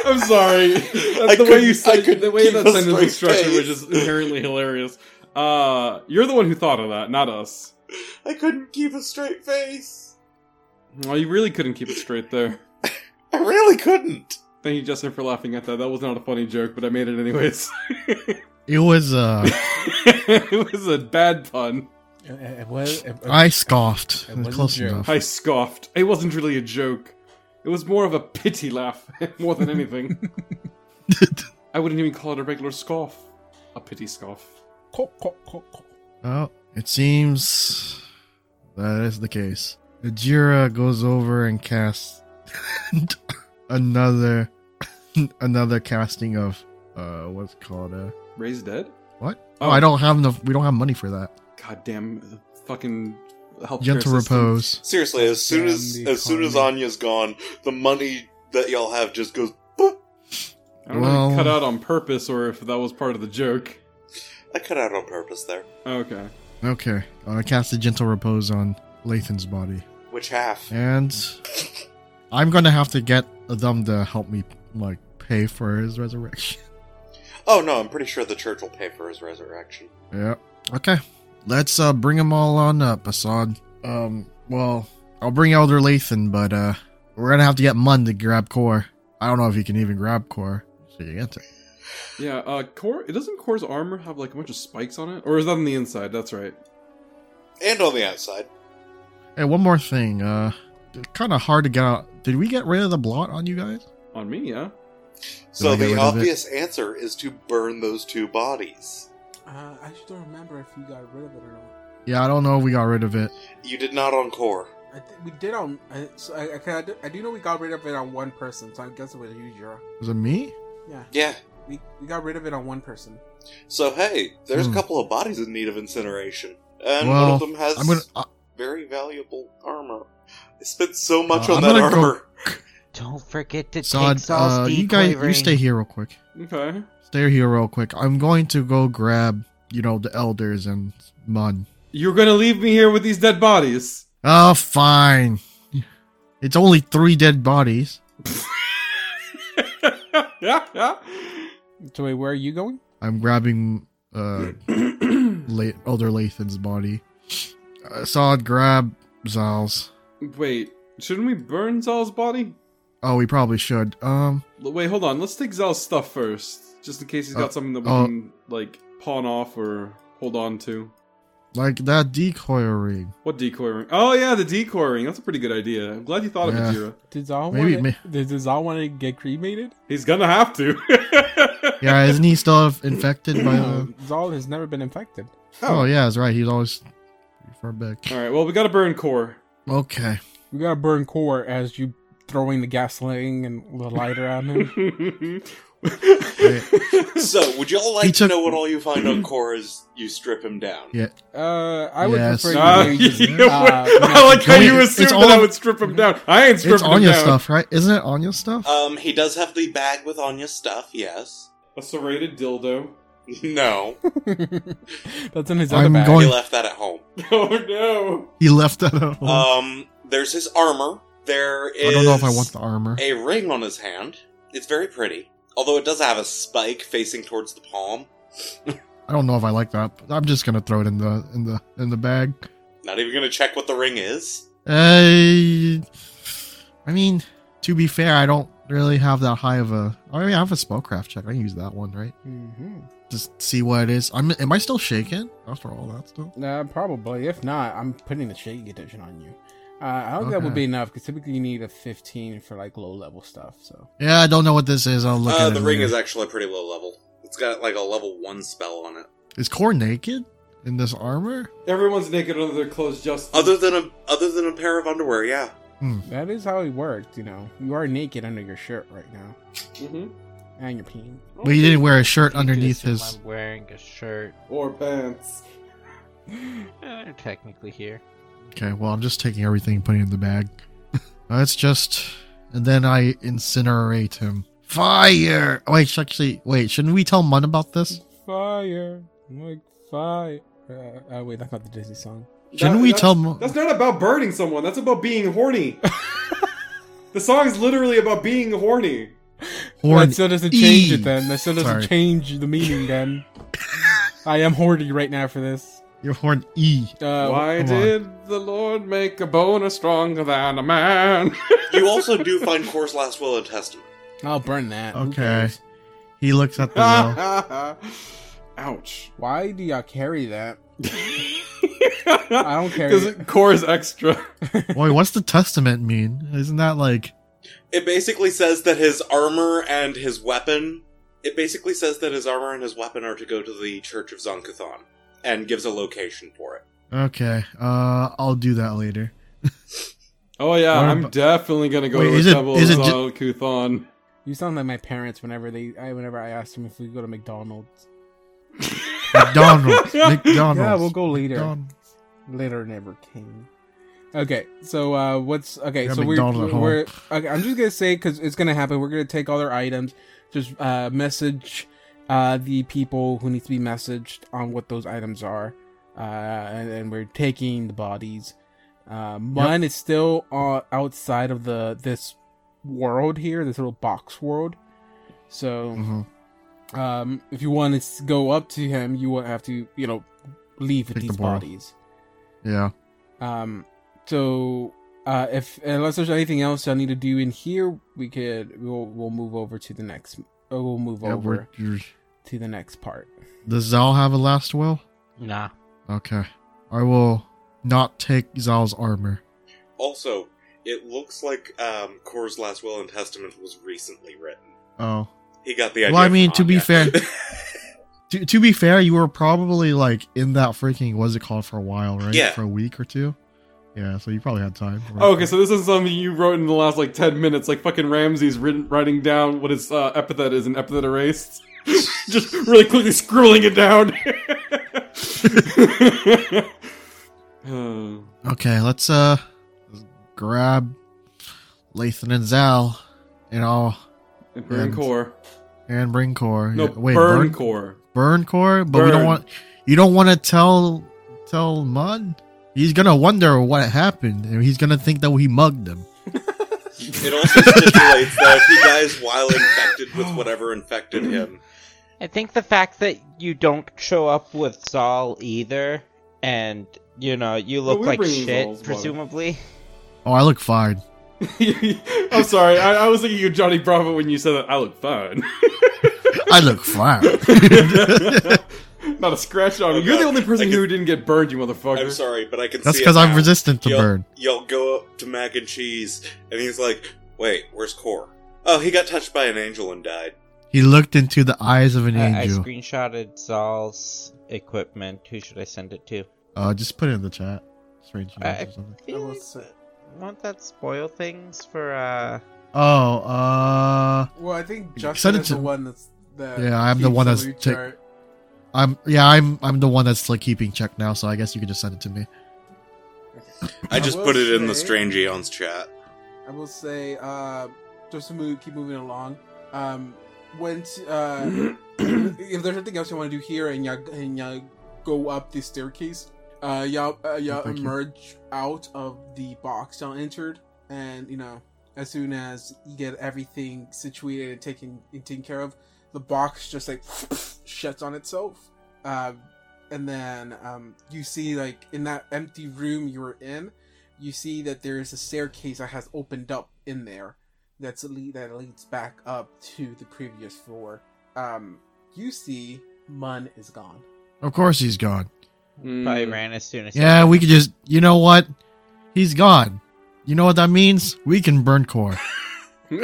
Speaker 4: I'm sorry. That's
Speaker 5: [LAUGHS] I
Speaker 4: the way
Speaker 5: couldn't-
Speaker 4: you
Speaker 5: I
Speaker 4: said
Speaker 5: couldn't
Speaker 4: the way
Speaker 5: keep
Speaker 4: that
Speaker 5: a
Speaker 4: sentence
Speaker 5: straight
Speaker 4: is structured,
Speaker 5: face.
Speaker 4: which is inherently hilarious. Uh, you're the one who thought of that, not us.
Speaker 5: I couldn't keep a straight face.
Speaker 4: Well, you really couldn't keep it straight there.
Speaker 5: I really couldn't.
Speaker 4: Thank you, Justin, for laughing at that. That was not a funny joke, but I made it anyways. [LAUGHS]
Speaker 3: It was uh
Speaker 4: it was a bad pun.
Speaker 2: It, it was. It,
Speaker 3: I scoffed.
Speaker 2: It
Speaker 3: It was
Speaker 2: wasn't
Speaker 3: close
Speaker 2: you.
Speaker 3: enough.
Speaker 4: I scoffed. It wasn't really a joke. It was more of a pity laugh, [LAUGHS] more than anything. I wouldn't even call it a regular scoff. A pity scoff.
Speaker 2: co- co- co- co-
Speaker 3: [LAUGHS] Well, it seems that is the case. Ajira goes over and casts [LAUGHS] another [LAUGHS] another casting of uh what's it called uh
Speaker 4: Ray's dead?
Speaker 3: what? Oh, I don't have enough we don't have money for that.
Speaker 4: Goddamn fucking healthcare
Speaker 3: Gentle
Speaker 4: system.
Speaker 3: repose.
Speaker 5: Seriously, as soon
Speaker 2: Damn
Speaker 5: as
Speaker 2: the
Speaker 5: as soon as
Speaker 2: economy.
Speaker 5: Anya's gone, the money that y'all have just goes. Boop.
Speaker 4: I don't know if
Speaker 3: Well-
Speaker 4: it cut out on purpose or if that was part of the joke.
Speaker 5: I cut out on purpose there.
Speaker 4: Okay.
Speaker 3: Okay. I cast a gentle repose on Lathan's body.
Speaker 5: Which half?
Speaker 3: And I'm gonna have to get them to help me like pay for his resurrection.
Speaker 5: Oh no, I'm pretty sure the church will pay for his resurrection.
Speaker 3: Yeah. Okay. Let's uh bring them all on up, Assad. Um. Well, I'll bring Elder Lathan, but uh, we're gonna have to get Mun to grab Core. I don't know if he can even grab Core. So you get to.
Speaker 4: Yeah, uh core it doesn't core's armor have like a bunch of spikes on it? Or is that on the inside? That's right.
Speaker 5: And on the outside,
Speaker 3: Hey, one more thing. Uh, kind of hard to get out. Did we get rid of the blot on you guys?
Speaker 4: On me, yeah.
Speaker 5: so
Speaker 3: I get
Speaker 5: the
Speaker 3: rid of it?
Speaker 5: obvious answer is to burn those two bodies.
Speaker 2: Uh, I just don't remember if you got rid of it or not.
Speaker 3: Yeah, I don't know if we got rid of it.
Speaker 5: You did not on core.
Speaker 2: I think we did on. I, so I, I, can- I, do, I do know we got rid of it on one person, so I guess it was you, Jira.
Speaker 3: Was it me?
Speaker 2: Yeah,
Speaker 5: Yeah.
Speaker 2: we, we got rid of it on one person.
Speaker 5: So hey, there's
Speaker 3: Hmm.
Speaker 5: a couple of bodies in need of incineration, and one
Speaker 3: Well,
Speaker 5: of them has
Speaker 3: I'm gonna. Uh,
Speaker 5: very valuable armor. I spent so much
Speaker 3: Uh,
Speaker 5: on
Speaker 3: I'm
Speaker 5: that
Speaker 3: gonna go-
Speaker 5: armor.
Speaker 3: [LAUGHS]
Speaker 5: [LAUGHS]
Speaker 1: Don't forget to
Speaker 3: Assad,
Speaker 1: take Saul's
Speaker 3: uh, you guys, you stay here real quick.
Speaker 4: Okay.
Speaker 3: Stay here real quick. I'm going to go grab, you know, the elders and Mun.
Speaker 4: You're gonna leave me here with these dead bodies. [LAUGHS]
Speaker 3: Oh, fine. It's only three dead bodies.
Speaker 2: So wait, where are you going?
Speaker 3: I'm grabbing uh, La- Elder Lathan's body. I saw it grab Zal's.
Speaker 4: Wait, shouldn't we burn Zal's body?
Speaker 3: Oh, we probably should. Um,
Speaker 4: L- Wait, hold on. Let's take Zal's stuff first, just in case he's got
Speaker 3: Uh,
Speaker 4: something that we
Speaker 3: uh,
Speaker 4: can like pawn off or hold on to.
Speaker 3: like that decoy ring.
Speaker 4: What decoy ring? Oh yeah, the decoy ring. That's a pretty good idea. I'm glad you thought
Speaker 3: Yeah.
Speaker 4: of it, Jira.
Speaker 2: Did Zal
Speaker 3: Maybe
Speaker 2: want? Did did Zal want to get cremated?
Speaker 4: He's gonna have to. [LAUGHS]
Speaker 3: Yeah, isn't he still infected by the?
Speaker 2: No, Um, Zal has never been infected.
Speaker 3: Oh, yeah, that's right. He's always far back.
Speaker 4: All right. Well, we gotta burn
Speaker 3: [LAUGHS]
Speaker 4: core.
Speaker 3: Okay.
Speaker 2: We gotta burn core as you throwing the gasoline and the lighter on
Speaker 3: [LAUGHS]
Speaker 2: him.
Speaker 4: Uh,
Speaker 5: So, would y'all like
Speaker 3: He
Speaker 5: to
Speaker 3: took-
Speaker 5: know what all you find on Core is you strip him down?
Speaker 3: Yeah.
Speaker 2: Uh, I would
Speaker 3: Yes.
Speaker 2: prefer
Speaker 4: Ah,
Speaker 3: [LAUGHS]
Speaker 2: you
Speaker 4: yeah,
Speaker 2: just,
Speaker 3: yeah.
Speaker 2: uh,
Speaker 4: [LAUGHS] I like how
Speaker 3: Can we-
Speaker 4: you
Speaker 3: it's
Speaker 4: assumed
Speaker 3: all
Speaker 4: that I
Speaker 3: of-
Speaker 4: would strip him down. I ain't
Speaker 3: It's
Speaker 4: stripping him
Speaker 3: Anya
Speaker 4: down.
Speaker 3: stuff, right? Isn't it Anya stuff?
Speaker 5: Um, he does have the bag with Anya's stuff, yes. [LAUGHS]
Speaker 4: A serrated dildo.
Speaker 5: No.
Speaker 2: [LAUGHS] That's in his
Speaker 3: I'm
Speaker 2: other bag.
Speaker 5: He
Speaker 3: going-
Speaker 5: left that at home.
Speaker 4: [LAUGHS] Oh no.
Speaker 3: he left that at home.
Speaker 5: Um, there's his armor. There is
Speaker 3: Oh. I don't know if I want the armor.
Speaker 5: a ring on his hand. It's very pretty. Although it does have a spike facing towards the palm.
Speaker 3: I don't know if I like that. But I'm just gonna throw it in the in the in the bag.
Speaker 5: Not even gonna check what the ring is.
Speaker 3: Uh, I mean, to be fair, I don't really have that high of a. I mean, I have a spellcraft check. I can use that one, right?
Speaker 2: hmm
Speaker 3: Just see what it is. I'm. Am I still shaking after all that stuff?
Speaker 2: Uh, probably. If not, I'm putting the shaky edition on you. Uh, I don't think that would
Speaker 3: Okay.
Speaker 2: be enough because typically you need a 15 for like low level stuff. So
Speaker 3: Yeah, I don't know what this is. I'll look
Speaker 5: Uh,
Speaker 3: at
Speaker 5: the
Speaker 3: it
Speaker 5: ring is
Speaker 3: later.
Speaker 5: actually pretty low level. It's got like a level 1 spell on it.
Speaker 3: Is Core naked in this armor?
Speaker 4: Everyone's naked under their clothes. Just
Speaker 5: Other than a other than a pair of underwear, yeah.
Speaker 2: that is how it worked. You know, you are naked under your shirt right now
Speaker 4: hmm
Speaker 2: and your peen.
Speaker 3: Well, he didn't wear a shirt underneath his.
Speaker 1: I'm wearing a shirt.
Speaker 4: or pants.
Speaker 1: Eh, they're technically here.
Speaker 3: Okay, well, I'm just taking everything and putting it in the bag. [LAUGHS] That's just. And then I incinerate him. Fire! Oh, Wait, sh- actually, wait. Shouldn't we tell Mun about this?
Speaker 2: Fire, like fire. Uh, oh wait, that's not the Disney song.
Speaker 3: Shouldn't
Speaker 4: That-
Speaker 3: we
Speaker 4: that's-
Speaker 3: tell Mun?
Speaker 4: That's not about burning someone. That's about being
Speaker 3: [LAUGHS]
Speaker 4: horny. the song's literally about being horny.
Speaker 3: Horn-
Speaker 2: that still doesn't change
Speaker 3: E.
Speaker 2: it then. That still doesn't
Speaker 3: Sorry.
Speaker 2: change the meaning
Speaker 3: [LAUGHS]
Speaker 2: then. I am horny right now for this.
Speaker 3: You're horn E.
Speaker 2: Uh,
Speaker 4: Why
Speaker 3: come on.
Speaker 4: did the Lord make a boner stronger than a man?
Speaker 5: You also
Speaker 3: [LAUGHS]
Speaker 5: do find Core's Last Will and Testament.
Speaker 2: I'll burn that. Who
Speaker 3: Okay.
Speaker 2: cares?
Speaker 3: He looks at the wall.
Speaker 4: [LAUGHS] Ouch.
Speaker 2: Why do y'all carry that?
Speaker 4: I
Speaker 3: [LAUGHS]
Speaker 2: don't care.
Speaker 4: Because core is extra.
Speaker 2: [LAUGHS]
Speaker 3: Wait, what's the testament mean? Isn't that like
Speaker 5: It basically says that his armor and his weapon. It basically says that his armor and his weapon are to go to the Church of Zonkathon, and gives a location for it.
Speaker 3: okay? Uh, I'll do that later.
Speaker 4: Oh yeah,
Speaker 3: What
Speaker 4: I'm
Speaker 3: about-
Speaker 4: definitely gonna go
Speaker 3: Wait,
Speaker 4: to
Speaker 3: is
Speaker 4: the
Speaker 3: it-
Speaker 4: temple
Speaker 3: is
Speaker 4: of
Speaker 3: it ju-
Speaker 4: Zalkuthon.
Speaker 2: You sound like my parents whenever they, I, whenever I asked them if we go to McDonald's.
Speaker 4: [LAUGHS]
Speaker 3: McDonald's. McDonald's.
Speaker 2: [LAUGHS] Yeah, we'll go later.
Speaker 3: McDonald's.
Speaker 2: Later never came. Okay, so uh, what's okay?
Speaker 3: Got
Speaker 2: so we're,
Speaker 3: McDonald's at home.
Speaker 2: we're okay. I'm just gonna say because it's gonna happen. We're gonna take all their items. Just uh, message uh, the people who need to be messaged on what those items are, uh, and, and we're taking the bodies. Uh, Mun is still uh, outside of the this world here, this little box world. So
Speaker 3: Mhm.
Speaker 2: um, if you want to go up to him, you will have to, you know, leave with
Speaker 3: Take the
Speaker 2: these
Speaker 3: ball.
Speaker 2: bodies.
Speaker 3: Yeah.
Speaker 2: Um, so uh, if unless there's anything else I need to do in here, we could we'll we'll move over to the next. Or we'll move
Speaker 3: yeah
Speaker 2: over
Speaker 3: we're, you're,
Speaker 2: to the next part.
Speaker 3: does Zal have a last will?
Speaker 1: Nah.
Speaker 3: Okay. I will not take Zal's armor.
Speaker 5: Also, it looks like um, Core's Last Will and Testament was recently written.
Speaker 3: Oh.
Speaker 5: He got the idea.
Speaker 3: Well, I
Speaker 5: from
Speaker 3: mean, to be
Speaker 5: Anya.
Speaker 3: fair- To, to be fair, you were probably like in that freaking what's it called for a while, right?
Speaker 5: Yeah.
Speaker 3: For a week or two. Yeah, so you probably had time. right?
Speaker 4: Oh, okay, so this is something you wrote in the last like ten minutes. Like fucking Ramsey's written, writing down what his uh, epithet is and epithet erased. [LAUGHS] Just really quickly scribbling it
Speaker 3: [LAUGHS]
Speaker 4: down. [LAUGHS] [SIGHS] Uh,
Speaker 3: Okay, let's uh grab Lathan and Zal and I'll
Speaker 4: and burn
Speaker 3: And-
Speaker 4: core.
Speaker 3: and bring core.
Speaker 4: No,
Speaker 3: Yeah, Wait,
Speaker 4: burn,
Speaker 3: burn
Speaker 4: core.
Speaker 3: burn core, but we don't
Speaker 4: Burn.
Speaker 3: want you don't want to tell tell Mud. He's gonna wonder what happened, and he's gonna think that we mugged him.
Speaker 5: [LAUGHS] It also stipulates that if he dies while infected
Speaker 3: [GASPS]
Speaker 5: with whatever infected him,
Speaker 1: I think the fact that you don't show up with Saul either, and you know you
Speaker 4: Well,
Speaker 1: look
Speaker 4: we're
Speaker 1: like
Speaker 4: bringing
Speaker 1: shit,
Speaker 4: Saul's body.
Speaker 1: presumably.
Speaker 3: Oh, I look fine.
Speaker 4: [LAUGHS] I'm sorry, I, I was thinking of Johnny Bravo when you said that. I look fine. [LAUGHS]
Speaker 3: I look fine.
Speaker 4: Not a scratch on me.
Speaker 5: Oh,
Speaker 4: You're the
Speaker 5: God.
Speaker 4: only person
Speaker 5: I
Speaker 4: who didn't get burned, you motherfucker.
Speaker 5: I'm sorry, but I can.
Speaker 3: That's
Speaker 5: see it
Speaker 3: because I'm
Speaker 5: now.
Speaker 3: resistant to
Speaker 5: Y'all-
Speaker 3: burn.
Speaker 5: Y'all go up to Mac and Cheese, and he's like, "Wait, where's Core? Oh, he got touched by an angel and died."
Speaker 3: He looked into the eyes of an
Speaker 1: I, I
Speaker 3: angel.
Speaker 1: screenshotted Saul's equipment. Who should I send it to?
Speaker 3: Uh, just put it in the chat. Strange
Speaker 1: I-
Speaker 3: names or something.
Speaker 1: I will Won't that spoil things for uh?
Speaker 3: Oh, uh,
Speaker 2: Well, I think
Speaker 3: Justin Send it is the to-
Speaker 2: one that's the
Speaker 3: Yeah, I'm the keeps one the that's loot ta- chart. I'm yeah, I'm I'm the one that's like keeping check now, so I guess you can just send it to me.
Speaker 5: I just
Speaker 2: will
Speaker 5: put it in the
Speaker 2: say-
Speaker 5: Strange Eons chat.
Speaker 2: I will say, uh, just to move, keep moving along. Um, once
Speaker 3: [CLEARS THROAT]
Speaker 2: uh, if there's anything else you want to do here, and y'all and y'all go up the staircase, uh, y'all uh, y'all
Speaker 3: Thank you.
Speaker 2: emerge out of the box y'all entered, and you know, as soon as you get everything situated and taken and taken care of, the box just like [SNIFFS] shuts on itself. Um, and then um, you see like in that empty room you were in, you see that there is a staircase that has opened up in there that's le- that leads back up to the previous floor. Um, you see Mun is gone.
Speaker 3: Of course he's gone.
Speaker 4: Mm.
Speaker 1: Probably
Speaker 4: [LAUGHS]
Speaker 1: ran as soon as.
Speaker 3: Yeah, we could just you know what? He's gone. You know what that means? We can burn core. He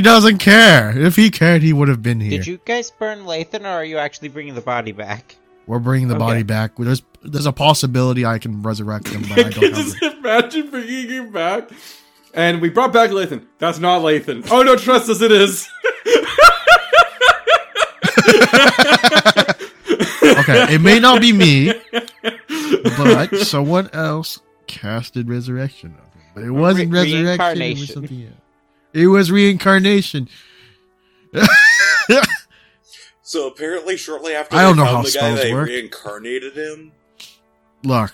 Speaker 3: doesn't care. If he cared, he would have been here.
Speaker 1: Uh, Did you guys burn Lathan, or are you actually bringing the body back?
Speaker 3: We're bringing the
Speaker 1: Okay.
Speaker 3: body back. There's there's a possibility I can resurrect him, but I
Speaker 4: I
Speaker 3: don't
Speaker 4: can
Speaker 1: [LAUGHS]
Speaker 3: have
Speaker 4: just imagine bringing him back. And we brought back Lathan. That's not Lathan. Oh no, trust us, it is. [LAUGHS]
Speaker 3: it. Okay, it may not be me, but someone else casted resurrection of him. But it wasn't
Speaker 1: Re-
Speaker 3: resurrection. It was
Speaker 1: reincarnation.
Speaker 3: something else. It was reincarnation.
Speaker 5: So apparently, shortly after
Speaker 3: I don't
Speaker 5: they
Speaker 3: know
Speaker 5: found
Speaker 3: how
Speaker 5: the guy,
Speaker 3: spells
Speaker 5: they
Speaker 3: work.
Speaker 5: reincarnated him,
Speaker 3: Look.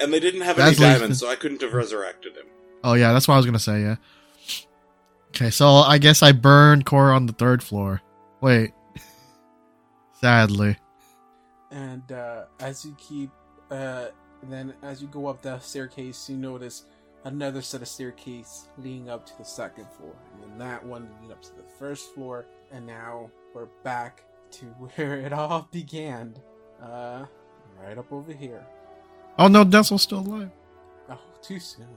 Speaker 5: and they didn't have
Speaker 3: That's
Speaker 5: any
Speaker 3: like-
Speaker 5: diamonds, so I couldn't have resurrected him.
Speaker 3: Oh yeah, that's what I was gonna say. Yeah. Okay, so I guess I burned Cora on the third floor. Wait. [LAUGHS] Sadly.
Speaker 2: And uh, as you keep, uh, then as you go up the staircase, you notice another set of staircase leading up to the second floor, and then that one leading up to the first floor. And now we're back to [LAUGHS] where it all began, uh, right up over here.
Speaker 3: Oh no, Denzel's still alive.
Speaker 2: Oh, too soon.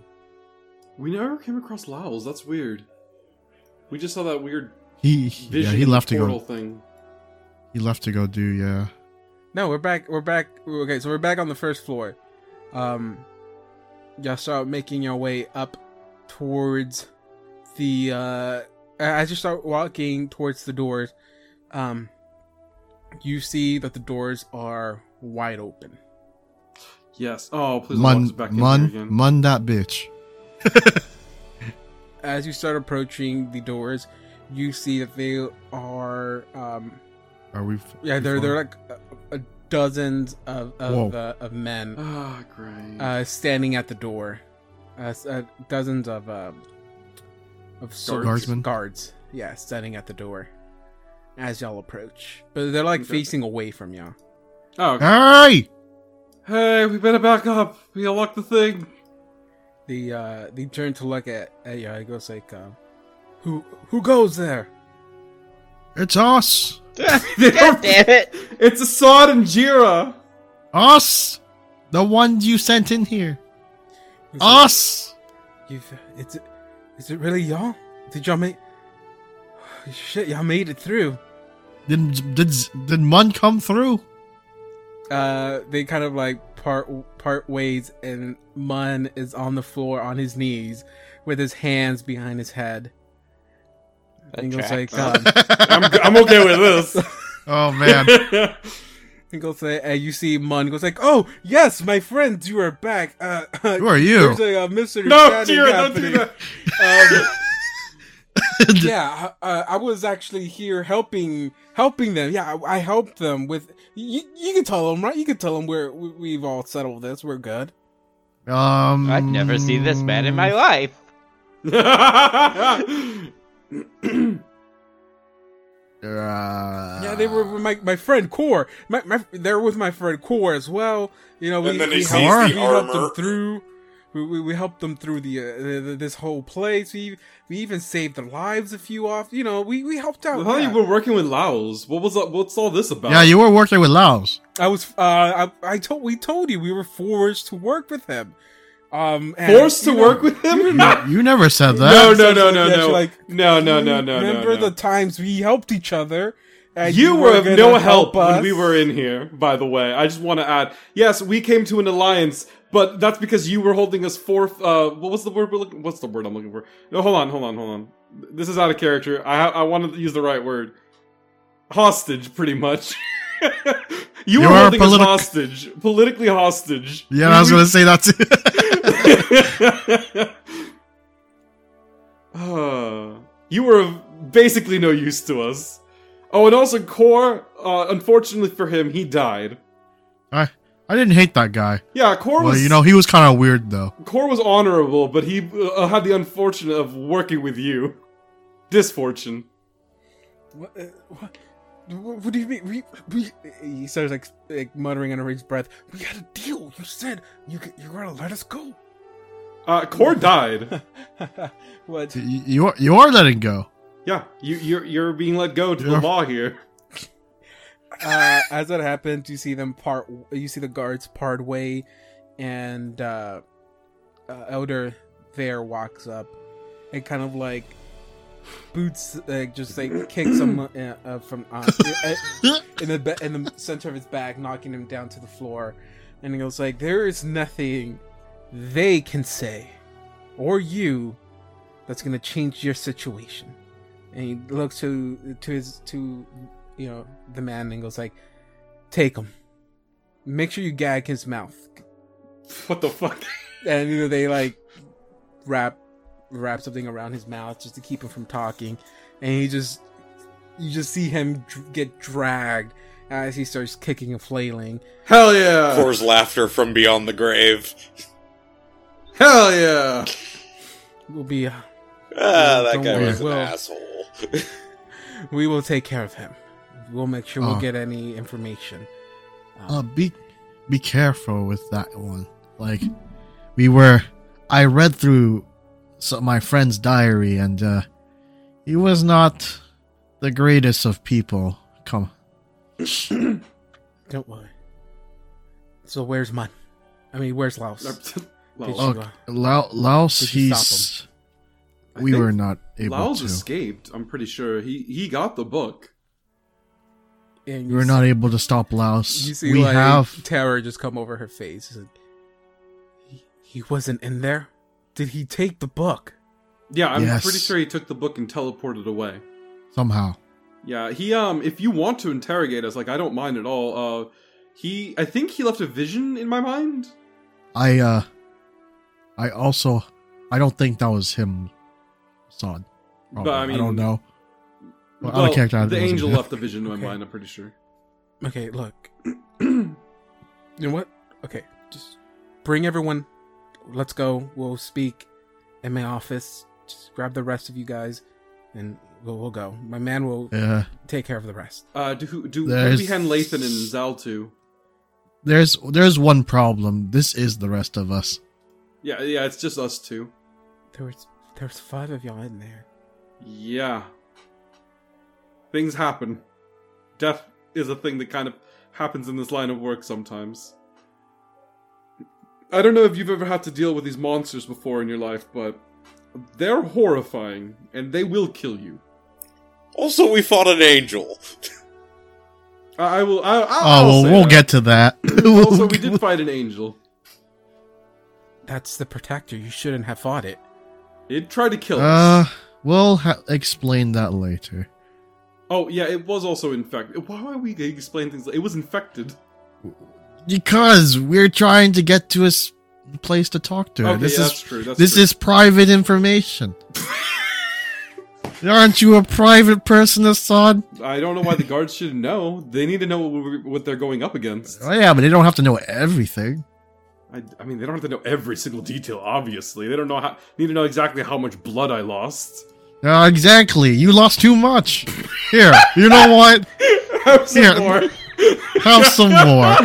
Speaker 4: We never came across Lowell's. That's weird. We just saw that weird
Speaker 3: He, he- yeah,
Speaker 4: vision
Speaker 3: he left to
Speaker 4: portal
Speaker 3: go.
Speaker 4: thing.
Speaker 3: He left to go do yeah.
Speaker 2: No, we're back. We're back. Okay, so we're back on the first floor. Um, y'all start making your way up towards the. uh As you start walking towards the doors, um, you see that the doors are wide open.
Speaker 4: Yes. Oh, please don't
Speaker 3: Mun
Speaker 4: walk back in here
Speaker 3: mun
Speaker 4: again.
Speaker 3: mun that bitch.
Speaker 2: As you start approaching the doors, you see that they are. Um,
Speaker 3: Are we?
Speaker 2: yeah, they're
Speaker 3: we fine?
Speaker 2: they're like a, a dozens of
Speaker 3: Whoa.
Speaker 2: of, uh, of men.
Speaker 4: Ah, great.
Speaker 2: uh, standing at the door. Uh, s- uh, dozens of um, of soldiers-
Speaker 3: Guardsmen?
Speaker 2: guards, yeah, standing at the door as y'all approach. But they're like
Speaker 4: Okay.
Speaker 2: facing away from y'all.
Speaker 4: oh, okay.
Speaker 3: Hey!
Speaker 4: hey, we better back up. We unlocked the thing. [LAUGHS]
Speaker 2: They uh, they turn to look at at y'all. It goes like, uh, "Who who goes there?"
Speaker 3: It's us!
Speaker 4: They
Speaker 1: God
Speaker 4: don't-
Speaker 1: damn it!
Speaker 4: It's Assad and Jira.
Speaker 3: Us! The ones you sent in here.
Speaker 2: He's like,
Speaker 3: Us!
Speaker 2: You've it's is it really y'all? Did y'all make [SIGHS] shit? Y'all made it through.
Speaker 3: Did did did Mun come through? [LAUGHS]
Speaker 2: uh they kind of like part part ways and mun is on the floor on his knees with his hands behind his head
Speaker 1: That
Speaker 2: and goes
Speaker 1: tracks.
Speaker 2: like um,
Speaker 4: I'm, I'm okay with this.
Speaker 3: Oh man.
Speaker 2: and goes like, and you see mun goes like oh yes my friends you are back uh [LAUGHS]
Speaker 3: Who are you?
Speaker 2: there's a, uh, misunderstanding
Speaker 4: [LAUGHS] no, Jira, don't do
Speaker 2: happening."
Speaker 4: that.
Speaker 2: Um,
Speaker 4: [LAUGHS]
Speaker 2: yeah, uh, I was actually here helping helping them. Yeah, I, I helped them with. You, you can tell them, right? You can tell them we're, we, we've all settled this. We're good.
Speaker 3: Um
Speaker 1: I'd never seen this man in
Speaker 3: Mm.
Speaker 1: my life.
Speaker 3: Uh,
Speaker 4: [LAUGHS]
Speaker 2: Yeah, they were with my, my friend Core. My, my they're with my friend Core as well. You know, we,
Speaker 6: And then
Speaker 2: we
Speaker 6: he
Speaker 3: sees
Speaker 2: helped,
Speaker 3: the
Speaker 2: we helped them
Speaker 6: armor.
Speaker 2: through. We, we, we helped them through the, uh, the, the- this whole place. We we even saved their lives a few off. You know, we, we helped out.
Speaker 4: I thought
Speaker 2: yeah.
Speaker 4: you were working with Laos. What was that, what's all this about?
Speaker 3: Yeah, you were working with
Speaker 4: [LAUGHS]
Speaker 3: Laos.
Speaker 2: I was uh I, I told we told you we were forced to work with him. Um, and,
Speaker 4: forced to
Speaker 2: you know,
Speaker 4: work
Speaker 2: [LAUGHS]
Speaker 4: with him.
Speaker 3: You, you never said that.
Speaker 4: No, no, no, no,
Speaker 2: Yeah,
Speaker 4: no.
Speaker 2: she like,
Speaker 4: [LAUGHS] no, no, no,
Speaker 2: you
Speaker 4: no, no.
Speaker 2: Remember
Speaker 4: no.
Speaker 2: the times we helped each other? And
Speaker 4: you were of
Speaker 2: gonna
Speaker 4: no help, when
Speaker 2: us?
Speaker 4: we were in here, by the way. I just want to add yes, we came to an alliance, but that's because you were holding us forth. Uh, what was the word we're looking What's the word I'm looking for? No, hold on, hold on, hold on. This is out of character. I, ha- I wanted to use the right word. Hostage, pretty much. [LAUGHS] you were
Speaker 3: You're
Speaker 4: holding
Speaker 3: politic-
Speaker 4: us hostage. Politically hostage.
Speaker 3: Yeah, I was gonna say that
Speaker 4: [LAUGHS]
Speaker 3: too. [LAUGHS]
Speaker 4: Uh, you were of basically no use to us. Oh, and also Core, uh, unfortunately for him, he died.
Speaker 3: I didn't hate that guy.
Speaker 4: Yeah, Core
Speaker 3: Well,
Speaker 4: was
Speaker 3: you know, he was kind of weird though.
Speaker 4: Core was honorable, but he uh, had the unfortunate of working with you. Disfortune.
Speaker 2: What, uh, what, what, what do you mean? We, we, he starts like, like muttering under his breath. We had a deal. You said you could- you're gonna let us go.
Speaker 4: Uh,
Speaker 3: [LAUGHS]
Speaker 4: Core died.
Speaker 2: what?
Speaker 3: Y- y- You are, you are letting go.
Speaker 4: Yeah, you, you're you're being let go to
Speaker 3: Yeah.
Speaker 4: the law here.
Speaker 2: Uh, as that happens, you see them part. You see the guards part way, and uh, uh, Elder there walks up and kind of like boots, uh, just like kicks him uh, uh, from uh, in the ba- in the center of his back, knocking him down to the floor. And he goes like, "There is nothing they can say, or you, that's gonna change your situation." And he looks to to his to you know the man and goes like, "Take him. Make sure you gag his mouth."
Speaker 4: What the fuck?
Speaker 2: And you know they like wrap wrap something around his mouth just to keep him from talking, and he just you just see him dr- get dragged as he starts kicking and flailing.
Speaker 4: Hell yeah!
Speaker 5: Pours laughter from beyond the grave.
Speaker 4: Hell yeah! [LAUGHS]
Speaker 2: We'll be
Speaker 5: Ah, that
Speaker 2: Don't
Speaker 5: guy
Speaker 2: worry.
Speaker 5: was an
Speaker 2: Well-
Speaker 5: asshole.
Speaker 2: we will take care of him. We'll make sure
Speaker 3: Oh.
Speaker 2: we'll get any information. Um,
Speaker 3: Uh, be be careful with that one. Like we were, I read through some, my friend's diary, and uh, he was not the greatest of people. Come,
Speaker 2: Don't worry. So where's Mun? I mean, where's Laos?
Speaker 4: Laos.
Speaker 2: Oh,
Speaker 3: look, Lao- Laos,
Speaker 2: Did you
Speaker 3: he's
Speaker 2: stop
Speaker 4: I
Speaker 3: we
Speaker 4: think
Speaker 3: were not able
Speaker 4: Laos
Speaker 3: to.
Speaker 4: escaped. I'm pretty sure he he got the book.
Speaker 2: And
Speaker 3: we were
Speaker 2: you
Speaker 3: not able to stop Laos.
Speaker 2: see- You see,
Speaker 3: we
Speaker 2: like
Speaker 3: have
Speaker 2: terror just come over her face. She's like, he, he wasn't in there. Did he take the book?
Speaker 4: Yeah, I'm
Speaker 3: Yes.
Speaker 4: pretty sure he took the book and teleported away.
Speaker 3: somehow.
Speaker 4: Yeah, he um if you want to interrogate us, like I don't mind at all. Uh he I think he left a vision in my mind.
Speaker 3: I uh, I also, I don't think that was him. Sod, probably.
Speaker 4: I mean-
Speaker 3: Oh, don't know. Well, out of
Speaker 4: Well,
Speaker 3: character, I
Speaker 4: the
Speaker 3: wasn't-
Speaker 4: angel left a vision in my
Speaker 2: Okay.
Speaker 4: mind, I'm pretty sure.
Speaker 2: Okay, look. [CLEARS THROAT] you know what? Okay, just bring everyone. Let's go. We'll speak in my office. Just grab the rest of you guys, and we'll, we'll go. My man will
Speaker 3: Yeah.
Speaker 2: take care of the rest.
Speaker 4: Uh do who do who
Speaker 3: There's-
Speaker 4: we hand Lathan and Zal to?
Speaker 3: There's there's one problem. This is the rest of us.
Speaker 4: Yeah, yeah, it's just us two.
Speaker 2: There was there was five of y'all in there.
Speaker 4: Yeah. Things happen. Death is a thing that kind of happens in this line of work sometimes. I don't know if you've ever had to deal with these monsters before in your life, but they're horrifying and they will kill you.
Speaker 5: Also, we fought an angel.
Speaker 4: I, I will. I, I, I'll
Speaker 3: Oh well,
Speaker 4: say
Speaker 3: we'll
Speaker 4: that.
Speaker 3: get to that.
Speaker 4: uh, [CLEARS THROAT] also,
Speaker 3: [LAUGHS]
Speaker 4: we did fight an angel.
Speaker 2: That's the protector. You shouldn't have fought it.
Speaker 4: It tried to kill us.
Speaker 3: Uh, we'll ha- explain that later.
Speaker 4: Oh yeah, it was also infected. Why are we explaining things? Like, it was infected.
Speaker 3: Because we're trying to get to a s- place to talk to. her.
Speaker 4: okay,
Speaker 3: this
Speaker 4: yeah, that's
Speaker 3: is
Speaker 4: true. That's
Speaker 3: this
Speaker 4: true.
Speaker 3: is private
Speaker 4: [LAUGHS]
Speaker 3: information. Aren't you a private person, Assad?
Speaker 4: I don't know why the guards should know. They need to know what, we- what they're going up against.
Speaker 3: Oh yeah, but they don't have to know everything.
Speaker 4: I, I mean, they don't have to know every single detail. Obviously, they don't know how need to know exactly how much blood I lost.
Speaker 3: Uh, exactly. You lost too much. Here, you know what?
Speaker 4: [LAUGHS] Have some
Speaker 3: Yeah. [LAUGHS]
Speaker 4: more.
Speaker 3: Have
Speaker 4: [LAUGHS]
Speaker 3: some more.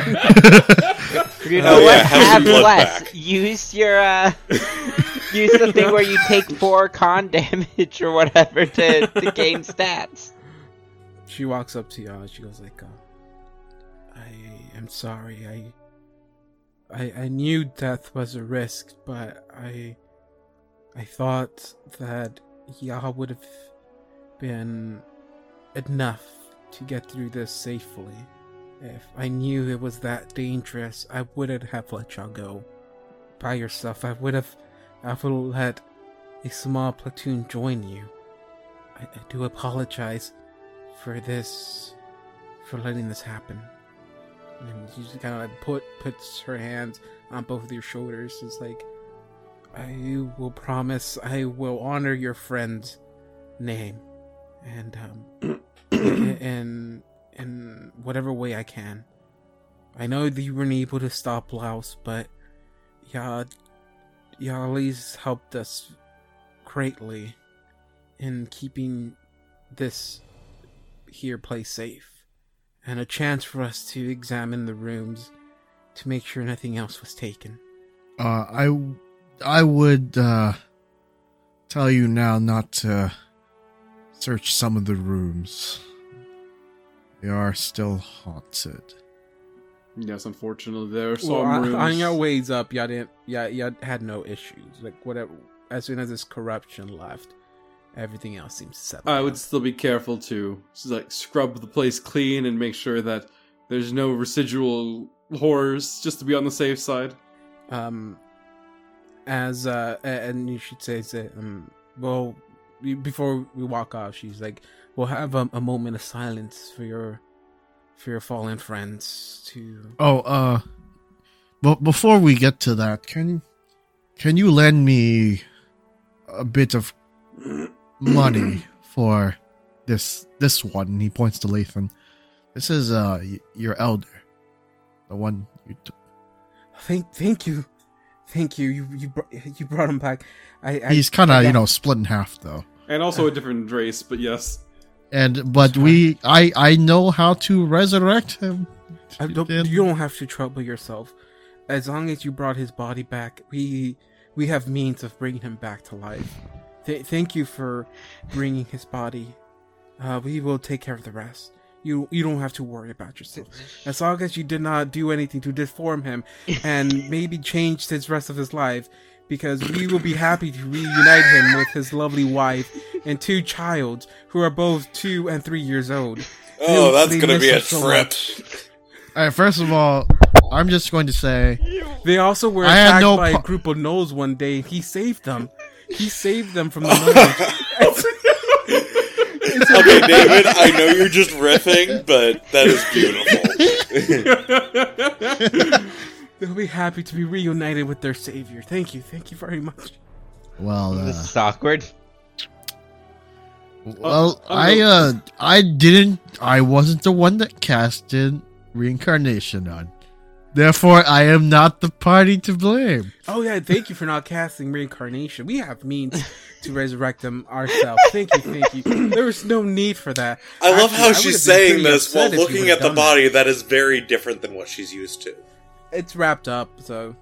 Speaker 1: You
Speaker 5: Oh,
Speaker 1: know
Speaker 5: yeah,
Speaker 1: what?
Speaker 5: have
Speaker 1: Have
Speaker 5: your blood
Speaker 1: less.
Speaker 5: back.
Speaker 1: Use your uh, use the thing where you take four con [LAUGHS] damage or whatever to, to gain stats.
Speaker 2: She walks up to y'all and she goes like, uh, "I am sorry. I, I, I knew death was a risk, but I, I thought that y'all would have been enough to get through this safely. If I knew it was that dangerous, I wouldn't have let y'all go by yourself. I would have, I would have let a small platoon join you. I, I do apologize." for this for letting this happen and she just kind of like put puts her hands on both of your shoulders it's like i will promise i will honor your friend's name and um in in whatever way i can i know that you weren't able to stop laos but y'all y'all at least helped us greatly in keeping this here play safe, and a chance for us to examine the rooms to make sure nothing else was taken.
Speaker 3: Uh, I I would uh, tell you now not to search some of the rooms. They are still haunted.
Speaker 4: Yes, unfortunately, there are some rooms.
Speaker 2: on your ways up, y'all didn't, y'all, y'all had no issues. Like whatever, as soon as this corruption left, everything else seems to settle.
Speaker 4: I
Speaker 2: down.
Speaker 4: would still be careful to s- like scrub the place clean and make sure that there's no residual horrors, just to be on the safe side.
Speaker 2: um, as uh, a- and you should say, say um, well, we- before we walk off, she's like, we'll have um, a moment of silence for your, for your fallen friends to
Speaker 3: Oh, uh, but before we get to that, can can you lend me a bit of money for this this one. And he points to Lathan. This is uh y- your elder, the one you took.
Speaker 2: Thank, thank you, thank you. You you br- you brought him back. I, I
Speaker 3: He's kind
Speaker 2: I
Speaker 3: of you
Speaker 2: got-
Speaker 3: know split in half though.
Speaker 4: And also a different race, but yes.
Speaker 3: And but we I I know how to resurrect him.
Speaker 2: I don't,
Speaker 3: And-
Speaker 2: you don't have to trouble yourself. As long as you brought his body back, we we have means of bringing him back to life. Th- thank you for bringing his body. Uh, we will take care of the rest. You you don't have to worry about yourself. As long as you did not do anything to deform him and maybe change his rest of his life, because we will be happy to reunite him with his lovely wife and two childs who are both two and three years old.
Speaker 5: Oh,
Speaker 2: They-
Speaker 5: that's
Speaker 2: they
Speaker 5: gonna
Speaker 2: miss
Speaker 5: be a
Speaker 2: us so
Speaker 5: trip.
Speaker 2: much.
Speaker 3: All right, first of all, I'm just going to say
Speaker 2: They also were
Speaker 3: I had
Speaker 2: attacked
Speaker 3: no
Speaker 2: by a
Speaker 3: pro-
Speaker 2: group of gnolls one day. and He saved them. He saved them from the gnolls.
Speaker 5: [LAUGHS] okay, David, I know you're just riffing, but that is beautiful.
Speaker 2: [LAUGHS] They'll be happy to be reunited with their savior. Thank you. Thank you very much.
Speaker 3: well
Speaker 1: This
Speaker 3: uh,
Speaker 1: is awkward.
Speaker 3: well
Speaker 4: I'm
Speaker 3: I
Speaker 4: no-
Speaker 3: uh I didn't I wasn't the one that casted reincarnation on. Therefore, I am not the party to blame.
Speaker 2: Oh yeah, thank you for not casting reincarnation. We have means to resurrect them ourselves. Thank you, thank
Speaker 5: [LAUGHS]
Speaker 2: you. There was no need for that.
Speaker 5: I love
Speaker 2: Actually,
Speaker 5: how
Speaker 2: I
Speaker 5: she's
Speaker 2: would've been
Speaker 5: saying
Speaker 2: pretty
Speaker 5: this
Speaker 2: upset
Speaker 5: while
Speaker 2: if you
Speaker 5: looking
Speaker 2: would've
Speaker 5: at the
Speaker 2: done
Speaker 5: body that is very different than what she's used to.
Speaker 2: that. It's wrapped up, so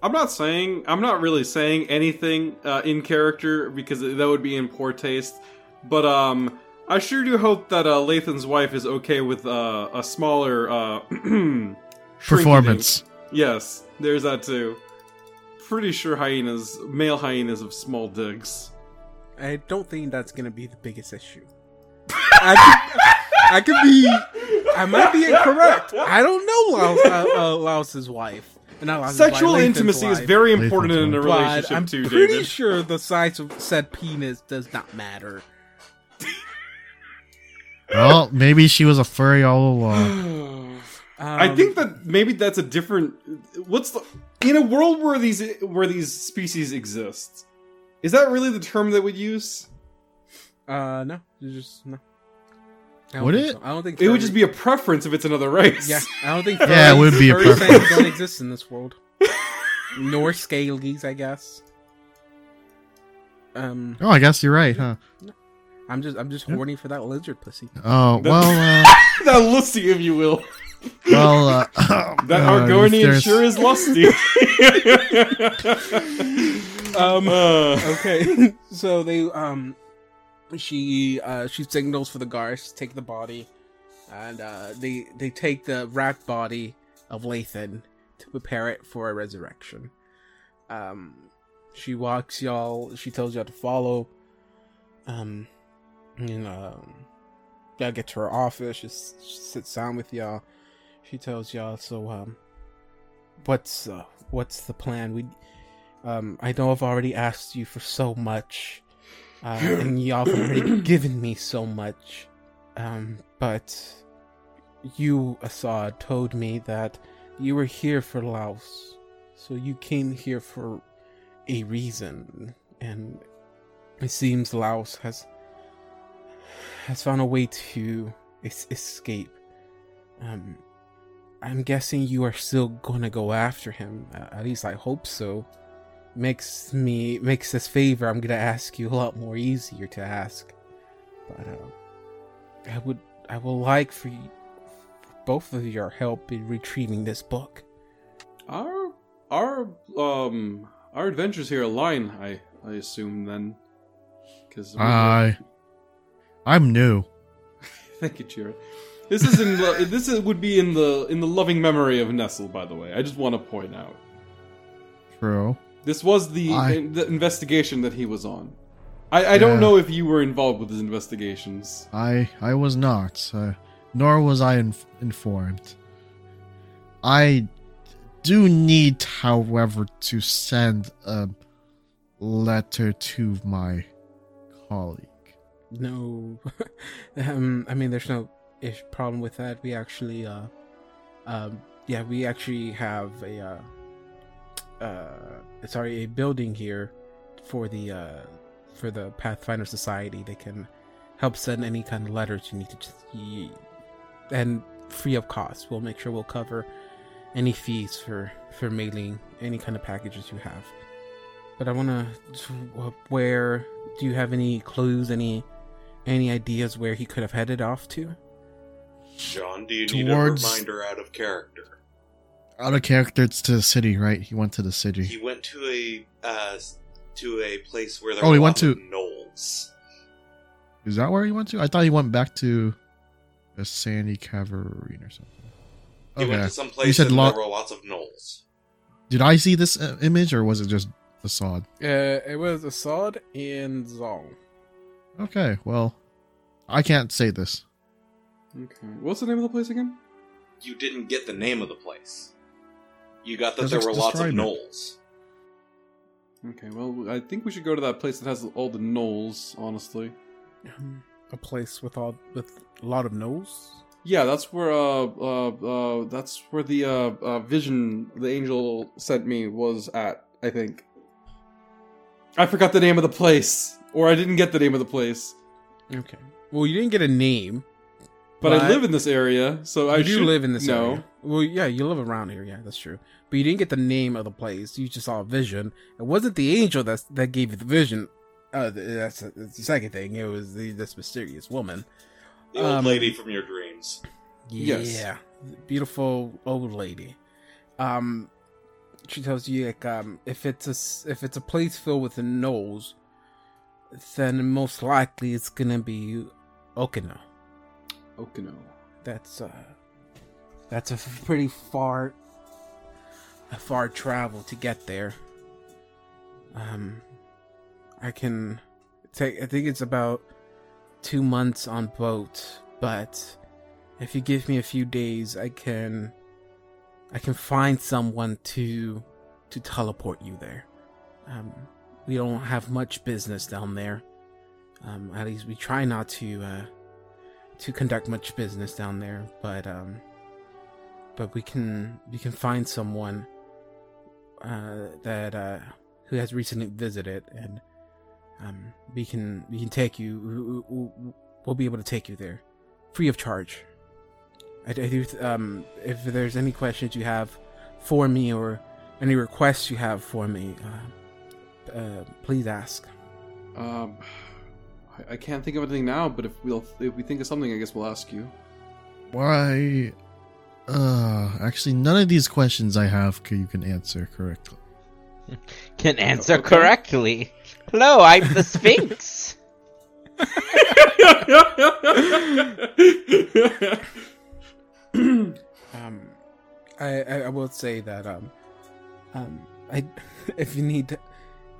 Speaker 4: I'm not saying I'm not really saying anything uh, in character because that would be in poor taste. But um, I sure do hope that uh, Lathan's wife is okay with uh, a smaller uh, [CLEARS THROAT] shrinking.
Speaker 3: Performance.
Speaker 4: Yes, there's that too. Pretty sure hyenas, male hyenas, of small dicks.
Speaker 2: I don't think that's gonna be the biggest issue. I could, I could be, I might be incorrect. I don't know Laos, uh, uh, Laos's wife. Not Laos's wife,
Speaker 4: Sexual
Speaker 2: Lathan's
Speaker 4: intimacy is
Speaker 2: wife.
Speaker 4: very
Speaker 3: Lathan's
Speaker 4: important in a
Speaker 2: But
Speaker 3: wife.
Speaker 4: relationship
Speaker 2: I'm
Speaker 4: too,
Speaker 2: pretty
Speaker 4: David.
Speaker 2: sure the size of said penis does not matter.
Speaker 3: [LAUGHS] Well, maybe she was a furry all along.
Speaker 2: [SIGHS] Um,
Speaker 4: I think that maybe that's a different. What's the in a world where these where these species exist? Is that really the term that we use?
Speaker 2: Uh, no, it's just no. I don't
Speaker 3: Would
Speaker 2: think
Speaker 3: it?
Speaker 2: so. I don't think
Speaker 4: It would
Speaker 2: furry-
Speaker 4: just be a preference if it's another race.
Speaker 2: Yeah, I don't think.
Speaker 3: [LAUGHS] Yeah, it would be a
Speaker 2: furry things
Speaker 3: preference.
Speaker 2: Don't exist in this
Speaker 4: [LAUGHS]
Speaker 2: world. Nor scalies, I guess. Um,
Speaker 3: Oh, I guess you're right, huh?
Speaker 2: I'm just, I'm just horny for that lizard pussy.
Speaker 3: Oh
Speaker 4: That- [LAUGHS]
Speaker 3: well, uh,
Speaker 4: [LAUGHS] that lusty, if you will.
Speaker 3: well. Uh, [LAUGHS]
Speaker 4: That
Speaker 3: uh,
Speaker 4: Argonian
Speaker 3: there's-
Speaker 4: sure is lusty. [LAUGHS]
Speaker 2: Um,
Speaker 4: Uh,
Speaker 2: okay. [LAUGHS] so they, um, she, uh, she signals for the guards to take the body, and uh, they, they take the wrapped body of Lathan to prepare it for a resurrection. Um, she walks y'all. She tells y'all to follow. Um, and um, y'all get to her office. She, s- she sits down with y'all. She tells y'all, so um, what's uh, what's the plan? We, um, I know I've already asked you for so much, uh, and y'all have already given me so much. Um, but you, Assad, told me that you were here for Laos, so you came here for a reason, and it seems Laos has has found a way to es- escape. Um, I'm guessing you are still gonna go after him. Uh, at least I hope so. Makes me makes this favor I'm gonna ask you a lot more easier to ask. But um, I would I would like for you, both of your help in retrieving this book.
Speaker 4: our our um our adventures here align. I I assume then because
Speaker 3: I, I'm new.
Speaker 4: [LAUGHS] Thank you, Chira. This is in lo- [LAUGHS] this is, would be in the in the loving memory of Nestle, by the way. I just want to point out
Speaker 3: True.
Speaker 4: this was the
Speaker 3: I-
Speaker 4: in- the investigation that he was on. I, I don't
Speaker 3: Yeah.
Speaker 4: know if you were involved with his investigations.
Speaker 3: I I was not, uh, nor was I inf- informed. I do need, however, to send a letter to my colleague.
Speaker 2: No, [LAUGHS] um, I mean, there's no ish problem with that. We actually, uh, um, yeah, we actually have a, uh, uh, sorry, a building here for the uh, for the Pathfinder Society. They can help send any kind of letters you need to, just, y- and free of cost. We'll make sure we'll cover any fees for for mailing any kind of packages you have. But I want to. Where do you have any clues? Any any ideas where he could have headed off to?
Speaker 5: Sean, do you need
Speaker 3: Towards-
Speaker 5: a reminder out of character?
Speaker 3: Out of character, it's to the city, right? He went to the
Speaker 5: He
Speaker 3: city.
Speaker 5: went to a uh, s- to a place where there
Speaker 3: Oh,
Speaker 5: were
Speaker 3: he
Speaker 5: a
Speaker 3: went
Speaker 5: lot of
Speaker 3: to-
Speaker 5: knolls.
Speaker 3: Is that where he went to? I thought he went back to the Sandy Caverine or something.
Speaker 5: He went
Speaker 3: Okay.
Speaker 5: to some place
Speaker 3: said
Speaker 5: and
Speaker 3: lo-
Speaker 5: there were lots of knolls.
Speaker 3: Did I see this uh, image or was it just Assad?
Speaker 2: Uh, it was Assad and Zong.
Speaker 3: Okay, well, I can't say this.
Speaker 4: Okay. What's the name of the place again?
Speaker 5: You didn't get the name of the place. You got that
Speaker 3: Does
Speaker 5: there
Speaker 3: it
Speaker 5: were lots of
Speaker 3: describe it?
Speaker 5: knolls.
Speaker 4: Okay, well, I think we should go to that place that has all the knolls, honestly.
Speaker 2: Um, A place with all with a lot of no's.
Speaker 4: Yeah, that's where uh uh, uh that's where the uh, uh vision the angel sent me was at, I think. I forgot the name of the place. Or I didn't get the name of the place.
Speaker 2: Okay. Well, you didn't get a name,
Speaker 4: But I
Speaker 2: But-
Speaker 4: live in this area, so I
Speaker 2: you do
Speaker 4: should
Speaker 2: live in this
Speaker 4: know.
Speaker 2: area. Well, yeah, you live around here. Yeah, that's true. But you didn't get the name of the place. You just saw a vision. It wasn't the angel that that gave you the vision. Uh, th- that's, that's the second thing. It was the, this mysterious woman.
Speaker 5: The old
Speaker 2: Um,
Speaker 5: lady from your dreams.
Speaker 4: Yes.
Speaker 2: Yeah, beautiful old lady. Um, she tells you like um, if it's a s- if it's a place filled with gnolls, then most likely it's gonna be Okina.
Speaker 4: Okino.
Speaker 2: That's uh, that's a f- pretty far, a far travel to get there. Um, I can take. I think it's about two months on boat, but if you give me a few days, I can, I can find someone to, to teleport you there. Um, we don't have much business down there. Um, at least we try not to. Uh, to conduct much business down there, but um, but we can we can find someone uh, that uh, who has recently visited, and um, we can we can take you. we- we- We'll be able to take you there, free of charge. I, I do. Um, if there's any questions you have for me or any requests you have for me, uh, uh, please ask.
Speaker 4: Um I, I can't think of anything now, but if we'll if we think of something I guess we'll ask you.
Speaker 3: Why? Uh, actually, none of these questions I have c- you can answer correctly.
Speaker 1: Can answer
Speaker 4: okay.
Speaker 1: correctly. Hello, I'm the Sphinx.
Speaker 2: Um, I, I I will say that um, um, I [LAUGHS] if you need,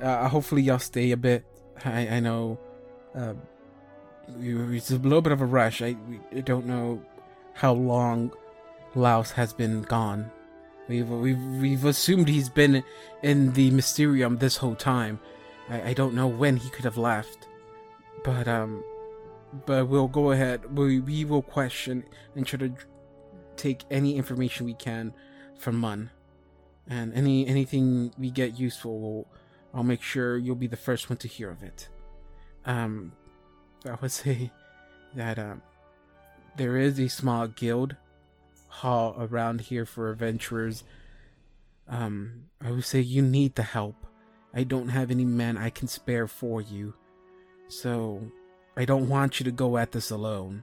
Speaker 2: uh, hopefully y'all stay a bit. I I know, um, you- it's a little bit of a rush. I we I don't know how long Laos has been gone. We've we've we've assumed he's been in the Mysterium this whole time. I, I don't know when he could have left, but um, but we'll go ahead. We we will question and try to take any information we can from Mun, and any anything we get useful, we'll, I'll make sure you'll be the first one to hear of it. Um, I would [LAUGHS] say that um, there is a small guild hall around here for adventurers. Um, I would say you need the help. I don't have any men I can spare for you, so I don't want you to go at this alone.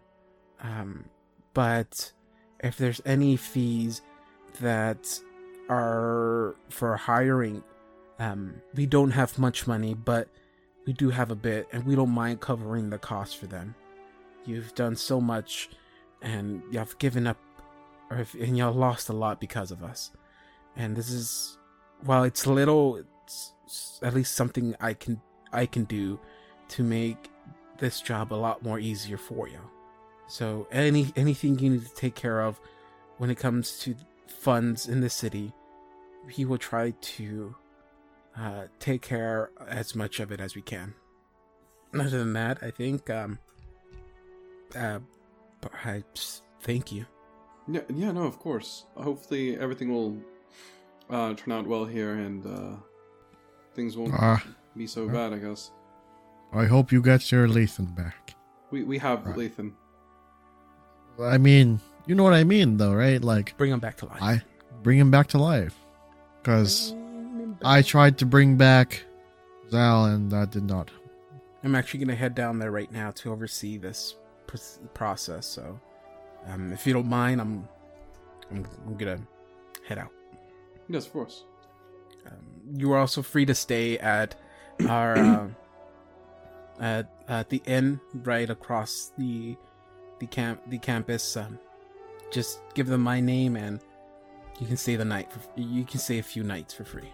Speaker 2: Um, but if there's any fees that are for hiring um we don't have much money but we do have a bit and we don't mind covering the cost for them you've done so much and you have given up or if, and y'all lost a lot because of us and this is while it's little it's s- at least something i can i can do to make this job a lot more easier for you so any anything you need to take care of when it comes to funds in the city, he will try to uh, take care as much of it as we can. Other than that, I think um, uh, but I s- thank you.
Speaker 4: Yeah, yeah, no, of course. Hopefully, everything will uh, turn out well here, and uh, things won't
Speaker 3: Ah,
Speaker 4: be so
Speaker 3: yeah.
Speaker 4: bad. I guess.
Speaker 3: I hope you get your Lathan back.
Speaker 4: We we have
Speaker 3: Right.
Speaker 4: Lathan.
Speaker 3: I mean, you know what I mean, though, right? Like,
Speaker 2: Bring him back to life.
Speaker 3: I bring him back to life. Because I tried to bring back Zal, and that did not.
Speaker 2: I'm actually going to head down there right now to oversee this pr- process. So, um, if you don't mind, I'm I'm, I'm going to head out.
Speaker 4: Yes, of course.
Speaker 2: Um, you are also free to stay at our uh, [CLEARS THROAT] at, at the inn right across the the camp the campus. Um, just give them my name, and you can stay the night. For, you can stay a few nights for free.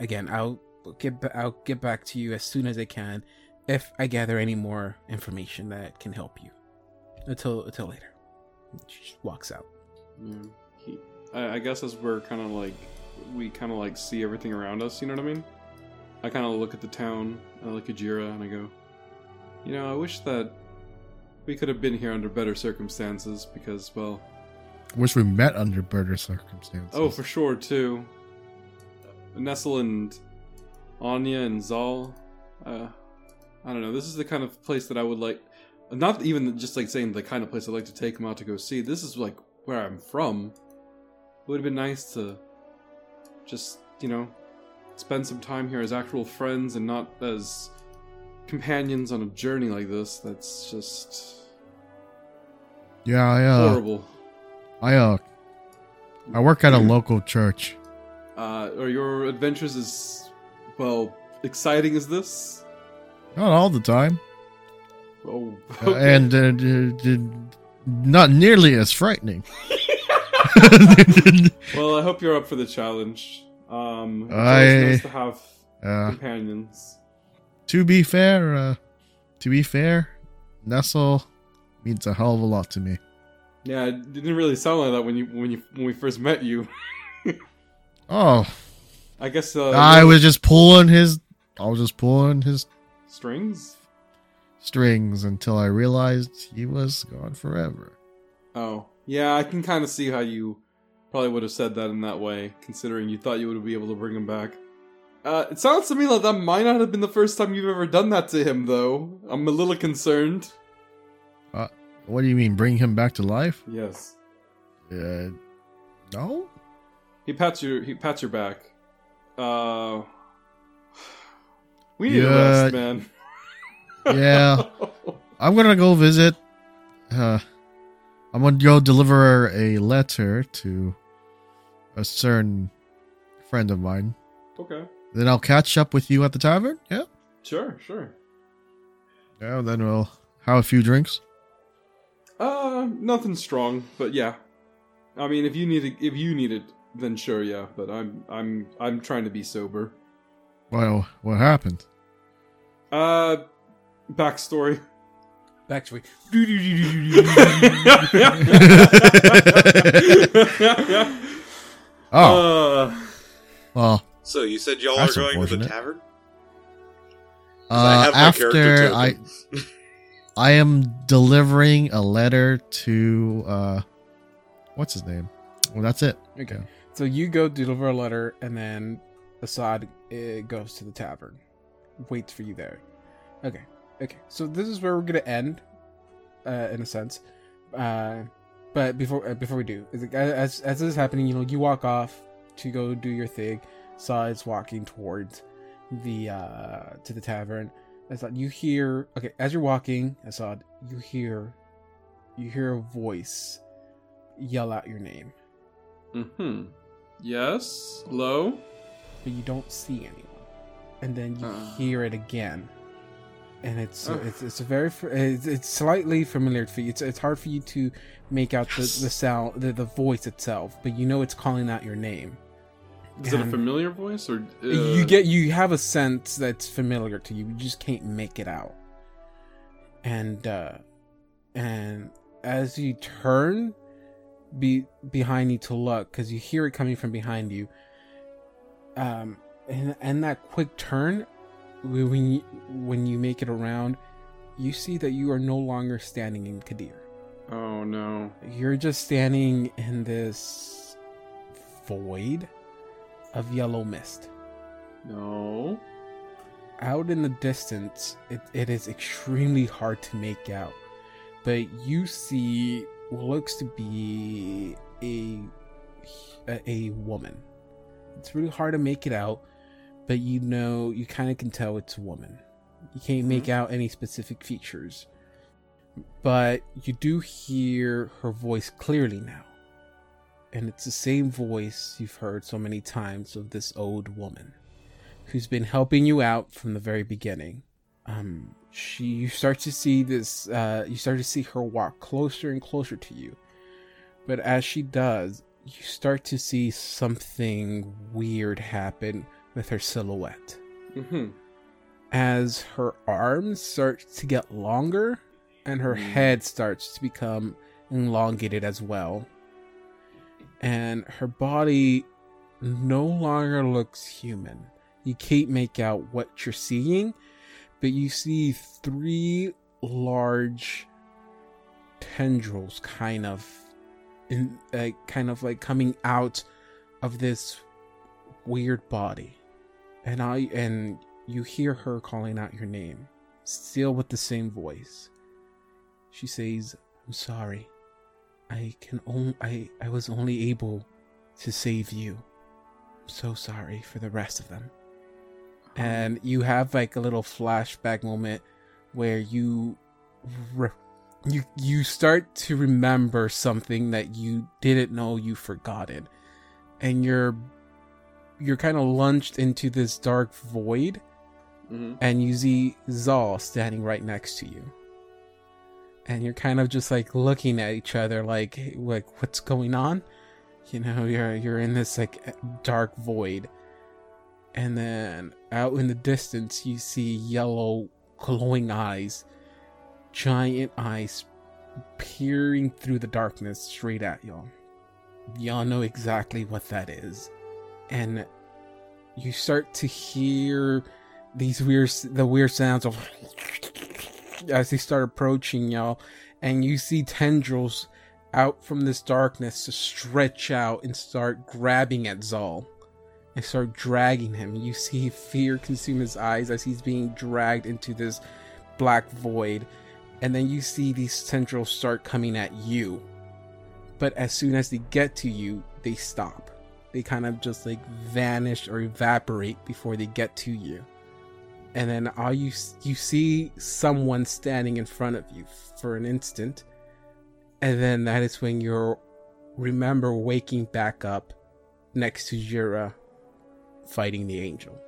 Speaker 2: Again, I'll get ba- I'll get back to you as soon as I can if I gather any more information that can help you. Until until later, she just walks out.
Speaker 4: Yeah. He, I, I guess as we're kind of like we kind of like see everything around us. You know what I mean? I kind of look at the town. I look at Jira, and I go, you know, I wish that we could have been here under better circumstances because, well,
Speaker 3: Wish we met under better circumstances.
Speaker 4: oh, for sure too. Nestle and Anya and Zal. Uh, I don't know. This is the kind of place that I would like. Not even just like saying the kind of place I'd like to take them out to go see. This is like where I'm from. It would have been nice to just, you know, spend some time here as actual friends and not as companions on a journey like this. That's just
Speaker 3: Yeah, I, uh,
Speaker 4: horrible.
Speaker 3: I, uh, I work at a local church.
Speaker 4: Uh, are your adventures as well exciting as this?
Speaker 3: Not all the time.
Speaker 4: Oh, [LAUGHS]
Speaker 3: Uh,
Speaker 4: okay.
Speaker 3: and uh, d- d- not nearly as frightening.
Speaker 4: well, I hope you're up for the challenge. Um, it's
Speaker 3: I-
Speaker 4: always nice to have
Speaker 3: uh,
Speaker 4: companions.
Speaker 3: to be fair, uh, to be fair, Nestle means a hell of a lot to me.
Speaker 4: Yeah, it didn't really sound like that when you when you when we first met you. [LAUGHS]
Speaker 3: Oh,
Speaker 4: I guess uh,
Speaker 3: I was just pulling his, I was just pulling his
Speaker 4: strings.
Speaker 3: strings until I realized he was gone forever.
Speaker 4: Oh, yeah, I can kind of see how you probably would have said that in that way, considering you thought you would be able to bring him back. Uh, it sounds to me like that might not have been the first time you've ever done that to him, though. I'm a little concerned.
Speaker 3: What do you mean, bring him back to life?
Speaker 4: Yes.
Speaker 3: Uh, no.
Speaker 4: He pats your he pats your back. Uh, we need a
Speaker 3: Yeah.
Speaker 4: rest, man. [LAUGHS]
Speaker 3: Yeah, I'm gonna go visit. Uh, I'm gonna go deliver a letter to a certain friend of mine.
Speaker 4: okay.
Speaker 3: Then I'll catch up with you at the tavern. Yeah.
Speaker 4: Sure. Sure.
Speaker 3: Yeah. Then we'll have a few drinks.
Speaker 4: Uh, nothing strong, but yeah. I mean, if you need it, if you need it, then sure, yeah. But I'm I'm I'm trying to be sober.
Speaker 3: Well, what happened?
Speaker 4: Uh, backstory.
Speaker 2: Back to
Speaker 3: [LAUGHS] Oh,
Speaker 4: Uh,
Speaker 3: well.
Speaker 5: So you said y'all
Speaker 3: That's
Speaker 5: are going to the
Speaker 3: unfortunate.
Speaker 5: tavern? 'Cause I
Speaker 3: Uh,
Speaker 5: have my
Speaker 3: after
Speaker 5: character
Speaker 3: I,
Speaker 5: token.
Speaker 3: I am delivering a letter to uh, what's his name? Well, that's it.
Speaker 2: Okay. So you go deliver a letter, and then Assad uh, goes to the tavern, waits for you there. Okay, okay. So this is where we're gonna end, uh, in a sense. Uh, but before uh, before we do, is it- as as this is happening, you know, you walk off to go do your thing. Assad is walking towards the uh, to the tavern. Assad, you hear okay as you're walking, Assad, you hear you hear a voice yell out your name.
Speaker 4: hmm. Yes. Hello.
Speaker 2: but you don't see anyone. And then you
Speaker 4: Uh.
Speaker 2: hear it again, and it's
Speaker 4: Ugh.
Speaker 2: it's it's a very fa- it's, it's slightly familiar for you. It's it's hard for you to make out the, the sound the, the voice itself, but you know it's calling out your name.
Speaker 4: Is it a
Speaker 2: And
Speaker 4: familiar voice or uh,
Speaker 2: You get you have a sense that's familiar to you. You just can't make it out. And uh and as you turn be behind you to look because you hear it coming from behind you um and and that quick turn wh- when you, when you make it around you see that you are no longer standing in kadir
Speaker 4: Oh no.
Speaker 2: you're just standing in this void of yellow mist
Speaker 4: No.
Speaker 2: out in the distance, it, it is extremely hard to make out. But you see what looks to be a, a, a woman. It's really hard to make it out, but you know, you kind of can tell it's a woman. You can't make out any specific features. But you do hear her voice clearly now. And it's the same voice you've heard so many times of this old woman who's been helping you out from the very beginning. Um, she you start to see this uh, you start to see her walk closer and closer to you. But as she does, you start to see something weird happen with her silhouette.
Speaker 4: Mm-hmm.
Speaker 2: As her arms start to get longer and her head starts to become elongated as well. And her body no longer looks human. You can't make out what you're seeing, but you see three large tendrils kind of in uh, kind of like coming out of this weird body. And I and you hear her calling out your name, still with the same voice. She says, "I'm sorry. I can only I I was only able to save you. I'm so sorry for the rest of them." and you have like a little flashback moment where you re- you you start to remember something that you didn't know you forgotten and you're you're kind of lunged into this dark void
Speaker 4: Mm-hmm.
Speaker 2: and you see Zal standing right next to you and you're kind of just like looking at each other like "Hey, like what's going on you know you're you're in this like dark void and then out in the distance you see yellow glowing eyes giant eyes peering through the darkness straight at y'all y'all know exactly what that is and you start to hear these weird the weird sounds of as they start approaching y'all and you see tendrils out from this darkness to stretch out and start grabbing at Zal and start dragging him. You see fear consume his eyes as he's being dragged into this black void. And then you see these tendrils start coming at you. But as soon as they get to you, they stop. They kind of just like vanish or evaporate before they get to you. And then all you you see someone standing in front of you for an instant. And then that is when you remember waking back up next to Jura fighting the angel.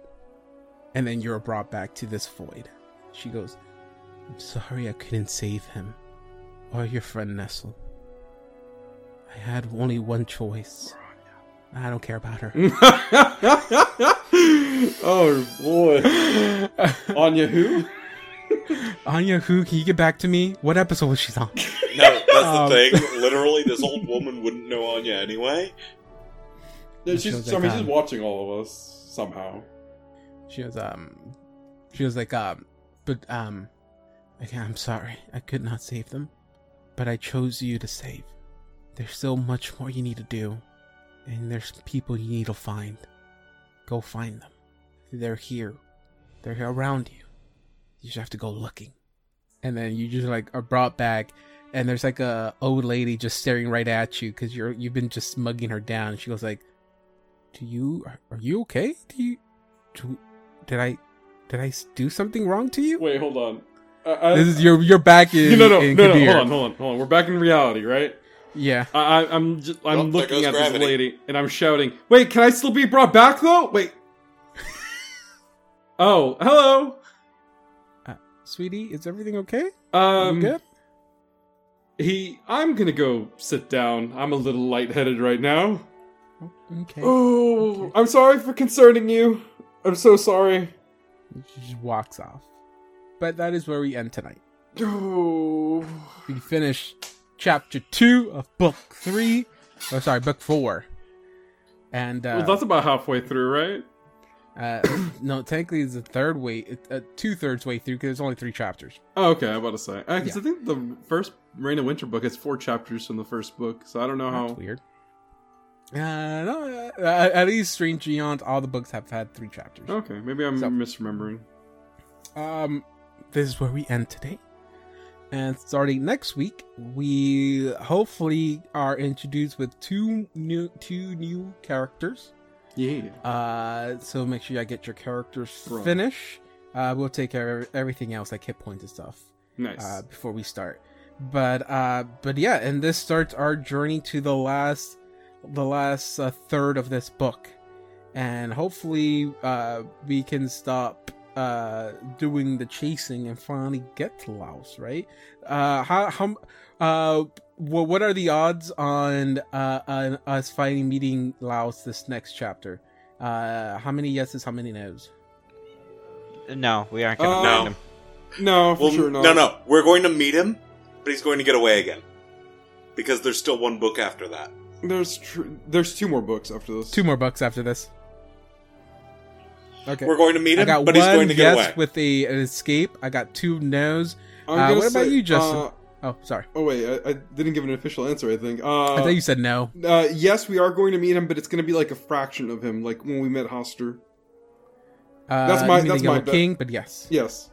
Speaker 2: And then you're brought back to this void. She goes, I'm sorry I couldn't save him or your friend Nestle. I had only one choice. I don't care about her.
Speaker 4: [LAUGHS] oh boy, Anya who?
Speaker 2: Anya, who can you get back to me? What episode was she on?
Speaker 6: No, that's
Speaker 2: [LAUGHS] Um.
Speaker 6: the thing. Literally, this old woman wouldn't know Anya anyway.
Speaker 4: No,
Speaker 2: [LAUGHS] It
Speaker 4: she's,
Speaker 2: shows
Speaker 4: I mean,
Speaker 2: that
Speaker 4: she's
Speaker 2: time.
Speaker 4: watching all of us somehow.
Speaker 2: She was um, she was like um, but um, again, I'm sorry, I could not save them, but I chose you to save. There's so much more you need to do, and there's people you need to find. Go find them. They're here. They're here around you. You just have to go looking. And then you just like are brought back, and there's like a old lady just staring right at you because you're you've been just mugging her down. She goes like, "Do you are, are you okay? Do you do, did I did I s- do something wrong to you?
Speaker 4: Wait, hold on. Uh, I, I,
Speaker 2: This is your you're back in
Speaker 4: no, no,
Speaker 2: in
Speaker 4: no, no.
Speaker 2: Kadir.
Speaker 4: Hold on, hold on, hold on. We're back in reality, right?
Speaker 2: Yeah.
Speaker 4: I, I, I'm just, I'm
Speaker 5: Oh, there
Speaker 4: looking
Speaker 5: goes
Speaker 4: at this
Speaker 5: gravity.
Speaker 4: lady and I'm shouting, "Wait, can I still be brought back though? Wait." [LAUGHS] oh, hello.
Speaker 2: Sweetie, is everything okay?
Speaker 4: Um,
Speaker 2: you good?
Speaker 4: he, I'm gonna go sit down. I'm a little lightheaded right now.
Speaker 2: Okay.
Speaker 4: Oh, I'm sorry for concerning you. I'm so sorry.
Speaker 2: She just walks off. But that is where we end tonight.
Speaker 4: Oh,
Speaker 2: We finish chapter two of book three. Oh, sorry, book four. And uh,
Speaker 4: well, that's about halfway through, right?
Speaker 2: uh, [COUGHS] no, technically it's a third way, uh, two thirds way through because there's only three chapters.
Speaker 4: Oh, okay, I'm about to say. Because
Speaker 2: Yeah.
Speaker 4: I think the first Rain of Winter book has four chapters from the first book, so I don't know
Speaker 2: That's
Speaker 4: how.
Speaker 2: weird. Uh, no, uh, at at least Strange Beyond, all the books have had three chapters.
Speaker 4: Okay, maybe I'm
Speaker 2: So-
Speaker 4: misremembering.
Speaker 2: um, this is where we end today. And starting next week, we hopefully are introduced with two new two new characters.
Speaker 4: Yeah.
Speaker 2: Uh, so make sure I get your characters
Speaker 4: Right.
Speaker 2: finish. Uh, we'll take care of everything else like hit points and stuff
Speaker 4: Nice.
Speaker 2: uh, before we start. But uh, but yeah, and this starts our journey to the last the last uh, third of this book, and hopefully uh, we can stop uh doing the chasing and finally get to Laos, right? Uh, how how uh wha- what are the odds on uh on us finally meeting Laos this next chapter? Uh, how many yeses? How many nos?
Speaker 1: No, we aren't gonna find
Speaker 4: Uh,
Speaker 5: no.
Speaker 1: him.
Speaker 4: no, for
Speaker 6: Well,
Speaker 4: sure not.
Speaker 6: no, no. We're going to meet him, but he's going to get away again because there's still one book after that.
Speaker 4: There's tr- there's two more books after this.
Speaker 2: Two more bucks after this. Okay.
Speaker 6: We're going to meet
Speaker 2: I
Speaker 6: him,
Speaker 2: got
Speaker 6: but
Speaker 2: one
Speaker 6: he's going to get
Speaker 2: yes
Speaker 6: away.
Speaker 2: with a, an escape. I got two no's.
Speaker 4: I'm
Speaker 2: Uh,
Speaker 4: gonna
Speaker 2: what about
Speaker 4: say,
Speaker 2: you, Justin?
Speaker 4: uh,
Speaker 2: Oh, sorry.
Speaker 4: oh wait, I, I didn't give an official answer. I think. Uh,
Speaker 2: I thought you said no.
Speaker 4: uh, yes, we are going to meet him, but it's going to be like a fraction of him, like when we met Hoster.
Speaker 2: Uh,
Speaker 4: that's my-
Speaker 2: you need to
Speaker 4: that's
Speaker 2: go
Speaker 4: my
Speaker 2: with
Speaker 4: bet.
Speaker 2: king, but yes.
Speaker 4: Yes.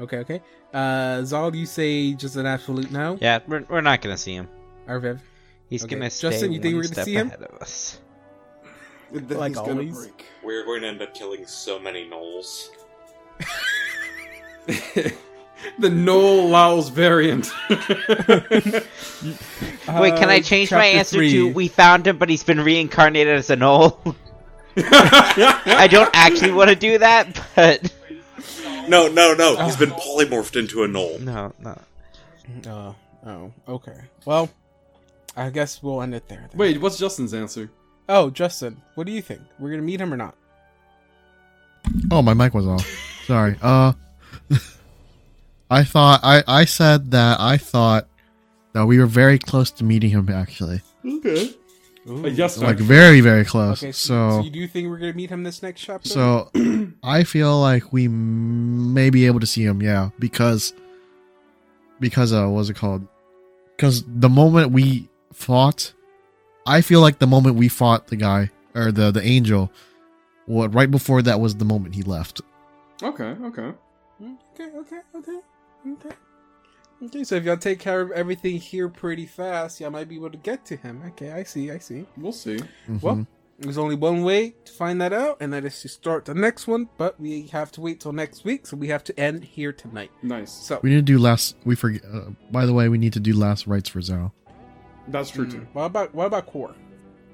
Speaker 2: Okay, okay. Uh, Zal, you say just an absolute no.
Speaker 1: Yeah, we're, we're not gonna see him.
Speaker 2: Arviv.
Speaker 1: He's
Speaker 2: Okay.
Speaker 1: gonna stay
Speaker 2: Justin, you think
Speaker 1: one
Speaker 2: we're gonna
Speaker 1: step
Speaker 2: see him?
Speaker 1: ahead of us.
Speaker 4: Th- th-
Speaker 2: Like
Speaker 4: he's gonna
Speaker 2: always.
Speaker 4: break.
Speaker 6: We're going to end up killing so many gnolls.
Speaker 4: the Noel Lowell's variant. [LAUGHS]
Speaker 1: Wait, can I
Speaker 2: Uh,
Speaker 1: change my
Speaker 2: chapter
Speaker 1: answer to
Speaker 2: three.
Speaker 1: we found him, but he's been reincarnated as an old? [LAUGHS] I don't actually want to do that, but
Speaker 6: No, no, no. He's been polymorphed into a knoll.
Speaker 1: no, no.
Speaker 2: Uh, oh, okay. Well, I guess we'll end it there. Then.
Speaker 4: Wait, what's Justin's answer?
Speaker 2: Oh, Justin, what do you think? We're gonna meet him or not?
Speaker 3: Oh, my mic was off. Sorry. Uh, I thought I I said that I thought that we were very close to meeting him. Actually,
Speaker 4: Okay.
Speaker 2: Ooh.
Speaker 4: Uh, yes,
Speaker 3: like
Speaker 4: sir.
Speaker 3: very very close.
Speaker 2: Okay. So,
Speaker 3: so
Speaker 2: you do think we're gonna meet him this next chapter?
Speaker 3: so I feel like we m- may be able to see him. Yeah, because because uh, what's it called? Because the moment we fought, I feel like the moment we fought the guy or the the angel, what right before that was the moment he left.
Speaker 4: Okay, okay.
Speaker 2: Hmm? Okay, okay, okay, okay. Okay, so if y'all take care of everything here pretty fast, y'all might be able to get to him. Okay, I see, I see.
Speaker 4: We'll see.
Speaker 2: Well,
Speaker 3: Mhm.
Speaker 2: there's only one way to find that out, and that is to start the next one, but we have to wait till next week, so we have to end here tonight.
Speaker 4: Nice.
Speaker 2: So,
Speaker 3: We need to do last. We forget. Uh, by the way, we need to do last rites for Zao.
Speaker 4: That's true too.
Speaker 2: what about what about Core?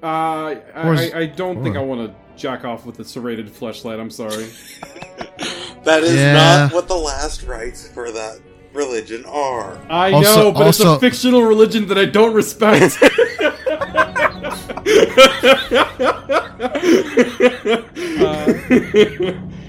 Speaker 4: Mm. Uh, I,
Speaker 3: Where's-
Speaker 4: I, I don't think I
Speaker 3: Or-
Speaker 4: want to jack off with a serrated fleshlight. I'm sorry.
Speaker 6: That is
Speaker 3: Yeah.
Speaker 6: not what the last rites for that religion are.
Speaker 4: I
Speaker 3: Also-
Speaker 4: know, but it's
Speaker 3: also-
Speaker 4: a fictional religion that I don't respect.
Speaker 2: Uh,
Speaker 4: [LAUGHS]